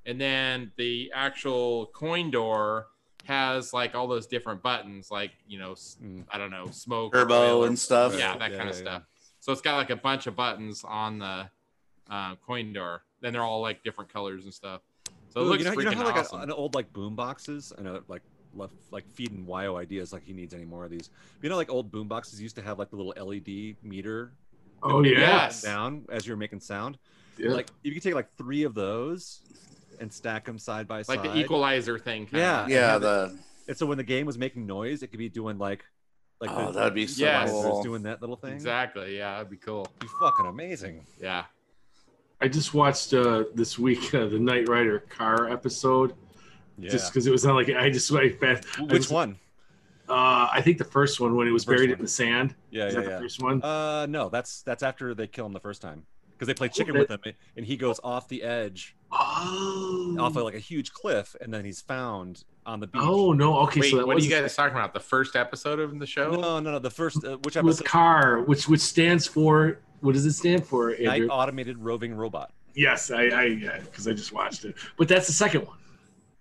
and then the actual coin door has like all those different buttons like you know s- Mm. i don't know smoke Turbo oil, and stuff. yeah Right. that Yeah, kind of yeah, stuff so it's got like a bunch of buttons on the uh, coin door then they're all like different colors and stuff so it Ooh, looks you know, you freaking know how like a- awesome an old like boom boxes. I know like left like feeding Wyo ideas like he needs any more of these. You know like old boom boxes used to have like the little LED meter Oh, yeah. Yes. down as you're making sound. Yeah. Like you could take like three of those and stack them side by like side. the equalizer thing kinda. Yeah. Yeah, and- the And so when the game was making noise, it could be doing like like Oh, the, that'd be so Yes. cool. was doing that little thing. exactly yeah that'd be cool It'd be fucking amazing. yeah I just watched uh, this week uh, the Knight Rider car episode Yeah. just because it was not like I just I fast. Which one? Uh, I think the first one when it was First buried one. in the sand. Yeah, Is yeah, that yeah. the first one? Uh, no, that's that's after they kill him the first time because they play chicken they- with him, and he goes off the edge, oh. off of like a huge cliff, and then he's found on the beach. oh no. Okay, wait so that what are was you guys talking about the first episode of the show no, no, no! The first, uh, which with episode? car, which which stands for what does it stand for, Night Andrew? automated roving robot. Yes, I I yeah, because I just watched it. But that's the second one.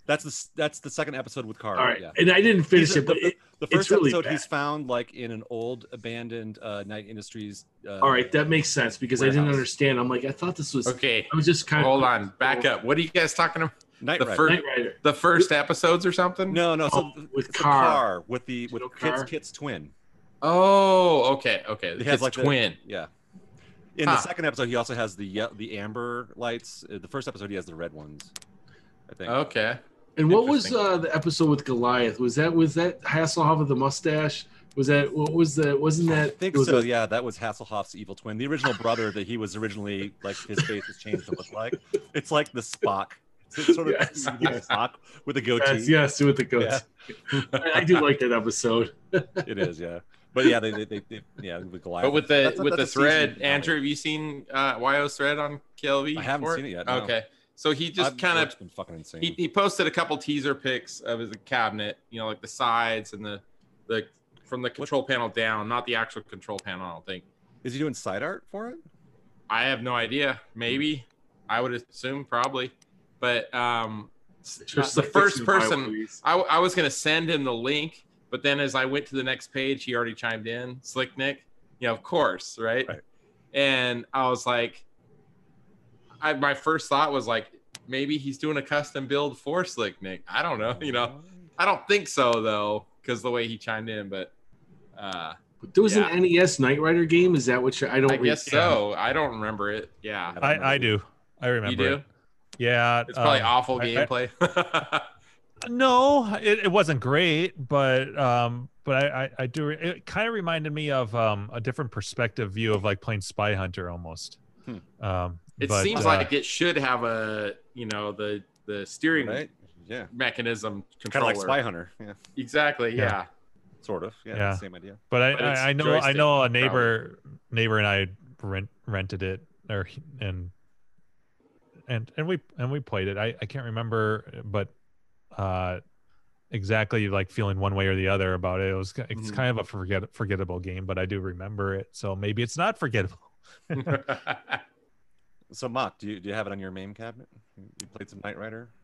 That's the s- that's the second episode with Carl. All right, yeah. and I didn't finish He's- it, but the, it, the it's first really episode he's bad. found like in an old abandoned uh, Night Industries. Uh, all right, that makes sense because I didn't Warehouse. understand. I'm like, I thought this was. okay I was just kind of hold on back up what are you guys talking about Night The Rider. first- Knight Rider. the first episodes or something No, no. So Oh, with it's the Carr. with the with Little Kit's Carr. Kit's twin. Oh, okay, okay. He It's has, like, the- twin. Yeah. In the Ah. Huh. second episode, he also has the ye- the amber lights. Uh, The first episode, he has the red ones. I think. Okay. And what was Interesting. uh, the episode with Goliath? Was that was that Hasselhoff with the mustache? Was that what was that? Wasn't that? I think it was so. a- yeah, that was Hasselhoff's evil twin, the original brother that he was originally like his face was changed to look like. It's like the Spock, it's sort of Yes. evil Spock with a goatee. Yes, yes, with the goats. I, I do like that episode. It is, yeah. But yeah, they, they, they, they yeah, with Goliath. But with the That's- with the that's a season thread, finale. Andrew, have you seen uh YO's thread on KLV? I haven't for seen it yet, no. Okay. So he just I've- kind of it's been fucking insane. he, he posted a couple teaser pics of his cabinet, you know, like the sides and the the from the control panel down, not the actual control panel, I don't think. is he doing side art for it? I have no idea. Hmm. Maybe. I would assume probably. But um Just the like first fixing my person- ways. I, I was gonna send him the link, but then as I went to the next page, he already chimed in. Slick Nick, you know, of course, right? Right. And I was like, I my first thought was like, maybe he's doing a custom build for Slick Nick. I don't know, you know, I don't think so though, because the way he chimed in, but uh, There was yeah. an NES Knight Rider game. Is that what you? I don't. I re- guess so. I don't remember it. Yeah, don't remember I, I the- do. I remember. you do. it. Yeah. It's probably um, awful I- I- gameplay. no, it, it wasn't great, but um, but I I, I do. re- It kind of reminded me of um a different perspective view of like playing Spy Hunter almost. Hmm. Um, It but, seems uh, like it should have a you know the the steering Right? Yeah. mechanism Kind of controller. like Spy Hunter. Yeah. Exactly. Yeah. Yeah. Sort of. Yeah. Yeah. Same idea. But I, But it's I, I know I know a joystick, neighbor neighbor and I rent rented it or he- and and and we and we played it. I I can't remember, but uh, exactly like feeling one way or the other about it. It was it's Mhm. kind of a forget forgettable game, but I do remember it. So maybe it's not forgettable. So, Mock, do you, do you have it on your main cabinet? You you played some Knight Rider?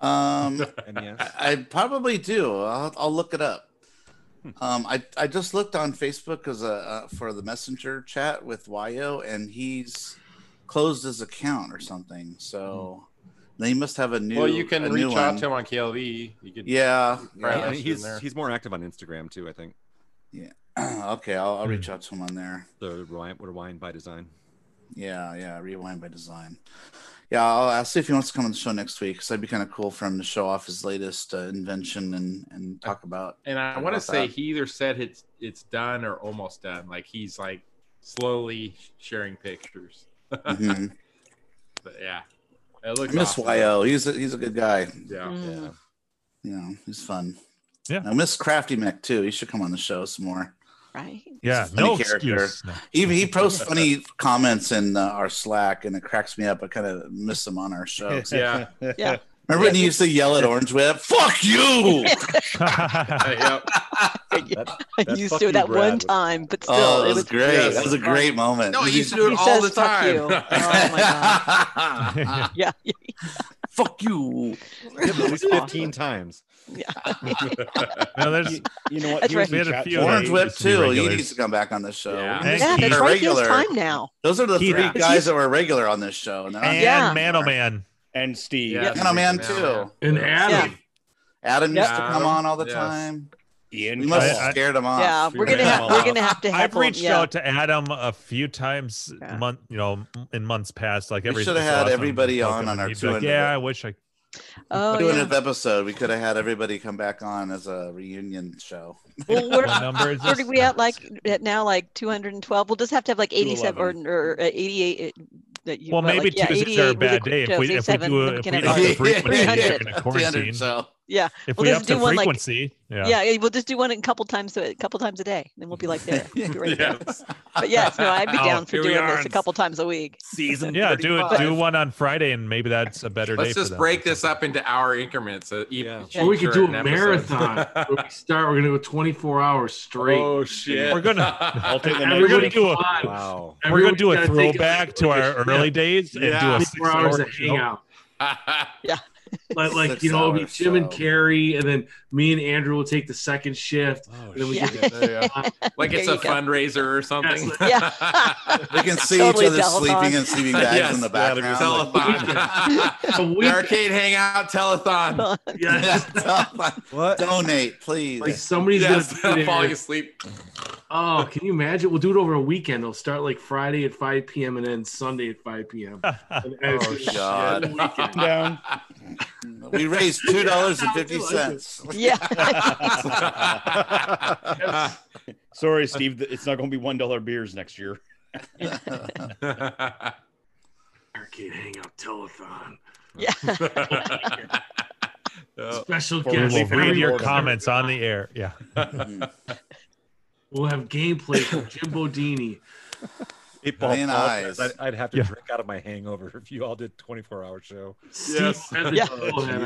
E Um, NES? I, I probably do. I'll, I'll look it up. Hmm. Um, I, I just looked on Facebook as a uh, for the messenger chat with Yo, and he's closed his account or something. So Hmm. they must have a new. well, you can a reach new out one. to him on KLV. You could. Yeah. Right, Yeah, yeah. and that's in there. he's, he's more active on Instagram, too, I think. okay, I'll, I'll reach out to him on there. The Rewind, rewind by Design. Yeah, yeah. Rewind by design. Yeah, I'll, I'll see if he wants to come on the show next week. Cause that'd be kind of cool for him to show off his latest uh, invention and and talk about. And I Talk want to about say that. he either said it's it's done or almost done. Like he's like slowly sharing pictures. Mhm. But yeah, it I looks. miss awesome. Yo. He's a, he's a good guy. Yeah. Mm. Yeah. Yeah, he's fun. Yeah. I miss Crafty Mech too. He should come on the show some more. right? Yeah, He's a no funny character. excuse. No. He he posts funny comments in uh, our Slack, and it cracks me up. I kind of miss him on our show. Yeah. Yeah. Remember when he used to yell at Orange Whip? Fuck you! Uh, yep. I That's used fuck to you, that one Brad. time, but still, oh, that it was was great. yes. That was a great moment. No, he used to do He it says, all the "Fuck time. you." Oh my god! Yeah, yeah, Fuck you! Yeah, but at least 15 times. No, there's You know what? That's He was in right. We had a chat few today. Orange Whip used to be too. He regulars. needs to come back on the show. Yeah. We need yeah. to get That's a right. There's regular. time now. Those are the Keith- three Yeah. guys that were regular on this show. And they're not- and Yeah. Man Oh Man. and Steve. Yeah. Piano Man Yeah. too. And Adam. Adam used to Yeah. come on all the Yes. time. Ian. We must I- have I- scared him off. yeah, we're gonna yeah. have we're gonna have to have Ah, I've reached yeah. out to Adam a few times Yeah. month, you know, in months past. Like We every should have so had often, everybody I'll on come on and our he's 200. like, Yeah, I wish I. Oh, doing yeah. this episode, we could have had everybody come back on as a reunion show. Well, we're, What number is where this? are we at? Like at now, like 212. We'll just have to have like 87 or, 211. or uh, 88. uh, That you, Well, what, maybe like, yeah, Tuesdays are a 88 was bad day if we if we 87, do then a, we if we can have up our- the like frequency 300. during the 200 quarantine. show. yeah. If We'll we just up the do one, like- frequency, yeah. yeah, We'll just do one a couple times a couple times a day, and then we'll be like there. We'll be right there. Yes. But yes, no, I'd be Oh, down for here we doing are this a on- couple times a week. Season. Yeah, do it. 35. Do one on Friday, and maybe that's a better day. Let's for just them. break this up into hour increments. Uh, each- Yeah. Or we could each do a an episode. marathon. Where we start, we're gonna go 24 hours straight. oh shit! We're I'll take the next one. And We're gonna everybody do a- come on. Wow. We're gonna Everybody's do a gotta take throwback to our early days and do Yeah. a Four six hours hour of show. hangout. Like, like Six you know, it'll be hours, Jim and so- Carrie, and then me and Andrew will take the second shift. Oh, Then we shit. can Yeah, there you go. like it's There a you go. fundraiser or something. Yeah. We can see Totally each other telethon. sleeping and sleeping bags Yes, in the yeah, they're background. telethon. telethon. A the week, arcade hangout telethon. yeah, Yeah, just, telethon. What? Donate, please. like somebody's Yes, gonna be falling there. asleep. Oh, can you imagine? We'll do it over a weekend. They'll start like Friday at 5 p.m. and then Sunday at 5 p.m. And it's Oh, gonna be God. a weekend. down. we raised two dollars and fifty cents. Yeah. Sorry, Steve. th- It's not going to be one dollar beers next year. Arcade Hangout Telethon. yeah. Oh, Special Or we guest. We'll Yes, read every your order. comments on the air. Yeah. We'll have gameplay from Jim Bodini. Eight ball Green Paul eyes. says, I'd, I'd have to Yeah. drink out of my hangover if you all did 24 hour show. Yes. Yeah. will have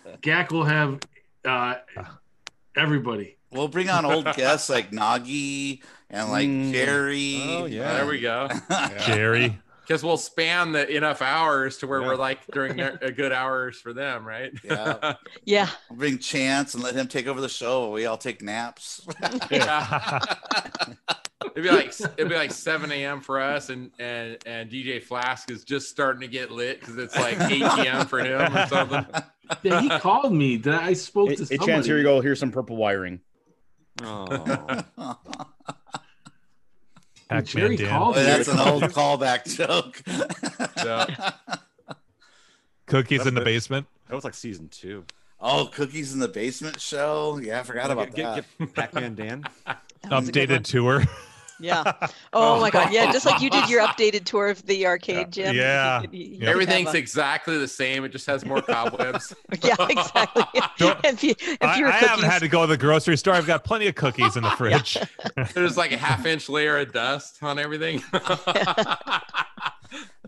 on. Gak will have uh, everybody. We'll bring on old guests like Nagi and like Mm. Jerry. Oh, yeah. there we go. Jerry. Because we'll span the enough hours to where Yeah. we're like during their, a good hours for them, right? Yeah. Yeah. We'll bring Chance and let him take over the show. while We all take naps. Yeah. it'd be like it'd be like 7 a.m. for us, and and and DJ Flask is just starting to get lit because it's like 8 p.m. for him or something. Yeah, he called me. That I Oh, spoke Hey, to hey, somebody. Chance, here you go. Here's some purple wiring. Oh. Dude, Pac-Man Jerry Dan. Oh, called Oh, Boy, me. that's an old callback joke. So Cookies in the basement. That was like season two. Oh, cookies in the basement show. Yeah, I forgot about Get- that. get Pac-Man Dan. was a good Updated tour. Yeah. Oh my God. Yeah, just like you did your updated tour of the arcade gym. you Yeah. could- you Yeah. could Everything's have a- exactly the same. It just has more cobwebs. yeah, exactly. if you, if I, you were I haven't cookies, had to go to the grocery store. I've got plenty of cookies in the fridge. There's like a half inch layer of dust on everything.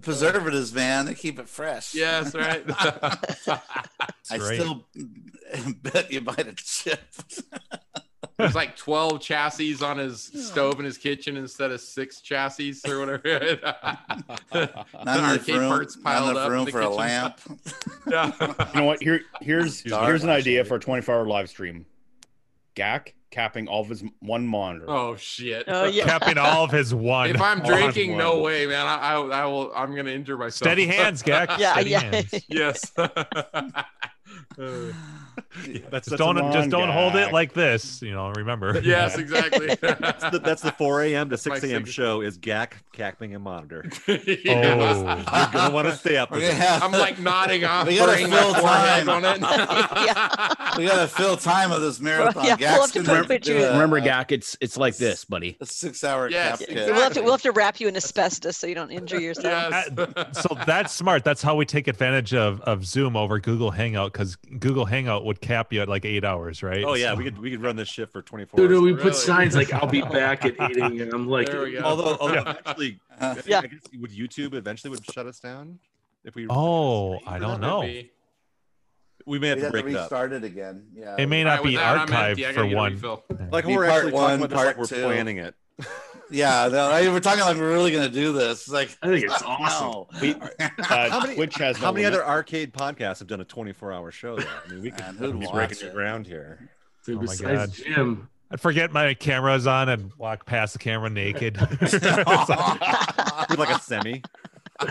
Preservatives, man. They keep it fresh. yes, right. I right. still bet you might have chip. There's like 12 chassis on his stove in his kitchen instead of six chassis or whatever. The Not enough arcade room, parts not piled up enough in room the for a kitchen. lamp. Yeah. You know what? Here, here's Dark here's an idea flashlight. for a 24 hour live stream. Gak capping all of his m- one monitor. Oh shit. Oh yeah. Capping all of his one. If I'm all on drinking, one. no way, man. I, I, I will. I'm gonna injure myself. Steady hands, Gak. Yeah, Steady yeah. hands. yes. That's, Just that's don't the- wrong, just don't hold Gak. it like this. You know, remember. yes, exactly. that's the, that's the 4 a.m. to My 6 a.m. sig- show is Gak capping a monitor. Yes. Oh, You're gonna want to stay up. We're With gonna it. have, I'm like nodding off, We gotta putting my fill forehead time. on it. we gotta fill time of this marathon. Yeah, we'll have to Gaxton, put we could pictures. do a- Remember, a- Gak, it's it's like this, buddy. A six-hour Yes, cap We'll cut. have to we'll have to wrap you in asbestos so you don't injure yourself. Yes. so that's smart. That's how we take advantage of, of Zoom over Google Hangout because Google Hangout would cap you at like eight hours, right? Oh yeah, So- we could we could run this shift for 24. Dude, hours. we Really? put signs like "I'll be back at 8 a.m." Like, There we go. although, although eventually, Uh, Yeah. I guess would YouTube eventually would shut us down if we? Oh, I That don't would know. be- We may have We'd to have to break it up. restart it again. Yeah. It may All not right, be with that, I'm empty. I archived gotta for get a one. refill. Like Be we're part actually one, talking about this, like part we're two. planning it. Yeah. No, I- we're talking like we're really gonna do this. It's like I think it's fuck Oh awesome. no. We- How Uh, many- Twitch has no How many limit. other arcade podcasts have done a 24-hour show? Though? I mean, we could Man, who'd be watch breaking it? the ground here. dude, Oh my besides Jim, I'd forget my camera's on and walk past the camera naked. With like a semi.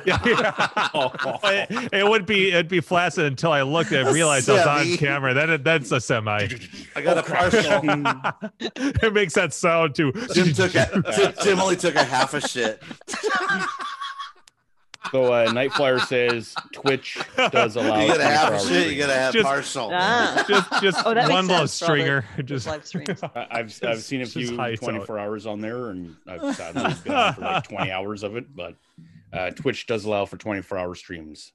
Yeah, yeah. it, it would be it'd be flaccid until I looked and realized I was on Semi. camera. That is- that's a semi. I Oh, got a partial. it makes that sound too. Jim took a, Jim only took a half a shit. So uh, Night Flyer says Twitch does allow. You gotta have 24 a hour shit. You streams. gotta have Just- partial. Ah. just just Oh, that makes one little sense for all the- stringer. Those Just live streams. I- I've I've seen a Just- just few hides out. 24 hours on there, and I've sadly been on for like 20 hours of it. But uh, Twitch does allow for 24 hour streams.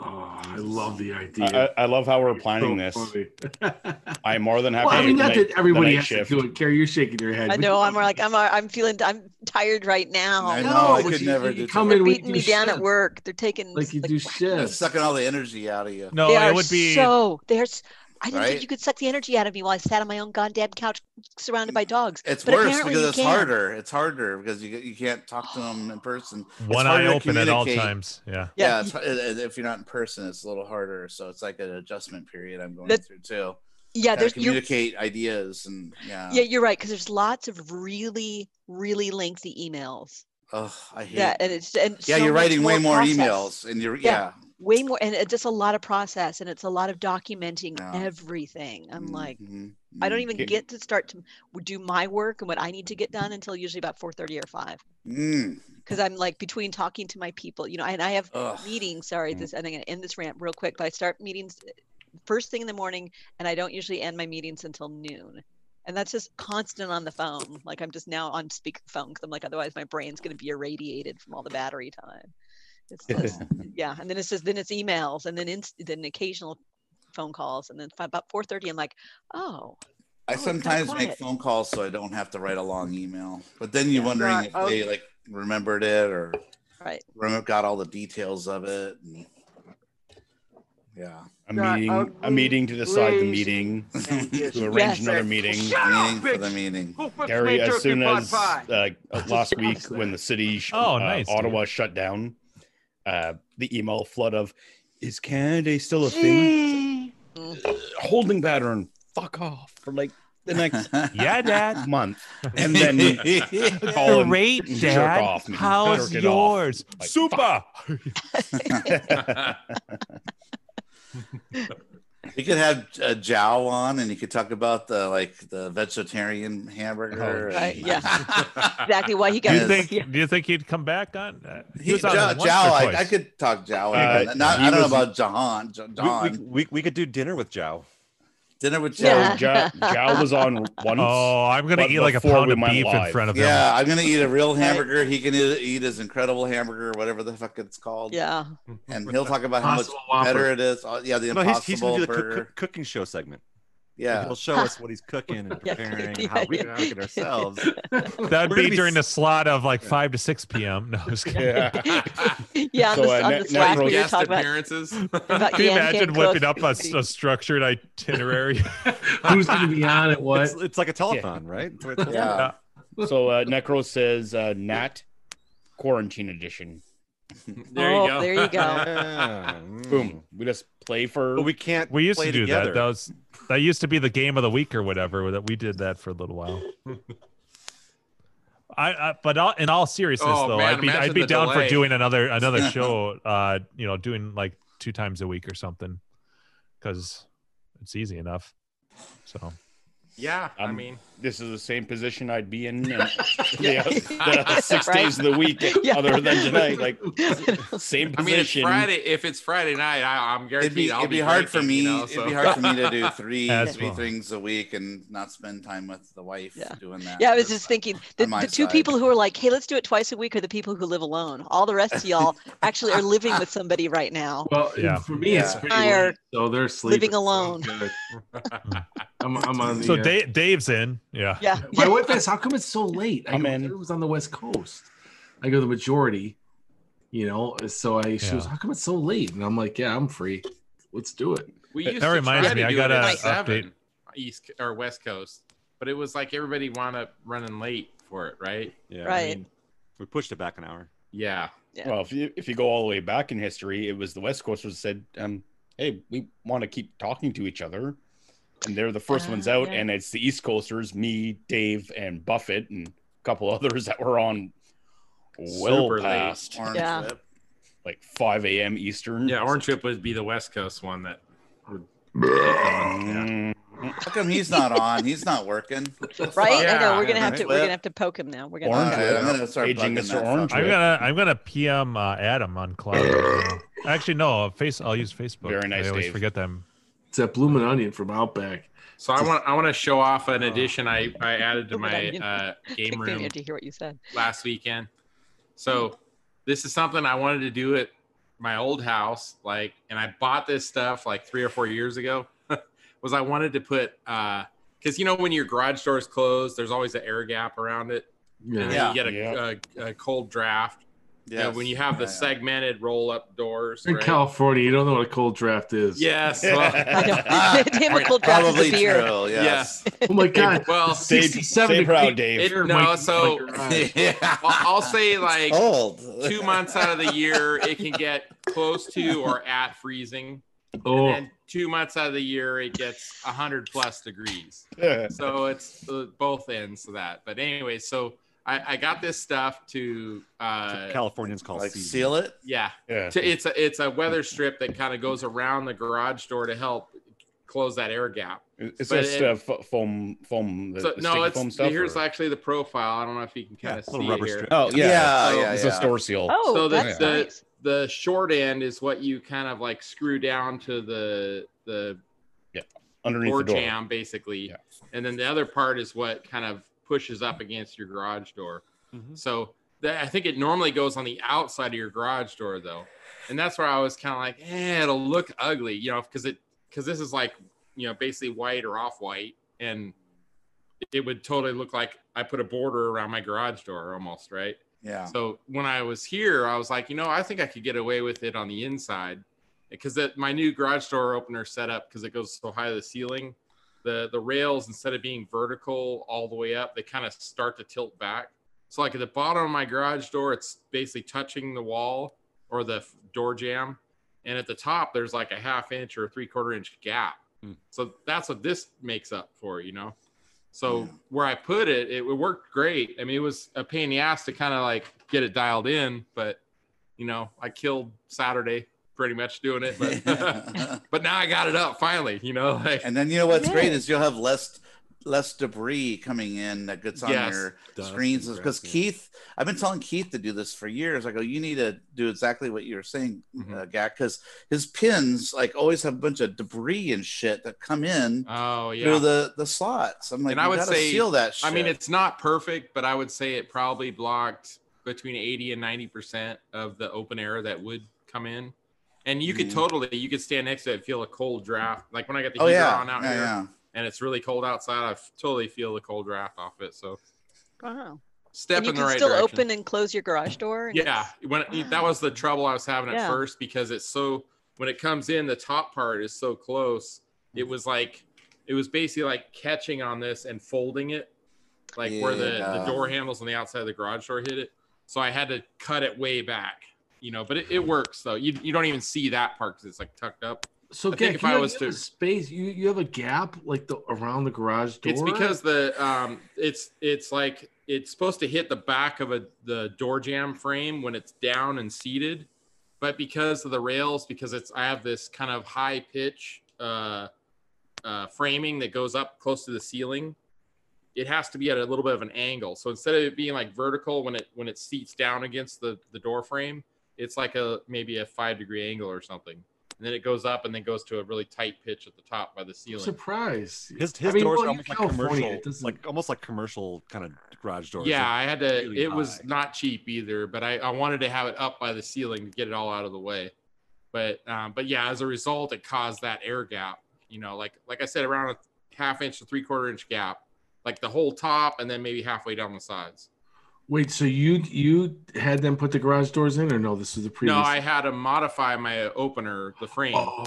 oh, I love the idea. I, I I love how we're planning this. It's so funny. I'm more than happy. well, I to mean, do not the night- that everybody the night has shift. to do it. Carrie, you're shaking your head. I but- know. I'm like I'm I'm feeling I'm tired right I now. know. I but could you- never you do come that. in, we Beating do me down at shit. work. They're taking Like you do It's shit. sucking all the energy out of you. no, they Oh, it are would be so there's. I didn't Right? think you could suck the energy out of me while I sat on my own goddamn couch surrounded by dogs. It's But worse apparently because you it's can. harder. It's harder because you you can't talk to them in person. one harder eye to open at all communicate. times. Yeah. Yeah, it's, it- it- if you're not in person, it's a little harder. So it's like an adjustment period I'm going That- through too. Yeah, Gotta there's you're, communicate ideas and yeah. yeah, you're right because there's lots of really really lengthy emails. Ugh, I hate. Yeah, and it's and yeah, so you're much writing way more process. emails, and you're yeah. Yeah. way more and it's just a lot of process and it's a lot of documenting Yeah. everything i'm like Mhm, i don't mhm. even Yeah. get to start to do my work and what i need to get done until usually about 4.30 or 5 Mm, because i'm like between talking to my people you know and i have ugh. meetings sorry Mm-hmm. Mm. this and i'm going to end this rant real quick but i start meetings uh, first thing in the morning and i don't usually end my meetings until noon and that's just constant on the phone like i'm just now on speakerphone because i'm like otherwise my brain's going to be irradiated from all the battery time it's just yeah and then it says then it's emails and then inst- then occasional phone calls and then fi- about 4.30 i'm like oh I it's kinda sometimes make quiet. phone calls so I don't have to write a long email, but then you're wondering Right, if they like remembered it or right remember got all the details of it. and- yeah. a meeting, a meeting to decide the meeting, to arrange Yes. another meeting. meeting for the meeting. Gary, as soon as uh, last week when the city, sh- Oh, uh, nice, Ottawa shut down, uh, the email flood of "Is Canada Day still a thing?" Mm. Uh, holding pattern, fuck off for like the next Yeah, Dad. month, and then call and Great, jerk Dad. off and How's jerk it off. yours? Like, Super. fuck. We could have uh, Jow on, and you could talk about the like the vegetarian hamburger. Right, yeah. exactly why he Do got you think? Do you think he'd come back on? uh, He, was on Jow, once or Jow, I, twice. I could talk Jow. Uh, Not- not- he I don't know was- about Jahan. J- We, we, John. we, we could do dinner with Jow. Dinner with Jow. Yeah. Jow, Jow was on once. Oh, I'm gonna but eat like a before pound we of went beef in live. front of him. Yeah, I'm gonna eat a real Right. hamburger. He can eat, eat his incredible hamburger, whatever the fuck it's called. Yeah. Hmm. and he'll talk about how much Impossible Whopper. better it is. Oh, yeah, the No, impossible he's, he's gonna do the cook, burger. cook, cooking show segment. yeah, He'll show us what he's cooking and Yeah, preparing, and yeah, how we yeah. can cook it ourselves. That We're would gonna be be during the s- slot of like five to six p.m. No, I'm just kidding. yeah, on So, the, uh, on net- the Slack network- we were Guest talking about, appearances. about Can you Yan imagine Can whipping Cook. up a, a structured itinerary? Who's going to be on at what? It's, it's like a telethon, right? It's like a telethon. yeah. So uh, Necro says uh, Nat Quarantine Edition. There Oh, you go. there you go. Yeah. Mm. Boom. We just play for. Hmm. But we can't. We used play to do together. that. That was that used to be the game of the week or whatever. That we did that for a little while. I, I but all, in all seriousness Oh, though, man, I'd be imagine I'd be the down delay. for doing another another show. Uh, you know, doing like two times a week or something, because it's easy enough. So Yeah, I Um, mean, This is the same position I'd be in uh, the, the six Right. days of the week, Yeah. other than tonight. Like same I mean, it's position. Friday. If it's Friday night, I, I'm guaranteed. It'd be, I'll it'd be hard for drinking, me. you know, It'd so- be hard for me to do three As three well. things a week and not spend time with the wife Yeah. doing that. Yeah, I was just thinking the, On my the two side. people who are like, hey, let's do it twice a week are the people who live alone. All the rest of y'all actually are living with somebody right now. Well, Yeah. for me, it's Yeah. pretty Fire. late, so they're sleeping. so alone. it's good. I'm, I'm on the. so uh, Da- Dave's in. Yeah. Yeah. My wife asks, "How come it's so late?" I I'm go, in. "It was on the West Coast." I go, "The majority," you know. So I, she Yeah. goes, "How come it's so late?" And I'm like, "Yeah, I'm free. Let's do it." We That- used that to reminds try me, to I do got it at a seven East Co- or West Coast, but it was like everybody wound up running late for it, right? Yeah. Right. We pushed it back an hour. Yeah. Yeah. Well, if you if you go all the way back in history, it was the West Coasters said, um, "Hey, we want to keep talking to each other," and they're the first ones Ah, out. yeah. And it's the East Coasters, me, Dave, and Buffett, and a couple others that were on well Super late. past Orange Yeah. whip. like 5 a.m. Eastern. Yeah. Orange Trip would be the West Coast one that. Mm, How come he's not on? He's not working. Right? I know Yeah, we're gonna have to right. we're gonna have to poke him now. We're gonna Orange All right, I'm gonna start Aging bugging Mr. that Orange fucker. I'm gonna I'm gonna PM uh, Adam on cloud. right now. Actually, no. uh, Face. I'll use Facebook. Very nice, I always Dave. forget them. It's that blooming onion from Outback. So I want I want to show off an Oh. addition I, I added to my uh, take game the room minute to hear what you said. last weekend. So this is something I wanted to do at my old house, like, and I bought this stuff like three or four years ago. was I wanted to put because you know when your garage door is closed, there's always an air gap around it, and Yeah. Yeah. then you get a, a, a cold draft. Yeah, Yes. when you have the Yeah, yeah. segmented roll up doors. In right? California, you don't know what a cold draft is. Yes. well, I know. Damn, a cold draft is Probably a beer. true. Yes. yes. Oh my God. Well, It's Dave- 67 stay proud, degree Dave. air It- in my- no, so- my garage. yeah. I'll, I'll say like old. two months out of the year, it can get close to or at freezing. oh, And then two months out of the year, it gets 100 plus degrees. yeah. So it's uh, both ends of that. But anyway, so I, I got this stuff to, uh, Californians call like season. seal it. yeah, Yeah. to, it's a it's a weather strip that kind of goes around the garage door to help close that air gap. It's But just it- uh, fo- foam, foam, the, so the no, sticky it's foam stuff. here's or- actually the profile. I don't know if you can Yeah, kind of little see it rubber here. strip. Oh yeah, yeah, So- yeah. it's a store seal. Oh, So that's that's the- nice. the short end is what you kind of like screw down to the the underneath door the door. jam basically Yeah. and then the other part is what kind of pushes up against your garage door Mhm. so that, i think it normally goes on the outside of your garage door though and that's where i was kind of like eh, it'll look ugly you know because it because this is like you know basically white or off white and it would totally look like i put a border around my garage door almost right yeah. so when I was here, I was like, you know, I think I could get away with it on the inside because that my new garage door opener setup because it goes so high to the ceiling, the the rails instead of being vertical all the way up, they kind of start to tilt back. So like at the bottom of my garage door, it's basically touching the wall or the f- door jamb, and at the top there's like a half inch or three quarter inch gap. Hmm. So that's what this makes up for, you know. So where I put it, it worked great. I mean, it was a pain in the ass to kind of like get it dialed in, but you know, I killed Saturday pretty much doing it, but but now I got it up finally. You know, like And then you know what's great is you'll have less less debris coming in that gets on Yes. your Dust screens and because grass, yeah. Keith, I've been telling Keith to do this for years. I go, you need to do exactly what you were saying, Mm-hmm. uh, Gak, because his pins like always have a bunch of debris and shit that come in oh yeah. through the the slots. I'm like, and I would gotta say seal that. Shit. I mean, it's not perfect, but I would say it probably blocked between 80 and 90 percent of the open air that would come in. And you could Mhm. totally, you could stand next to it, and feel a cold draft. Like when I got the Oh, heater yeah. on out Yeah, here, yeah. and it's really cold outside, I f- totally feel the cold draft off it. So Wow. step and you in the can right still direction. open and close your garage door. and yeah, when it, that was the trouble I was having Yeah. at first because it's so when it comes in, the top part is so close. It was like it was basically like catching on this and folding it, like where the, Yeah. the door handles on the outside of the garage door hit it. So I had to cut it way back, you know. But it, it works though. You you don't even see that part because it's like tucked up. So I think Gak, if you I have- was you to have a space, you you have a gap like the around the garage door. it's because the um, it's it's like it's supposed to hit the back of a the door jam frame when it's down and seated, but because of the rails, because it's I have this kind of high pitch uh, uh, framing that goes up close to the ceiling. It has to be at a little bit of an angle. So instead of it being like vertical when it when it seats down against the the door frame, it's like a maybe a five degree angle or something. And then it goes up and then goes to a really tight pitch at the top by the ceiling. Surprise! His, his I mean, doors well, in are almost like California, commercial, it like almost like commercial kind of garage doors. Yeah, They're I had to. really it was high. not cheap either, but I, I wanted to have it up by the ceiling to get it all out of the way. But um, but yeah, as a result, it caused that air gap. You know, like like I said, around a half inch to three quarter inch gap, like the whole top, and then maybe halfway down the sides. Wait, so you you had them put the garage doors in, or no? This was the previous. No, I had to modify my opener, the frame. Oh,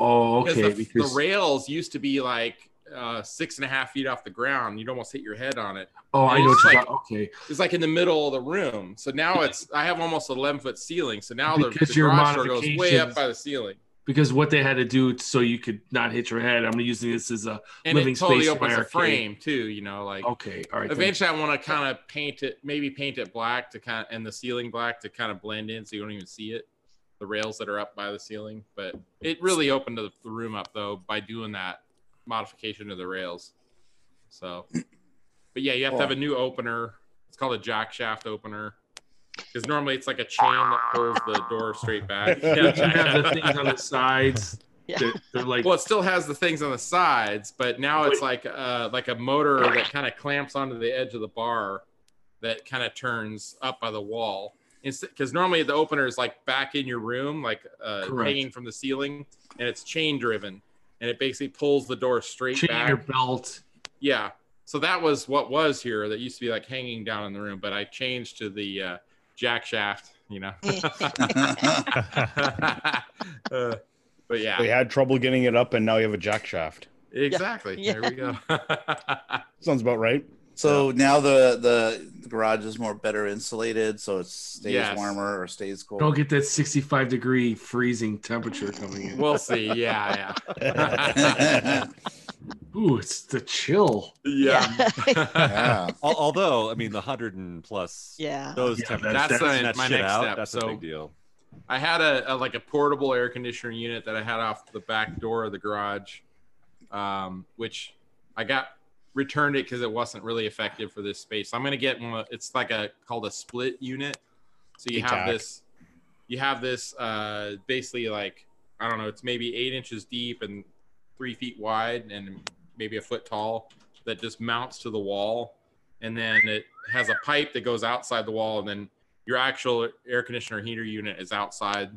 oh, Because okay. The, because the rails used to be like uh, six and a half feet off the ground. You'd almost hit your head on it. oh, I And know it's what you're like- talking- Okay, It's like in the middle of the room. So now it's I have almost an eleven foot ceiling. So now the, the Because your garage door goes way modifications- up by the ceiling, because what they had to do so you could not hit your head. I'm using this as a and living it totally space for opens my the arcade. frame too. You know, like Okay, all right. then. eventually I want to kind of paint it, maybe paint it black to kind of and the ceiling black to kind of blend in, so you don't even see it. The rails that are up by the ceiling, but it really opened the, the room up though by doing that modification to the rails. So, but yeah, you have to have a new opener. It's called a jack shaft opener. Because normally it's like a chain that pulls the door straight back. Yeah, you have the things on the sides. They're, they're like well, it still has the things on the sides, but now it's like uh, like a motor that kind of clamps onto the edge of the bar, that kind of turns up by the wall. Because normally the opener is like back in your room, like uh, Correct. hanging from the ceiling, and it's chain driven, and it basically pulls the door straight chain back. your belt. Yeah. So that was what was here that used to be like hanging down in the room, but I changed to the uh, jack shaft, you know. Uh, but yeah, They had trouble getting it up, and now you have a jack shaft. exactly. There we go. Sounds about right. so now the the garage is more better insulated, so it stays Yes. warmer or stays cold. Don't get that 65 degree freezing temperature coming in. We'll see. Yeah, yeah. yeah. Ooh, it's the chill. Yeah. Al- Although, I mean, the hundred and plus. Yeah. Those Yeah, temperatures. that's- getting that's that my shit next out, step, That's a so- big deal. I had a, a like a portable air conditioner unit that I had off the back door of the garage, um, which I got returned it because it wasn't really effective for this space. I'm gonna get one. It's like a called a split unit. So you have Exact. this, you have this uh, basically like I don't know. It's maybe eight inches deep and three feet wide and maybe a foot tall that just mounts to the wall, and then it has a pipe that goes outside the wall, and then your actual air conditioner heater unit is outside.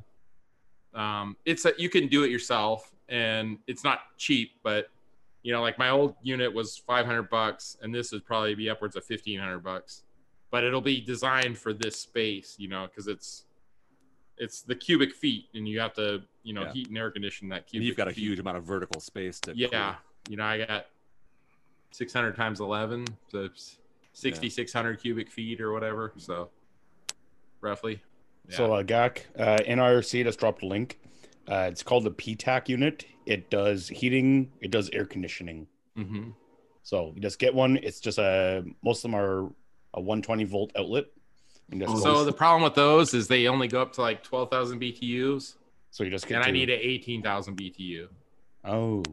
Um, it's a, you can do it yourself, and it's not cheap, but you know, like my old unit was 500 bucks, and this would probably be upwards of 1500 bucks. But it'll be designed for this space, you know, because it's it's the cubic feet, and you have to you know Yeah. heat and air condition that And cubic. you've got a feet. huge amount of vertical space to. Yeah, clear. you know, I got 600 times 11, so it's 6600 cubic feet or whatever. So roughly. So uh, GAC, uh, NIRC just dropped a link. Uh, it's called the PTAC unit. It does heating. It does air conditioning. Mm-hmm. So you just get one. It's just a most of them are a 120 volt outlet. And just Oh. So the problem with those is they only go up to like 12,000 BTUs. So you just get. and I to- need a 18,000 BTU Oh,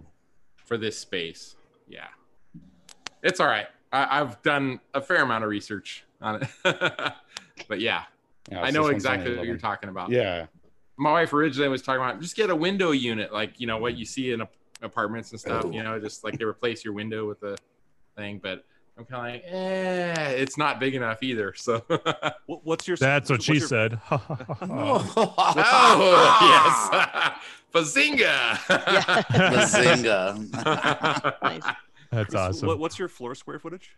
for this space. Yeah. It's all right. I, I've done a fair amount of research on it. but yeah, Yeah, I so know this one's exactly only what you're 11. talking about. Yeah. My wife originally was talking about just get a window unit, like, you know, what you see in ap- apartments and stuff, you know, just like they replace your window with a thing. But I'm kind of like, eh, it's not big enough either. So what's your That's what she said. oh yes, Bazinga! Bazinga. Nice. That's Chris, awesome. What, what's your floor square footage?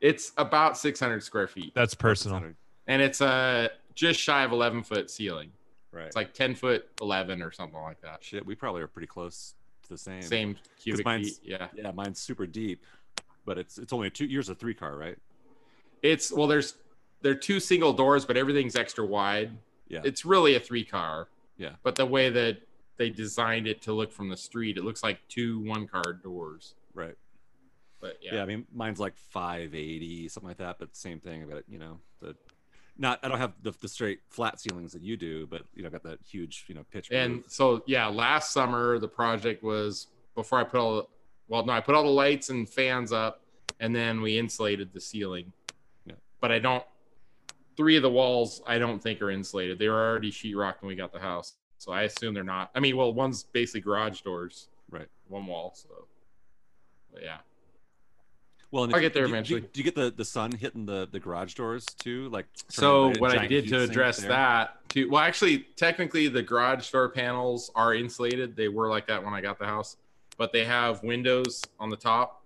It's about 600 square feet, That's personal. and it's uh just shy of 11 foot ceiling. Right. It's like 10 foot 11 or something like that. Shit, we probably are pretty close to the same. Same 'Cause cubic mine's- feet, yeah. Yeah, mine's super deep, but it's it's only a two years of three car, right? It's well, there's there are two single doors, but everything's extra wide. Yeah. It's really a three car. Yeah. But the way that they designed it to look from the street, it looks like two one car doors. Right. But yeah. Yeah. I mean, mine's like 580, something like that, but same thing. I've got it, you know, the not, I don't have the, the straight flat ceilings that you do, but, you know, I've got that huge, you know, pitch. and roof. so yeah last summer the project was before i put all the well no i put all the lights and fans up and then we insulated the ceiling Yeah. but i don't three of the walls i don't think are insulated they were already sheetrocked when we got the house so i assume they're not i mean well one's basically garage doors Right. one wall so but yeah Well, and I'll if you- get there do you- do you- eventually. Do, you get the, the sun hitting the, the garage doors too? Like, turning So the what I giant did heat to sink address there? that, to well, actually, technically the garage door panels are insulated. They were like that when I got the house, but they have windows on the top,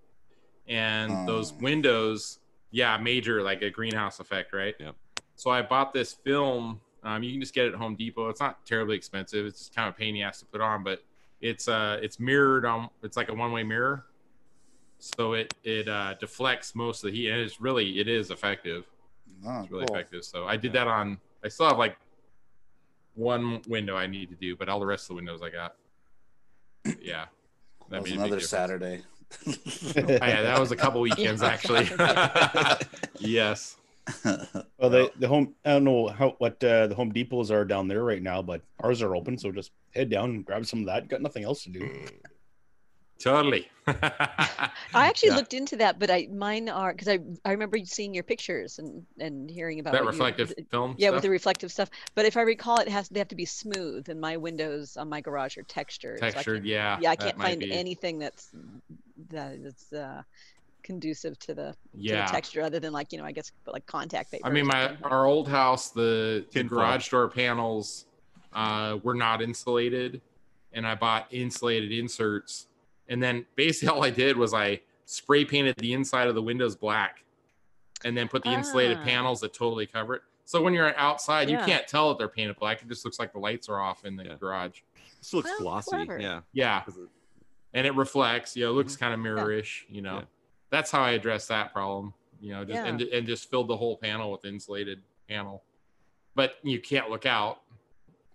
and Oh. those windows, yeah, major like a greenhouse effect, right? Yep. So I bought this film. Um, you can just get it at Home Depot. It's not terribly expensive. It's just kind of a pain in the ass to put on, but it's uh it's mirrored on. It's like a one way mirror, so it it uh, deflects most of the heat, and it's really it is effective Oh, it's really cool. effective. So I did that on. I still have like one window I need to do, but all the rest of the windows I got. But yeah, That was made a big another difference. Saturday. Oh, yeah, that was a couple weekends actually. yes. Well, the, the home I don't know how what uh, the Home Depots are down there right now, but ours are open, so just head down and grab some of that. Got nothing else to do. Totally. I actually Yeah. looked into that, but I mine are because I I remember seeing your pictures and and hearing about That what you- reflective film Yeah, with stuff? the reflective stuff. But if I recall, it has they have to be smooth, and my windows on my garage are textured. so I Textured, can't- yeah, Yeah, I that can't might find be. anything that's that is uh, conducive to the, to Yeah. the texture, other than like you know I guess like contact paper. I or mean, my something. our old house, the, the Tinfoil. garage door panels uh, were not insulated, and I bought insulated inserts. And then basically all I did was I spray painted the inside of the windows black, and then put the insulated Ah. panels that totally cover it. So when you're outside, Yeah. you can't tell that they're painted black. It just looks like the lights are off in the garage. This looks Oh, glossy. clever. Yeah. Yeah, 'Cause it- and it reflects. You know, it looks Mm-hmm. kind of mirror-ish. You know, Yeah. that's how I addressed that problem. You know, just Yeah. and and just filled the whole panel with insulated panel, but you can't look out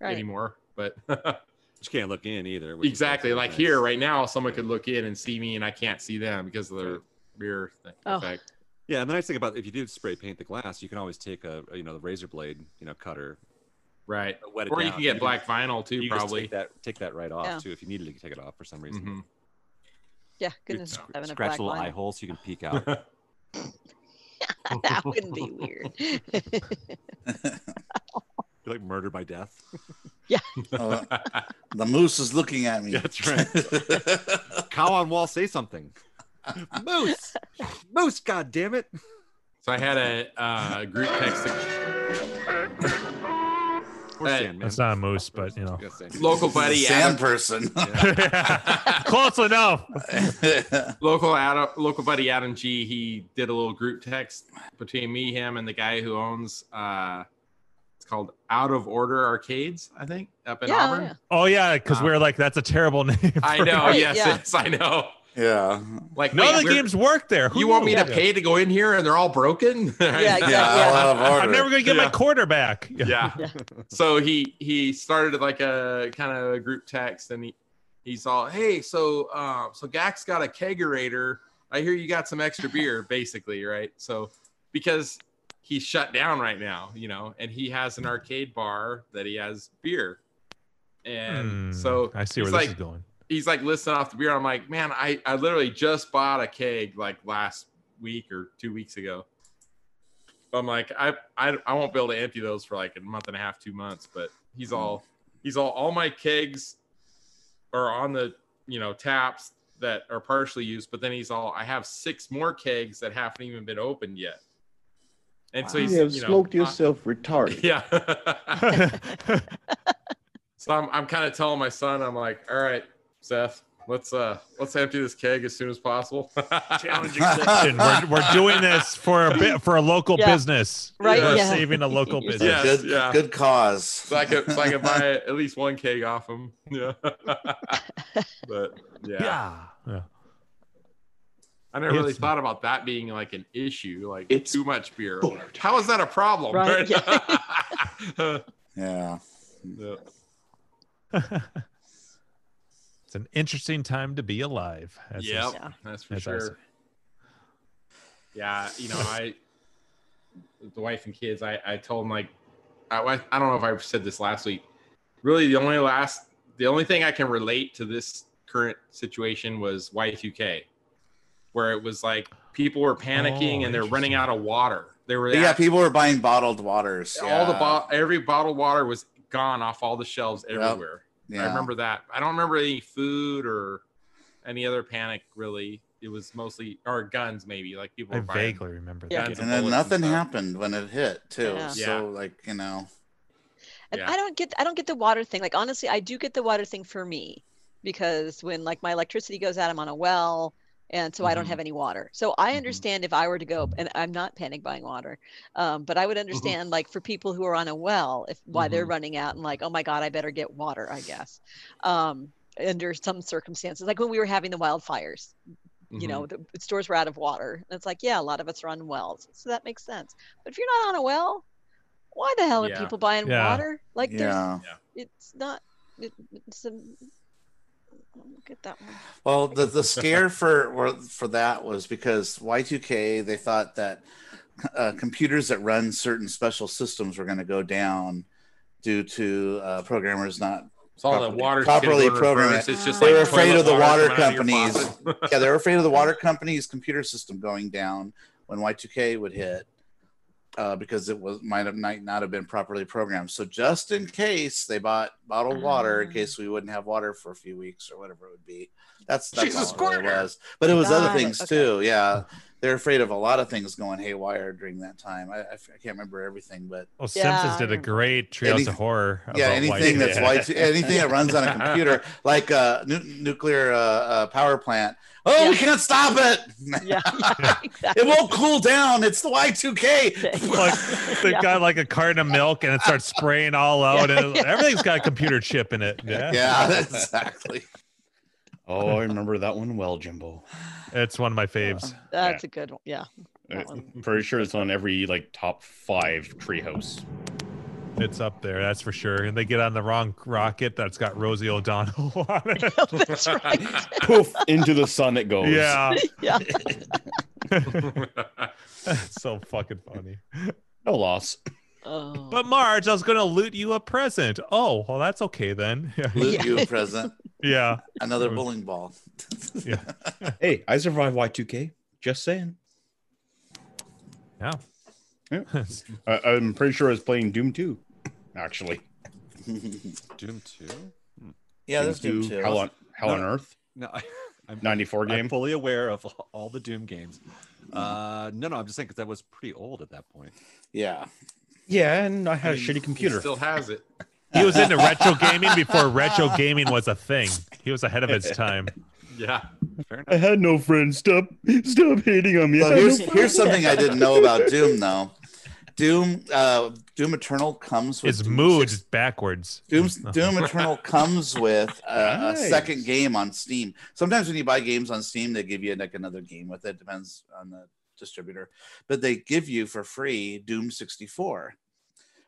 Right. anymore. But You can't look in either. which is exactly, also like nice. here right now, someone could look in and see me, and I can't see them because of the mirror thing, Oh. effect. Yeah, and the nice thing about if you do spray paint the glass, you can always take a a, you know the razor blade, you know, cutter, Right. wet it Or you down. can get black vinyl too, you can just probably. take that take that right off Yeah. too if you needed to take it off for some reason. Mhm. yeah, You goodness, sc- having a scratch black a little eye line. hole so you can peek out. that wouldn't be weird. Be like murder by death. Oh, the moose is looking at me. That's right. Cow on wall, say something. Moose, moose, god damn it! So I had a uh, group text. Or Hey. Sandman. That's not a moose, but you know, Yeah, Sandman. Local buddy, Sand Adam, person. close enough. local Adam, local buddy Adam G. He did a little group text between me, him, and the guy who owns. uh It's called Out of Order Arcades, I think, up in Yeah, Auburn. yeah. Oh yeah, because Um, we're like that's a terrible name. I for- know. Right, yes, yeah. yes, I know. yeah. Like None wait, of the we're- games work there. Who You want me knew? to pay to go in here, and they're all broken. Yeah, exactly. Yeah, Yeah. out of order. I'm never gonna get my Yeah. quarterback. yeah. So he he started like a kind of a group text, and he he's all, hey, so uh, so Gax got a kegerator. I hear you got some extra beer, basically, right? So because he's shut down right now, you know, and he has an arcade bar that he has beer. and Hmm, so I see he's where this like, is going. He's like listing off the beer. I'm like, man, I I literally just bought a keg like last week or two weeks ago. I'm like, I I, I won't be able to empty those for like a month and a half, two months. But he's all he's all all my kegs are on the you know taps that are partially used. But then he's all I have six more kegs that haven't even been opened yet. And so he's you have you know, uh, smoked on- yourself retarded. yeah. so I'm, I'm kind of telling my son, I'm like, all right, Seth, let's uh let's empty this keg as soon as possible. Challenge Action. we're, we're doing this for a bit for a local Yeah. business. Right, We're yeah. saving a local Yes, business. good, good cause. So I could so I could buy at least one keg off him. Yeah. but yeah. Yeah. Yeah. I never really It's- thought about that being like an issue, like too much beer. How is that a problem? Right, yeah. Yeah. It's an interesting time to be alive. Yep, just- Yeah. that's for I sure. said. yeah you know i the wife and kids i i told them like I, I don't know if i said this last week really the only last the only thing i can relate to this current situation was y2k where it was like people were panicking Oh, and they're running out of water they were yeah, at- people were buying bottled waters. all the yeah. bo- every bottled water was gone off all the shelves everywhere Yeah. i remember that i don't remember any food or any other panic really it was mostly or guns maybe like people I were buying vaguely remember Yeah. that. Guns And then bullets nothing stuff. happened when it hit too. Yeah. Yeah. So like you know, And Yeah. I don't get I don't get the water thing. Like honestly, I do get the water thing for me because when like my electricity goes out, I'm on a well, and so I don't Mhm. have any water. So I understand if I were to go, and I'm not panic buying water, um, but I would understand like for people who are on a well, if why they're Mhm. running out and like, oh my god, I better get water, I guess, um, under some circumstances. Like when we were having the wildfires, Mm-hmm. you know, the stores were out of water, and it's like, yeah, a lot of us are on wells, so that makes sense. But if you're not on a well, why the hell are Yeah. people buying Yeah. water? Like Yeah. there's, Yeah. it's not. It, it's a, get that one. Well, the, the scare for were- for that was because Y2K they thought that uh, computers that run certain special systems were going to go down due to uh, programmers not It's all that water's gonna properly go in programming. reverse. It's just they like were afraid toilet of the water water coming out of your companies. yeah, they were afraid of the water companies' computer system going down when Y2K would hit. Uh, because it was might have might not have been properly programmed. So just in case they bought bottled water, in case we wouldn't have water for a few weeks or whatever it would be. That's that's Jesus all it really Christ. was. But it was other Got it, things too. Yeah, they're afraid of a lot of things going haywire during that time. I, I f- I can't remember everything, but Well, Simpsons did a great Trios Any- of Horror. yeah, about white- anything that's Yeah. white, anything that runs on a computer, like a nu- nuclear uh, uh, power plant. Oh, we can't stop it. Yeah, it won't cool down. It's the Y two K. Like, they've got like a carton of milk and it starts spraying all out, and Yeah. everything's got a computer chip in it. Yeah, Yeah, exactly. Oh, I remember that one well, Jimbo. It's one of my faves. That's a good one. Yeah. Uh, pretty sure it's on every like top five treehouse. It's up there, that's for sure. And they get on the wrong rocket that's got Rosie O'Donnell on it. that's right. Poof into the sun it goes. Yeah. yeah. It's so fucking funny. No loss. Oh. But Marge, I was gonna loot you a present. Oh, well, that's okay then. Yeah. Loot you a present. Yeah. Another bowling ball. Yeah. hey, I survived Y2K. Just saying. Yeah. I, I'm pretty sure I was playing Doom 2, actually. Doom Two. Hmm. Yeah, there's Doom 2. Hell on, Hell on Earth. No, I, I'm 94 game. I'm fully aware of all- all the Doom games. Uh, no, no, I'm just saying because that was pretty old at that point. Yeah. Yeah, and I had I mean, a shitty computer. still has it. He was into retro gaming before retro gaming was a thing. He was ahead of his time. Yeah. I had no friends. Stop, stop hating on me. I Well, had here's, no here's friends. something I didn't know about Doom though. Doom, uh, Doom Eternal comes with His Doom mood is backwards. Doom, Doom Eternal comes with a, a Nice. second game on Steam. Sometimes when you buy games on Steam, they give you like another game with it. Depends on the distributor, but they give you for free Doom 64.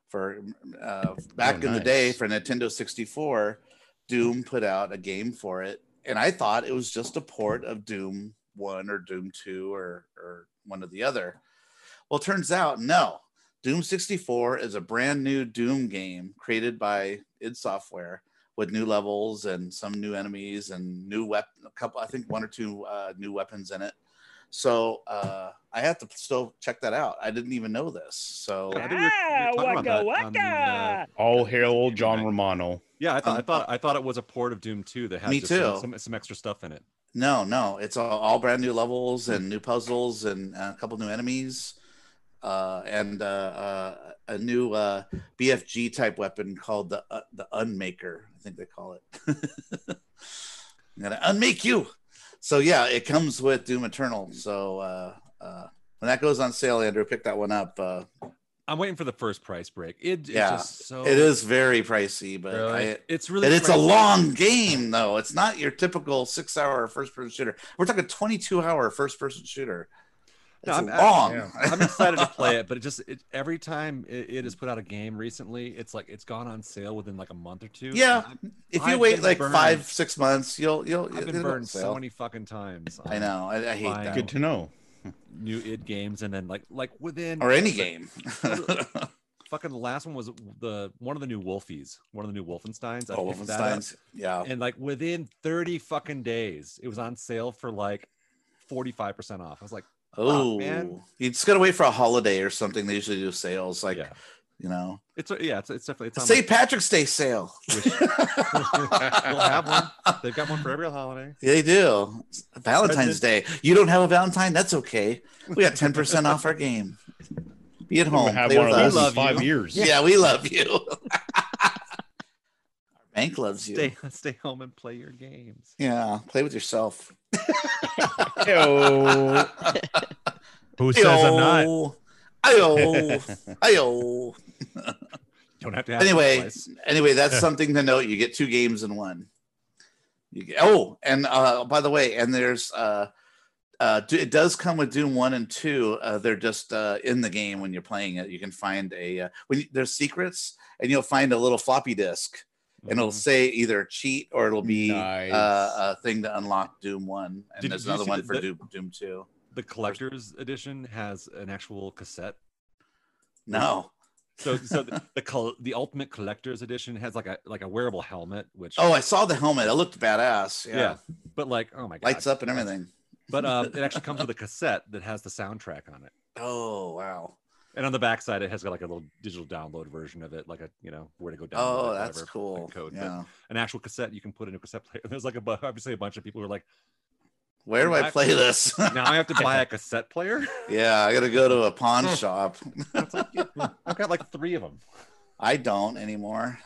For uh, back in the Oh, nice. day, for Nintendo 64, Doom put out a game for it, and I thought it was just a port of Doom One or Doom Two or or one or the other. Well, turns out no. Doom 64 is a brand new Doom game created by id Software with new levels and some new enemies and new weapon. A couple, I think, one or two uh, new weapons in it. So uh, I have to still check that out. I didn't even know this. So Yeah, I think we were- we were talking about that on the, uh, All hail John Romano. yeah, I thought I thought I thought it was a port of Doom 2 that had Uh, Me just some- too. Some, some extra stuff in it. No, no, it's all, all brand new levels and new puzzles and uh, a couple new enemies, uh, and uh, uh, a new uh, BFG type weapon called the uh, the Unmaker. I think they call it. I'm gonna unmake you. So yeah, it comes with Doom Eternal. So uh, uh, when that goes on sale, Andrew, pick that one up. Uh, I'm waiting for the first price break. It, it's yeah, just so it is very pricey, but Oh. Really? I, It's really and it's a pricey. long game though. It's not your typical six-hour first-person shooter. We're talking twenty-two hour first-person shooter. It's No, I'm, I- long. yeah. I'm excited to play it, but it just it, every time it, it has put out a game recently, it's like it's gone on sale within like a month or two. Yeah, and I've- if you I've wait been like burned. five, six months, you'll you'll. I've been it'll burned sell. so many fucking times. I on know, I- I hate buying that. Good to know. New id games, and then like like within Or any like, game. fucking the last one was the one of the new Wolfies, one of the new Wolfenstein's. I Oh, picked that up, Wolfenstein's, yeah. And like within thirty fucking days, it was on sale for like forty five percent off. I was like, oh Oh, man, you just gotta wait for a holiday or something. They usually do sales like, you know, it's yeah, it's, it's definitely it's on my- St. Patrick's Day sale. We'll have one. They've got one for every holiday. They do. Valentine's Day. You don't have a Valentine? That's okay. We got 10% off our game. Be at We haven't home. had play one with of us. those in We love five you. years. Yeah, we love you. our bank loves you. Stay stay home and play your games. Yeah, play with yourself. Yo. Who says I'm not? Ayo. Ayo. Don't have to ask Anyway, twice. anyway, that's something to note. You get two games in one. You get, oh, and uh, by the way, and there's uh, uh, d- it does come with Doom one and two. Uh, they're just uh, in the game when you're playing it. You can find a uh, when you, there's secrets, and you'll find a little floppy disk, and Mm-hmm. Um, it'll say either cheat or it'll be uh, a thing to unlock Doom one. And Did- there's did you another see one the- for the- Doom Doom two. The collector's edition has an actual cassette. No. So so the the, col- the ultimate collector's edition has like a like a wearable helmet, which Oh, I saw the helmet. It looked badass. Yeah, but like oh my god, lights up and everything. But uh, it actually comes with a cassette that has the soundtrack on it, Oh wow. and on the backside it has got like a little digital download version of it, like a you know where to go download. Oh, it, that's whatever, the cool. Code, But Yeah. an actual cassette you can put in a cassette player. There's like a bu- obviously a bunch of people who are like, Where do I play this? now I have to buy a cassette player. Yeah, I gotta go to a pawn shop. I've got like three of them. I don't anymore.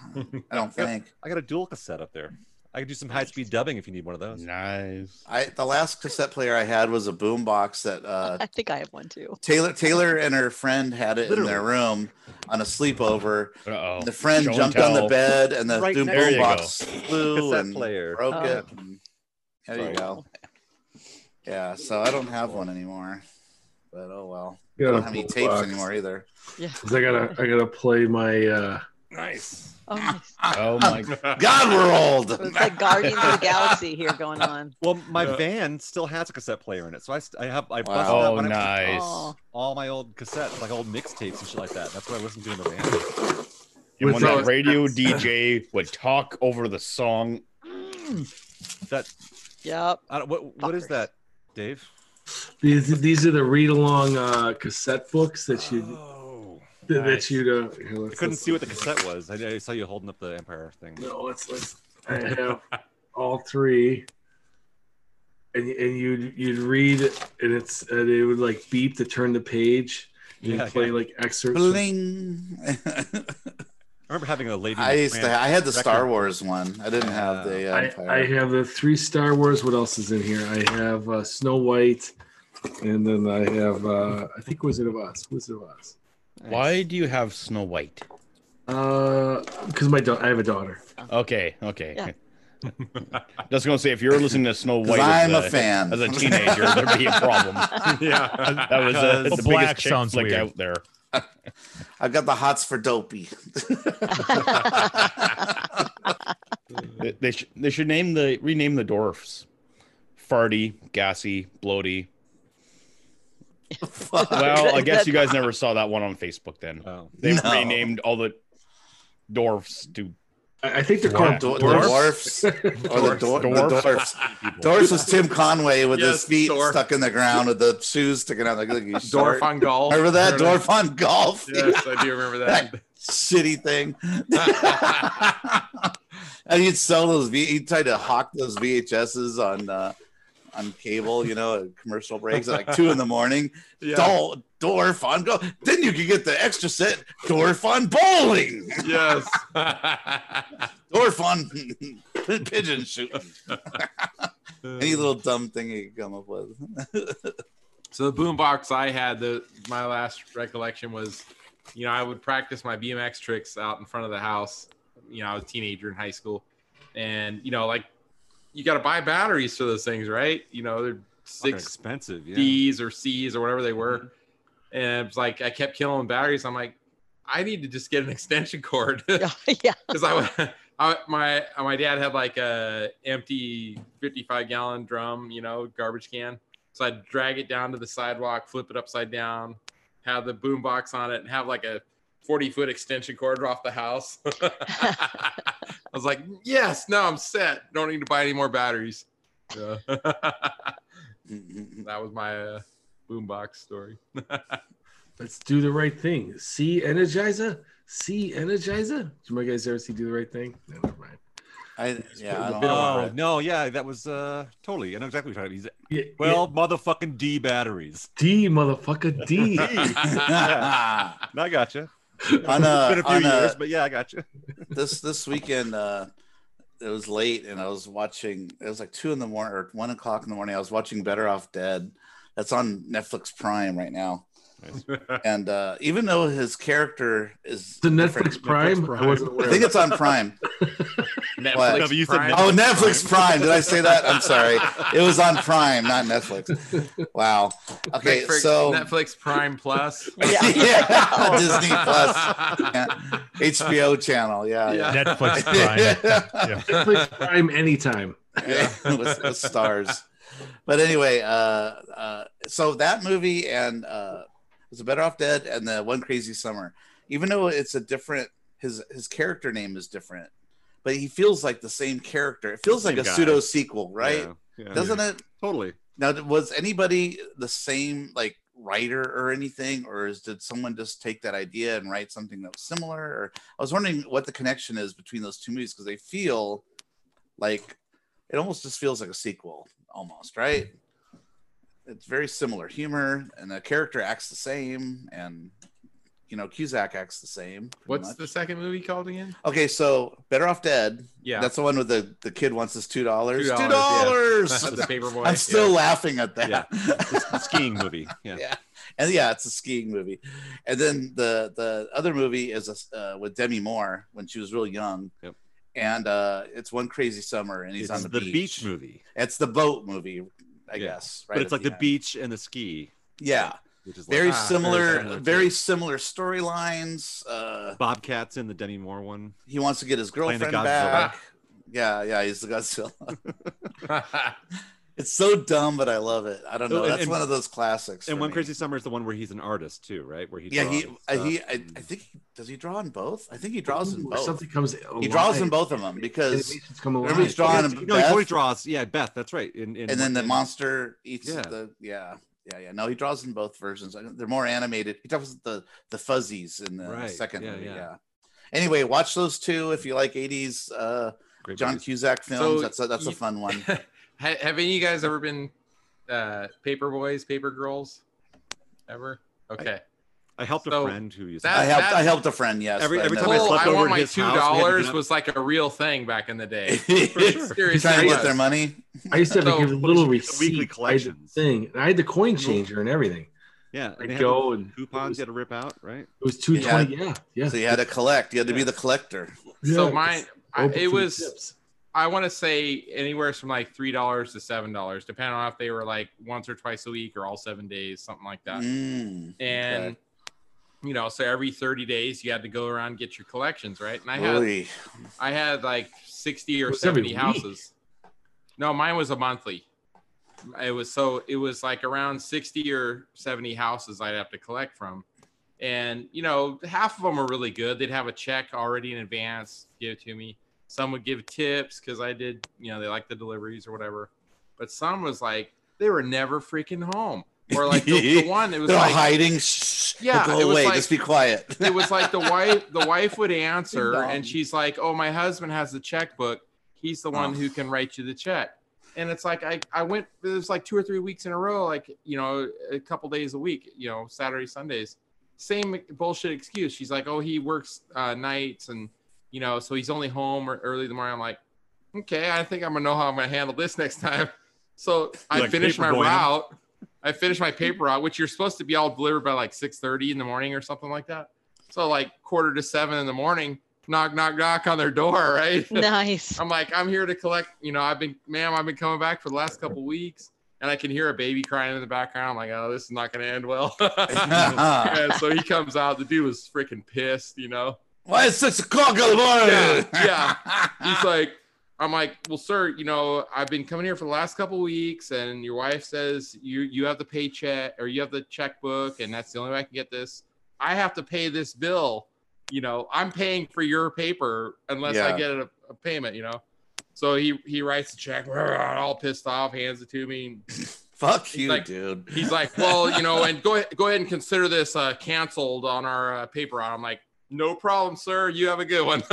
I don't think. I got a dual cassette up there. I could do some high speed dubbing if you need one of those. Nice. I the last cassette player I had was a boombox that uh, I think I have one too. Taylor Taylor and her friend had it in their room on a sleepover. Uh-oh. The friend Oh, Show and jumped on the tell. bed and the Right boom next- There you boombox go. flew Cassette and player. broke Oh. it. and- There you go. Yeah, so I don't have one anymore. But oh well. I Yeah, don't have any tapes boombox. anymore either. Yeah. 'Cause I gotta I gotta play my uh Nice. Oh, nice. Oh my God, we're old. So it's like Guardians of the Galaxy here going on. Well, my Yeah. van still has a cassette player in it, so I, st- I have I busted Wow. out Oh, when I was a kid, nice. Oh, all my old cassettes, like old mixtapes and shit like that. That's what I listened to in the And van. when With that those- radio DJ would talk over the song, That yep. I don't, what what is Fuckers. that, Dave? these these are the read along uh cassette books that you Oh, that you uh, here, I let's- couldn't let's- see what the cassette was. I, I saw you holding up the Empire thing. No, let's let's. I have all three, and and you'd you'd read it, and it's and it would like beep to turn the page and Yeah, you'd play yeah. like excerpts. from- Bling. I remember having a lady. I used to Grant I had the Star record. Wars one. I didn't have the uh, I, Empire. I have the three Star Wars. What else is in here? I have uh, Snow White, and then I have uh, I think Wizard of Oz. Wizard of Oz. why do you have Snow White? Uh, because my daughter, I have a daughter. Okay, okay. Yeah. Just gonna say, if you're listening to Snow 'Cause White, I'm as a fan. as a teenager, there'd be a problem. That Yeah. was uh, the Because biggest black chick sounds flick weird. out there. I've got the hots for dopey. They, they should they should name the rename the dwarfs, farty, gassy, bloaty. Well, I guess you guys never saw that one on Facebook. Then Oh, they No. renamed all the dwarfs to I I think they're called Dwar- dwarfs. the dwarfs. or the, dwar- the dwarfs. People. Dwarfs was Tim Conway with his Yes, feet dwarf. stuck in the ground with the shoes sticking out. Like, you Dwarf on golf. Remember that? Remember Dwarf on golf. Yes, I do remember that. shitty thing. and you'd sell those. V- he tried to hawk those VHSs on uh, on cable. You know, at commercial breaks at like two in the morning. Yeah. Dol- Dwarf on golf. Then you could get the extra set. Dwarf on bowling. Yes. Dwarf on pigeon shooting. Any little dumb thing you could come up with. So the boombox I had, the my last recollection was, you know, I would practice my BMX tricks out in front of the house. You know, I was a teenager in high school, and you know, like, you got to buy batteries for those things, right? You know, they're Fucking six expensive, yeah. D's or C's or whatever they were, and it's like I kept killing batteries. I'm like, I need to just get an extension cord. yeah, because I would. I, my my dad had like a empty 55 gallon drum, you know, garbage can. So I'd drag it down to the sidewalk, flip it upside down, have the boom box on it, and have like a 40 foot extension cord off the house. I was like, yes, no, I'm set. Don't need to buy any more batteries. So that was my uh, boom box story. Let's do the right thing. See Energizer. See Energizer. Did my guys ever see Do the Right Thing? No, never mind. I been a while. Oh no, yeah, that was uh totally. I know exactly what you're talking about. Yeah, He's twelve motherfucking D batteries. D motherfucker D. Yeah. No, I got you. on a, it's been Uh, a few on a- years, but yeah, I got you. this this weekend, uh, it was late, and I was watching. It was like two in the morning or one o'clock in the morning. I was watching Better Off Dead. That's on Netflix Prime right now. and uh, even though his character is The Netflix different- Prime? Netflix I wasn't aware I think of it's on Prime. Netflix What? No, but you said Prime. Oh, Netflix Prime. Did I say that? I'm sorry. It was on Prime, not Netflix. Wow. Okay, Netflix, so Netflix Prime Plus. yeah, Disney Plus, Yeah. HBO channel, yeah, yeah. Netflix Prime, Netflix Prime anytime. with, with stars. But anyway, uh, uh, so that movie and uh, was a Better Off Dead and the One Crazy Summer. Even though it's a different, his his character name is different, but he feels like the same character. It feels like Same a guy. pseudo sequel, right? Yeah, yeah. Doesn't it? Totally. Now, was anybody the same like writer or anything, or is, did someone just take that idea and write something that was similar? Or I was wondering what the connection is between those two movies because they feel like it almost just feels like a sequel, almost right. It's very similar humor, and the character acts the same, and you know Cusack acts the same. pretty What's much. the second movie called again? Okay, so Better Off Dead. Yeah. that's the one with the the kid wants his two dollars. $2, Two yeah. dollars. With the paper boy, I'm still yeah. laughing at that. skiing movie. Yeah. and yeah, it's a skiing movie. And then the the other movie is uh, with Demi Moore when she was real young. Yep. And uh, it's one crazy summer, and he's It's on the, the beach. beach movie. It's the boat movie, I guess. Right but it's at like the end. beach and the ski. Yeah. Which is like- Very, Ah, very similar, similar to- very similar, storylines. Uh, Bobcats in the Demi Moore one. he wants to get his Playing the girlfriend Godzilla. back. Yeah, yeah, he's the Godzilla. it's so dumb, but I love it. I don't know. Oh, and- That's and- one of those classics. And for One me. Crazy Summer is the one where he's an artist too, right? Where he yeah, he, draws uh, I, and he, stuff. I, I think he- does he draw in both? I think he draws in Ooh, both. something comes He draws in alive. both of them because Animations come remember alive. he's drawing No, in he always Beth, draws. Yeah, Beth. That's right. In, in and then One the Crazy- monster eats Yeah. the yeah. Yeah, yeah. No, he draws in both versions. I- They're more animated. He draws the the fuzzies in the Right, second yeah, movie. Yeah. yeah. Anyway, watch those two if you like '80s uh, Great John movies. Cusack films. So that's a, that's a you- fun one. Ha- have any of you guys ever been uh, paper boys, paper girls? Ever? Okay. I helped a So, friend who used. that- I helped. I that's- helped a friend. Yes. Every- but every I time never- I Oh, slept I over want at my his two house, we had to dollars get up- was like a real thing back in the day. trying to Seriously, get their money. I used to have to So- give a little receipt. I weekly had the collections. thing, and I had the coin changer and everything. Yeah, I and they had go the and coupons you had to rip out, right? it was two You had- twenty. Yeah, yeah. So you had to collect. You had to be the collector. so Yeah, mine, I, open it for the was. tips. I want to say anywhere from like three dollars to seven dollars, depending on if they were like once or twice a week or all seven days, something like that. Mm, And okay. you know, so every thirty days you had to go around and get your collections, right? And I had Oy. I had like sixty It or was every seventy week. houses. No, mine was a monthly. It was so it was like around sixty or seventy houses I'd have to collect from, and you know half of them were really good. They'd have a check already in advance, give it to me, Some would give tips because I did, you know, they like the deliveries or whatever. But some was like they were never freaking home. Or like the, the one it was They're all like, hiding. Shh, Yeah, go it was away. like- Just be quiet. it was like the wife the wife would answer Ding dong. and she's like oh my husband has the checkbook he's the one Oh. who can write you the check and it's like i i went it was like two or three weeks in a row like you know a couple days a week you know saturday sundays same bullshit excuse she's like oh he works uh, nights and you know so he's only home or early in the morning i'm like okay i think i'm gonna know how i'm gonna handle this next time so i Like finished my paperboy him. route I finished my paper route, which you're supposed to be all delivered by like 6:30 in the morning or something like that. So like quarter to seven in the morning, knock, knock, knock on their door, right? Nice. I'm like, I'm here to collect. You know, I've been, ma'am, I've been coming back for the last couple weeks, and I can hear a baby crying in the background. I'm like, oh, this is not going to end well. and so he comes out. The dude was freaking pissed, you know. Why is six o'clock in the morning? Yeah, yeah. He's like, I'm like, well, sir, you know, I've been coming here for the last couple weeks, and your wife says you you have the paycheck or you have the checkbook, and that's the only way I can get this. I have to pay this bill. You know, I'm paying for your paper unless Yeah. I get a, a payment. You know, so he he writes a check, all pissed off, hands it to me. Fuck He's you, like- dude. He's like, well, you know, and go ahead, go ahead and consider this uh, canceled on our uh, paper route. I'm like, no problem, sir. You have a good one.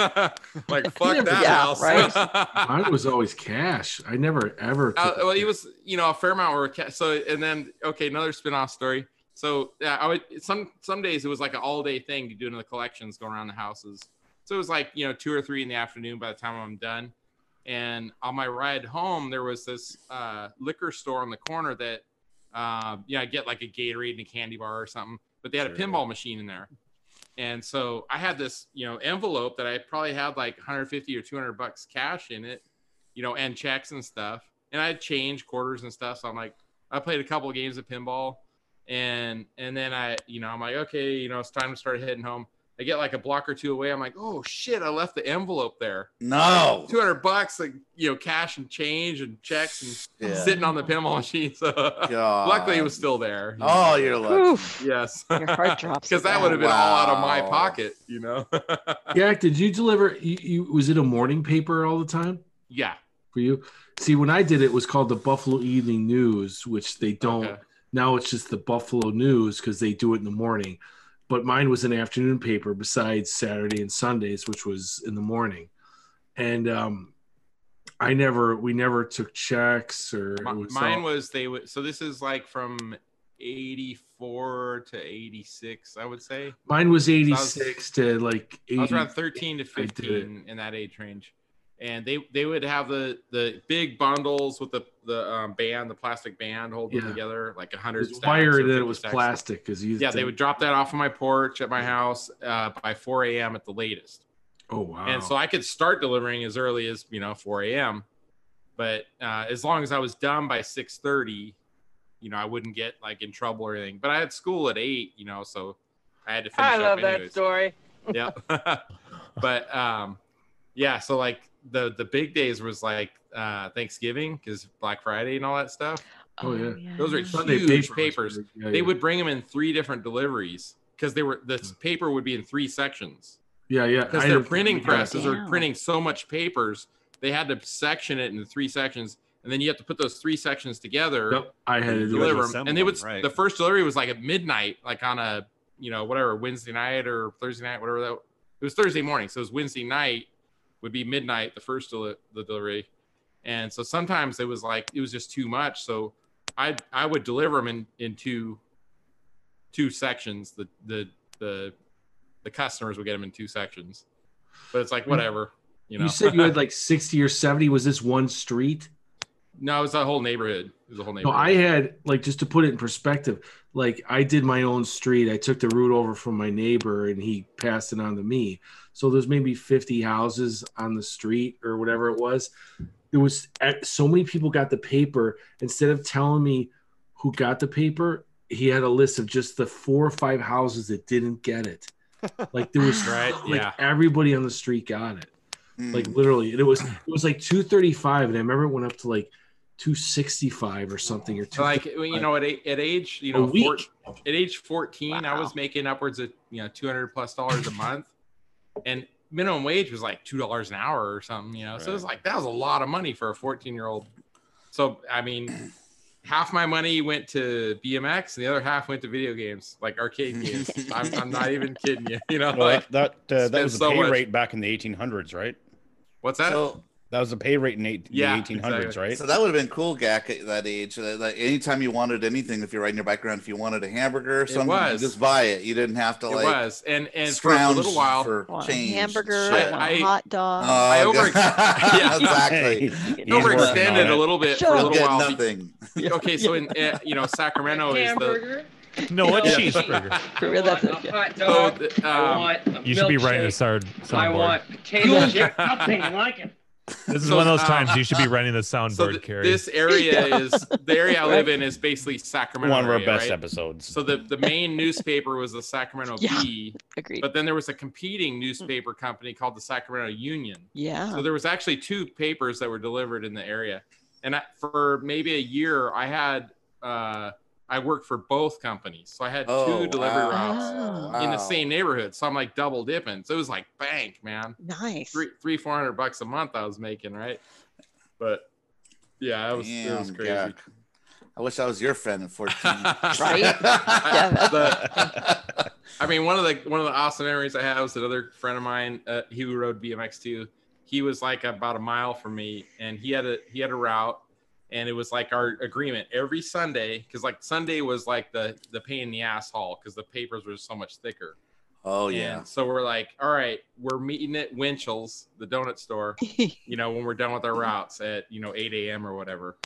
like, fuck that Yeah, house. Mine was always cash. I never ever. Uh, well, he was, you know, a fair amount were ca- so, and then okay, another spin-off story. So yeah, I would some some days it was like an all-day thing to do in the collections, going around the houses. So it was like you know two or three in the afternoon by the time I'm done. And on my ride home, there was this uh, liquor store on the corner that, uh, yeah, I get like a Gatorade and a candy bar or something. But they had a Sure. pinball machine in there, and so I had this you know envelope that I probably had like 150 or 200 bucks cash in it you know, and checks and stuff. And I changed quarters and stuff. So I'm like, I played a couple of games of pinball, and and then I, you know, I'm like, okay, you know, it's time to start heading home. I get like a block or two away. I'm like, oh shit, I left the envelope there. Oh. No. two hundred bucks, like you know, cash and change and checks and Yeah. sitting on the pinball machine. So God. luckily, it was still there. Oh, you're lucky. Yes, Your heart drops. because that would have been all out of my Wow. pocket, you know. Jack, did you deliver? You, you was it a morning paper all the time yeah. for you? See, when I did it, it was called the Buffalo Evening News, which they don't Okay. now. It's just the Buffalo News because they do it in the morning. But mine was an afternoon paper besides Saturday and Sundays, which was in the morning. And um, I never, we never took checks or it Mi- was mine all- was they would so this is like from 84 to 86 i would say mine was So I 86 to like 80. I was around 13 to I did it. 15 in that age range. And they they would have the the big bundles with the the um, band, the plastic band holding Yeah. them together, like a It 100 was stacks or wired that it 50 was stacks. plastic because you Yeah, they would drop that off on my porch at my house uh, by 4 a.m. at the latest. Oh wow! And so I could start delivering as early as you know 4 a.m. But uh, as long as I was done by 6:30, you know I wouldn't get like in trouble or anything. But I had school at eight, you know, so I had to finish. I love up that anyways. story. Yeah, but um, yeah. So like the the big days was like uh, Thanksgiving because Black Friday and all that stuff. Oh, yeah. Those are Sunday huge paper was papers. big. Yeah, They yeah. Hmm. would bring them in three different deliveries because they were the paper would be in three sections yeah, yeah. because I their had a- printing presses are Damn. printing so much papers they had to section it into three sections and then you have to put those three sections together Yep, I had to and do deliver it. them and they would assemble 'em, right. the first delivery was like at midnight like on a you know whatever wednesday night or thursday night whatever that it was thursday morning so it was wednesday night would be midnight the first deli- the delivery and so sometimes it was like it was just too much so i i would deliver them in in two two sections the the the the customers would get them in two sections but it's like whatever you You, know said you had like 60 or 70. Was this one street? no it was a whole neighborhood it was a whole No, neighborhood I had like just to put it in perspective. Like I did my own street. I took the route over from my neighbor, and he passed it on to me. So there's maybe 50 houses on the street or whatever it was. There was eh, so many people got the paper. Instead of telling me who got the paper, he had a list of just the four or five houses that didn't get it. Like there was Right, like yeah. everybody on the street got it. like Mm. literally and it was it was like 235 and i remember it went up to like 265 or something or So, two like you know at, a- at age you a know four, week at age 14 i was making upwards of you know 200 plus dollars a month and minimum wage was like two dollars an hour or something, you know. So it's like that was a lot of money for a 14 year old. So I mean, half my money went to BMX and the other half went to video games, like arcade games. I'm, I'm not even kidding you. You know, Well, like that that, uh, that spend was the so pay much- rate back in the 1800s, right? What's that? So- that was the pay rate in eight, Yeah, the 1800s, right? Mm. So that would have been cool, Gak, at that age. That- Like anytime you wanted anything, if you're riding your bike around, if you wanted a hamburger or It something, you was. just buy it. You didn't have to it like was, and and for a scrounge little while, for Want a change. and hamburger, shit. want a hot dog. I Oh, over, God. yeah, exactly. He's overextended a little bit for a You'll little get while. nothing. Okay, so in uh, you know Sacramento is the hamburger. No, a Yeah. cheeseburger. I want a hot dog. um, I want a You should be writing a milkshake. sound. I soundboard. want potato chip. Nothing like it. This is So, one of uh, those times you should be writing the soundboard, so th- Carrie. this area Yeah. is the area I live Right. in is basically Sacramento. One of our area, best right? episodes. So the the main newspaper was the Sacramento Bee. Agreed. But then there was a competing newspaper company called the Sacramento Union. Yeah. So there was actually two papers that were delivered in the area, and I, for maybe a year, I had uh, I worked for both companies, so I had Oh, two delivery wow. routes Oh. in Wow. the same neighborhood. So I'm like double dipping. So it was like bank, man. Nice. Three three four hundred bucks a month I was making, right? But yeah, it was it was Damn, crazy. Gak. I wish I was your friend at 14. Right? The- I mean, one of the one of the awesome memories I have was another friend of mine uh, he who rode BMX too. He was like about a mile from me, and he had a he had a route, and it was like our agreement every Sunday because like Sunday was like the the pain in the ass haul because the papers were so much thicker. Oh And yeah. so we're like, all right, we're meeting at Winchell's, the donut store, you know, when we're done with our routes at, you know, 8 a.m. or whatever.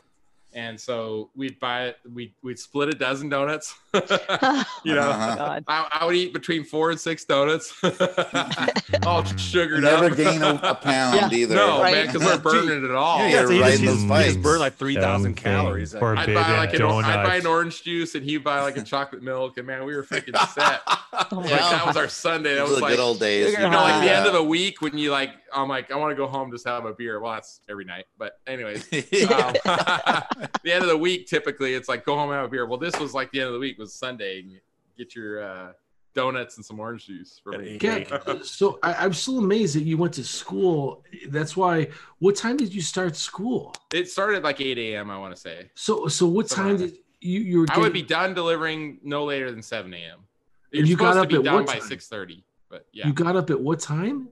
And so we'd buy it, we'd, we'd split a dozen donuts. you Oh know, God. I, I would eat between four and six donuts, all Mm. sugared Never up. gain a- a pound either. No, Right. man, because we're burning it all. Yeah, so you just- you just burn like 3,000 calories. I'd buy like an, I'd buy an orange juice and he'd buy like a chocolate milk, and man, we were freaking set. like, that was our Sunday. That Those was are the like good old days. You You know, like can do the end of that. the week when you like, I'm like, I want to go home, just have a beer. Well, that's every night, but anyways, um, the end of the week typically it's like go home and have a beer. Well, this was like the end of the week was Sunday. And you get your uh, donuts and some orange juice for me. Gak, so I, I'm still amazed that you went to school. That's why. What time did you start school? it started like 8 a.m. I want to say. So so what time did you you were? I would getting- be done delivering no later than 7 a.m. You're And you got supposed up to at be done what by time? 6:30, but yeah, You got up at what time?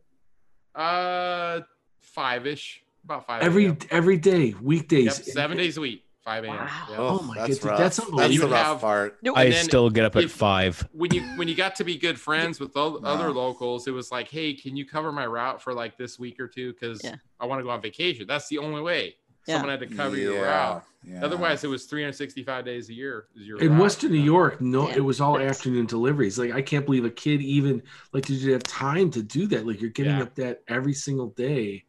uh, five ish, about five. Every a.m. every day, Uh, Yep, weekdays. seven days a week, 5 a.m. Yep. Oh, my goodness, that's unbelievable. And you'd have- and I then still get up at if- five. When you when you got to be good friends with all, other Wow. locals, it was like, hey, can you cover my route for like this week or two? Because I want to go on vacation. That's the only way. Yeah. Someone had to cover your Yeah, route. yeah. Otherwise, it was 365 days a year. Is your In route. Western New York, no, it was all afternoon deliveries. Like I can't believe a kid even like did you have time to do that? Like you're getting up that every single day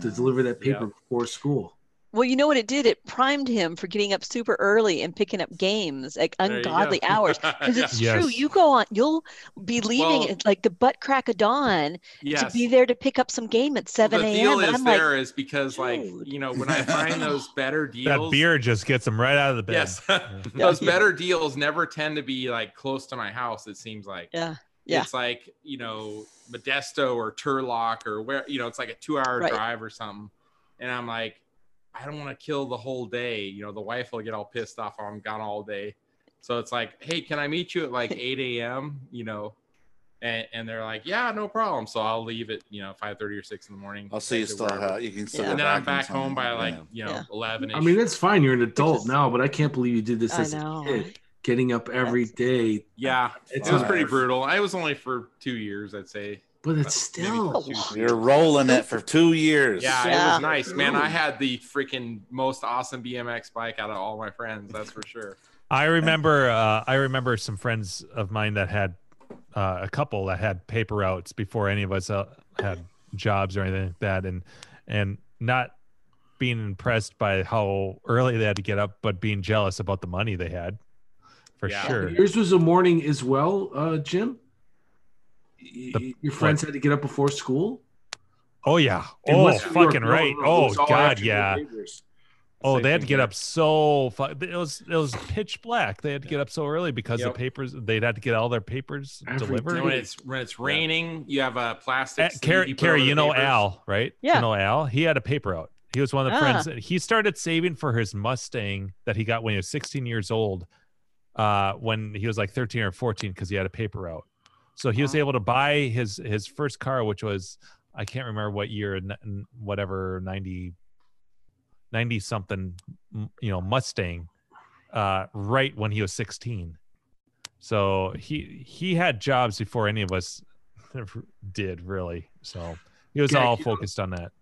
to deliver that paper before school. Well, you know what it did? It primed him for getting up super early and picking up games at you ungodly go. hours. Because it's Yes. true, you go on, you'll be leaving Well- at like the butt crack of dawn to Yes. be there to pick up some game at 7 the a.m. deal And is I'm like, there is because like you know when I find those better That deals, beer just gets them right out of the bed. Yes. those better deals never tend to be like close to my house. It seems like yeah, yeah. it's like you know Modesto or Turlock or where you know it's like a two-hour Right. drive or something, and I'm like, I don't want to kill the whole day. You know, the wife will get all pissed off. "Oh, I'm gone all day, so it's like, hey, can I meet you at like 8 a.m. You know. And, and they're like, yeah, no problem. So I'll leave at you know five thirty or six in the morning. I'll see you head to still wherever. have- you can still And go then I'm back back in time. home by like Yeah. you know eleven. I mean, that's fine. You're an adult now, but I can't believe you did this I as know, a kid, getting up every day. Yeah, It's it was pretty hard. brutal. I was only for two years, I'd say. But it's Maybe still two, three You're years. rolling it for two years. Yeah, it was nice, man. I had the freaking most awesome BMX bike out of all my friends. That's for sure. I remember uh, I remember some friends of mine that had uh, a couple that had paper routes before any of us uh, had jobs or anything like that and and not being impressed by how early they had to get up but being jealous about the money they had for sure Yours was a morning as well, uh, Jim. Y- y- Your friends had to get up before school. oh yeah In oh Western New York, fucking no, right no, it oh was all god afternoon yeah labors. Oh, Same they had to thing get here. up so fu- it was it was pitch black. They had to get up so early because the Yep. papers they'd had to get all their papers Every delivered. day When it's when it's raining, you have a plastic. At- Eh, Carrie, Carrie, you know Al, right? Yeah. You know Al. He had a paper out. He was one of the Ah. friends. He started saving for his Mustang that he got when he was 16 years old, uh, when he was like 13 or 14, because he had a paper out. So he Ah. was able to buy his his first car, which was I can't remember what year, n- n- whatever 90 90 something m- you know mustang uh right when he was 16 so he he had jobs before any of us did really so he was Yeah, all you- focused on that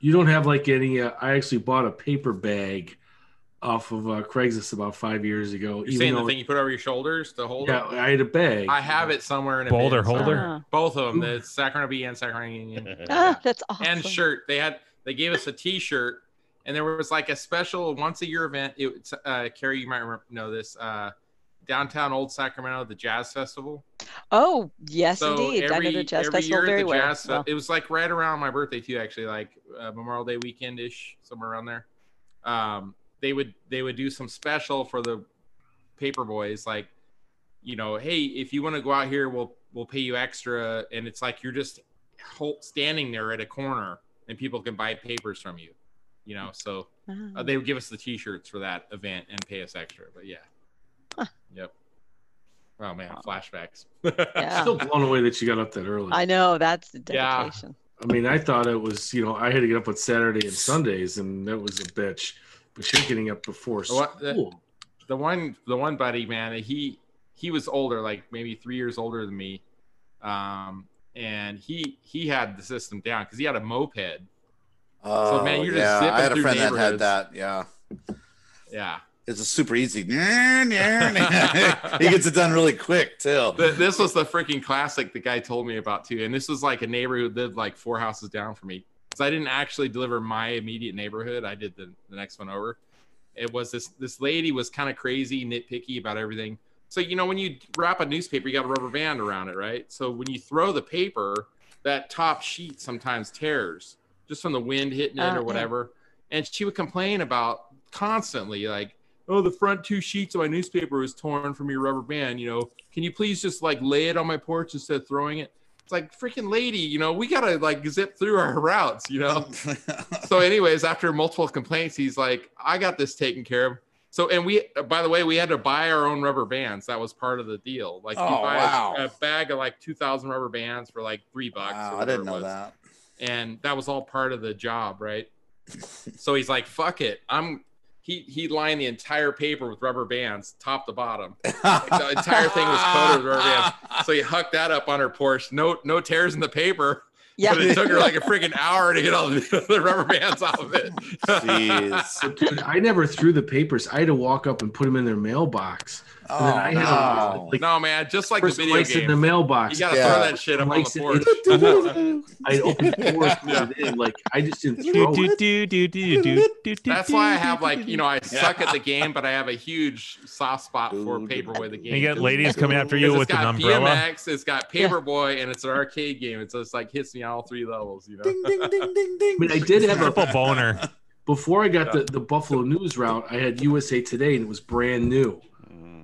You don't have like any. Uh, I actually bought a paper bag off of uh, Craigslist about five years ago. You're saying the thing you put over your shoulders to hold. yeah, it? I had a bag. I have it somewhere in a Boulder bin holder? somewhere. Ah. Both of them, the Sacramento Bee and Sacramento Union. Ah, that's awesome. And shirt. They had they gave us a T-shirt, and there was like a special once a year event. It was, uh, Carrie, you might remember, know this. Uh, downtown Old Sacramento, the Jazz Festival. Oh, yes, indeed. I know the jazz every festival year at very the well. Jazz Fe- Well, It was like right around my birthday too, actually, like uh, Memorial Day weekend ish, somewhere around there. Um, they would they would do some special for the paper boys, like you know, hey, if you want to go out here, we'll we'll pay you extra, and it's like you're just hol- standing there at a corner, and people can buy papers from you, you know. So uh, they would give us the T-shirts for that event and pay us extra, but yeah. Yep. Oh man, flashbacks. Yeah. Still blown away that you got up that early. I know that's the Yeah. dedication. I mean, I thought it was, you know, I had to get up on Saturday and Sundays, and that was a bitch. But you're getting up before The school. one- the, the one the one buddy man he he was older like maybe three years older than me um and he he had the system down because he had a moped Oh, so man you're yeah. just zipping I had a through friend that had neighborhoods. that. Yeah. yeah It's a super easy. he gets it done really quick too. Th- this was the freaking classic the guy told me about too and this was like a neighbor who lived like four houses down from me so i didn't actually deliver my immediate neighborhood i did the, the next one over it was this this lady was kind of crazy nitpicky about everything so you know when you wrap a newspaper you got a rubber band around it right so when you throw the paper that top sheet sometimes tears just from the wind hitting it Uh, yeah. or whatever and she would complain about constantly like oh the front two sheets of my newspaper was torn from your rubber band you know can you please just like lay it on my porch instead of throwing it it's like freaking lady you know we gotta like zip through our routes you know so anyways after multiple complaints he's like i got this taken care of so and we by the way we had to buy our own rubber bands that was part of the deal like you Oh, buy a- wow. a bag of like 2000 rubber bands for like three bucks Wow, or I didn't whatever it know was that. and that was all part of the job, right? so he's like, "Fuck it, I'm." He he lined the entire paper with rubber bands, top to bottom. Like, the entire thing was coated with rubber bands. So he hucked that up on her porch. No no tears in the paper. Yeah. But it took her like a freaking hour to get all the, the rubber bands off of it. But dude, I never threw the papers. I had to walk up and put them in their mailbox. and then I had Oh, to, like, no, man, just like the first video place game. in the mailbox. You gotta Yeah. throw that shit up on Place the it- porch. I opened the doors, put it in, like I just didn't throw Do, it. do, do, do, do, do, do, That's why I have like you know I suck at the game, but I have a huge soft spot for Paperboy the game. You got ladies coming after you Because with it's an got umbrella. PMX, it's got Paperboy, and it's an arcade game. It's just like hits me on all three levels. You know, I mean, I did have Triple boner. Before I got the, the Buffalo News route, I had USA Today and it was brand new.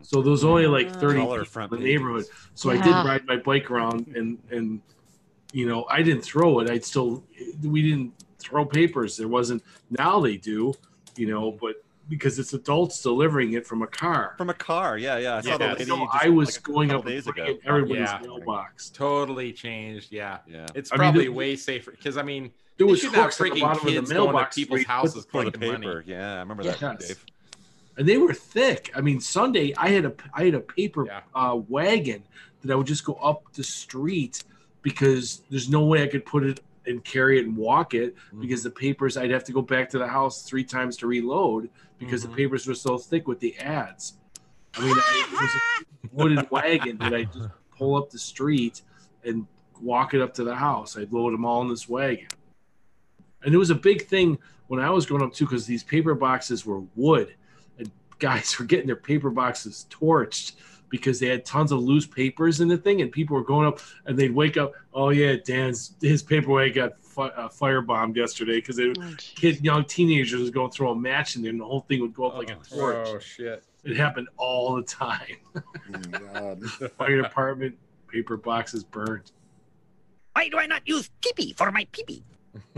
So there was only like 30 Color people Mm. front in the pages. neighborhood. So I did Yeah. ride my bike around and, and, you know, I didn't throw it. I'd still, we didn't throw papers. There wasn't, now they do, you know, but because it's adults delivering it from a car. From a car, yeah, yeah. I saw the lady so just, I was like, a going couple up and days putting ago. it in everybody's Yeah. mailbox. totally changed. Yeah, yeah. It's I mean, probably there- way safer because I mean, there they was should have hooks at the freaking bottom of the kids going to mailbox where people's you put houses the- the collecting money. Yeah, I remember that, Yes. Dave. and they were thick. I mean, Sunday I had a I had a paper uh, wagon that I would just go up the street because there's no way I could put it and carry it and walk it because the papers I'd have to go back to the house three times to reload because the papers were so thick with the ads. I mean, I, it was a wooden wagon that I just pull up the street and walk it up to the house. I'd load them all in this wagon. And it was a big thing when I was growing up too, because these paper boxes were wood, and guys were getting their paper boxes torched because they had tons of loose papers in the thing, and people were going up and they'd wake up. Oh yeah, Dan's his paperweight got fi- uh, firebombed yesterday because a Oh, kid, young teenagers was going through a match in there, and the whole thing would go up like a torch. Oh shit! It happened all the time. Oh, Fire department paper boxes burned. Why do I not use peepee for my peepee?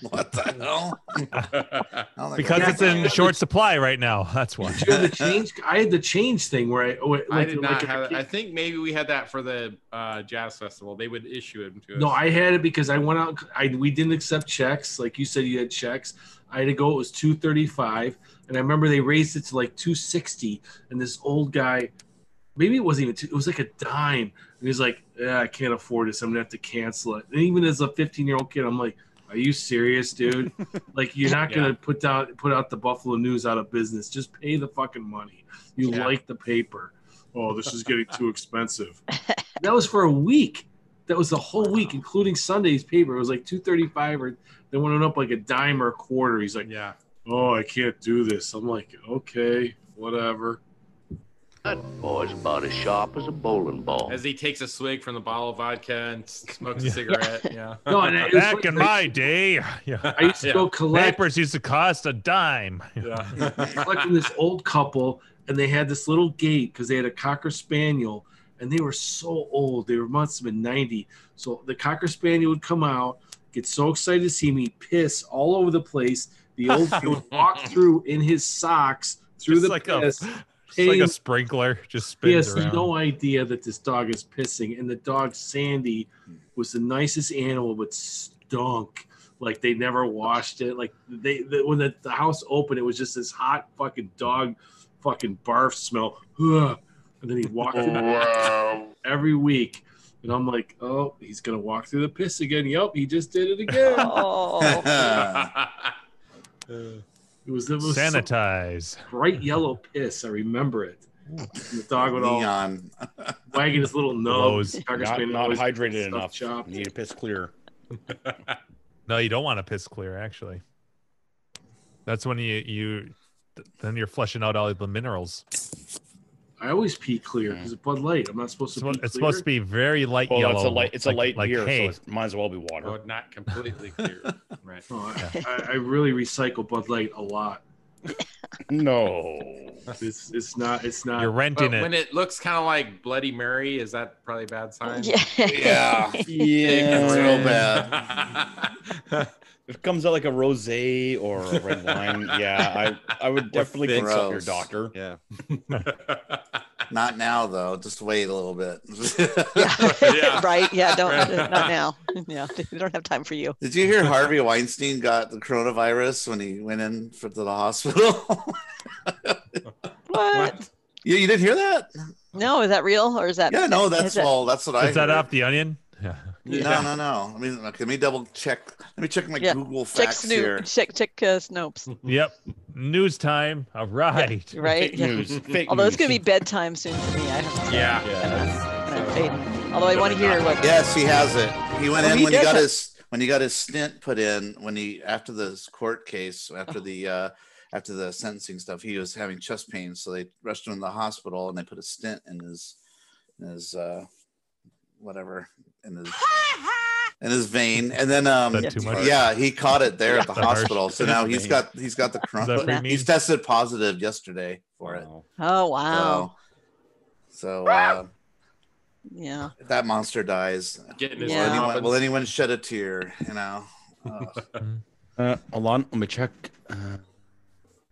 what the hell? because it's in short supply right now. That's why. You had the change. I had the change thing where I. Like, I did not like if a have. kid- I think maybe we had that for the uh, jazz festival. They would issue it to us. No, I had it because I went out. I we didn't accept checks, like you said. You had checks. I had to go. It was two thirty five, and I remember they raised it to like two sixty. And this old guy, maybe it wasn't even. Two, it was like a dime, and he's like, "Yeah, I can't afford this. I'm gonna have to cancel it." And even as a fifteen year old kid, I'm like, "Are you serious, dude? like, you're not gonna Yeah. put down put out the Buffalo News out of business. Just pay the fucking money. You Yeah. like the paper. Oh, this is getting too expensive. that was for a week. That was the whole week, including Sunday's paper. It was like two thirty-five, or they went up like a dime or a quarter. He's like, "Yeah, oh, I can't do this." I'm like, "Okay, whatever." Boy's about as sharp as a bowling Oh. ball. As he takes a swig from the bottle of vodca and s- smokes a cigarette. Yeah. No, and it was Back in my day, yeah. I used to go collect- Papers used to cost a dime. Collecting this old couple, and they had this little gate because they had a cocker spaniel, and they were so old. They were must have been ninety. So the cocker spaniel would come out, get so excited to see me, piss all over the place. The old he would walk through in his socks through the piss. It's like a paying- sprinkler just He spins has around. no idea that this dog is pissing. And the dog Sandy was the nicest animal, but stunk. Like they never washed it. Like they, the, when the, the house opened, it was just this hot fucking dog, fucking barf smell. Ugh. And then he walked through Wow. every week. And I'm like, oh, he's gonna walk through the piss again. Yep, he just did it again. Oh. it was the it was so Sanitize. bright yellow piss. I remember it. And the dog would all Neon. wagging his little nose. Nose. Cocker Not- spaniel not always hydrated stuff enough. chopped. Need a piss clear. No, you don't want to piss clear. Actually, that's when you you th- then you're flushing out all the minerals. I always pee clear because it's Bud Light. I'm not supposed to. pee It's supposed to be very light Well, yellow. Oh, it's a light. It's like- a light like beer, hay. so it might as well be water. Oh, not completely clear. Right. I, I really recycle Bud Light a lot. no, it's it's not. It's not. You're renting But when it looks kind of like Bloody Mary, is that probably a bad sign? Yeah. Yeah. Yeah, real bad. If it comes out like a rosé or a red wine, yeah, I I would definitely thick. consult your Gross. doctor. Yeah. Not now though. Just wait a little bit. right? Yeah, don't not now. Yeah, we don't have time for you. Did you hear Harvey Weinstein got the coronavirus when he went in for to the hospital? What? You, you didn't hear that? No, is that real or is that? Yeah, no, is that's that- all. That's what I. Is that heard. off the onion? Yeah. No, no, no. I mean, let me double check. Let me check my yeah. Google check facts here. Snoop. Check check uh, Snopes. Yep. News time. All right. Right. Yeah. Although it's gonna be bedtime soon for me. I have to. Yeah. I'm fading. Although I want to hear what. Yes, he has it. He went Oh, in he when he does got it. his when he got his stint put in when he after this court case after the uh, after the sentencing stuff he was having chest pain so they rushed him to the hospital and they put a stint in his in his uh, whatever in his in his vein and then um Is that too much? yeah he caught it there at the Is that harsh? hospital so now he's got he's got the that what you corona mean? he's tested positive yesterday for it Oh wow. so, so uh, Yeah. if that monster dies, Getting will, his anyone, comeuppance. will anyone shed a tear? You know, Ugh. Uh, hold on, let me check. Uh,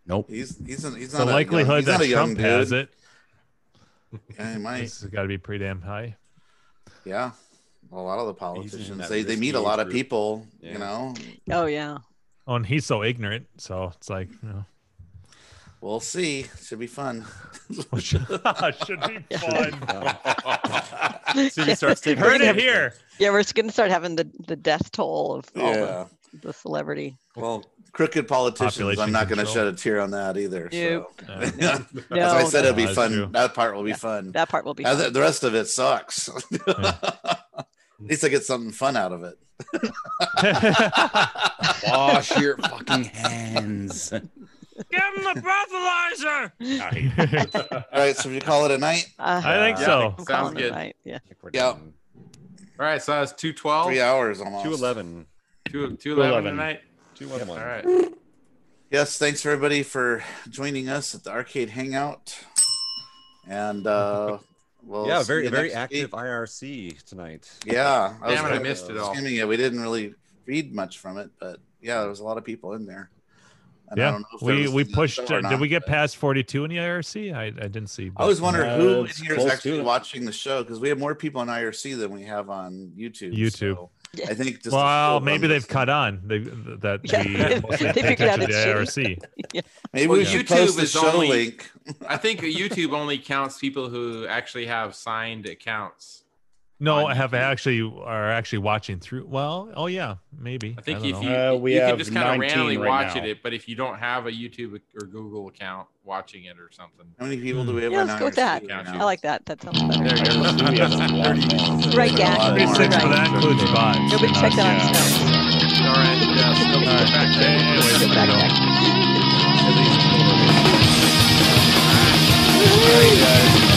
nope. he's he's an, he's The not a young, likelihood he's not that a young Trump has dude. it Yeah, he might. has got to be pretty damn high. Yeah, a lot of the in politicians that they, they risky meet a lot of group. people. Yeah. You know, Oh yeah. Oh, and he's so ignorant. So it's like, you know. we'll see. Should be fun. should be fun. Oh, Susie starts taking Heard it here. Yeah, we're just gonna start having the, the death toll of all Yeah. the, the celebrity. Well, crooked politicians. Population I'm not going to control. shed a tear on that either. Nope. So. No. As I said, uh, it'll be No, that's fun. true. That part will be fun. That part will be. Now fun. The the rest of it sucks. At least I get something fun out of it. Wash your fucking hands. Give me the breathalyzer. All right, so we call it a night. Ah, I think Yeah, so. sounds good. yeah. Yeah. All right, so that's two twelve. Three hours almost. 211. Two two 211. eleven tonight. Two eleven. All right. Yes, thanks everybody for joining us at the arcade hangout. And uh well yeah, see very you very next active week. IRC tonight. Yeah. Damn it, I kinda missed it all. skimming it. We didn't really read much from it, but yeah, there was a lot of people in there. And I yeah, don't know if there we was we another pushed. show or Uh, did not. we get past 42 in the IRC? I, I didn't see. I was wondering who in it's here is close actually to it. watching the show because we have more people on IRC than we have on YouTube. YouTube. so I think just well, the- maybe they've cut on they, that Yeah. we They mostly pay figured out attention to the it's IRC. Maybe Well, we should post the show only, link. I think YouTube only counts people who actually have signed accounts. No, I have actually are actually watching through. Well, oh yeah, maybe. I Uh, think don't if know. you you can just kind of randomly watch it, but if you don't have a YouTube or Google account, watching it or something. How many people do we have Yeah, on let's go with IRC that. right I now? like that. That sounds better. There you go. Right, yeah. Pretty You're sick, but right. that includes bots. Nobody and check us, that on yeah. All right. Yeah, so back All there. right, guys.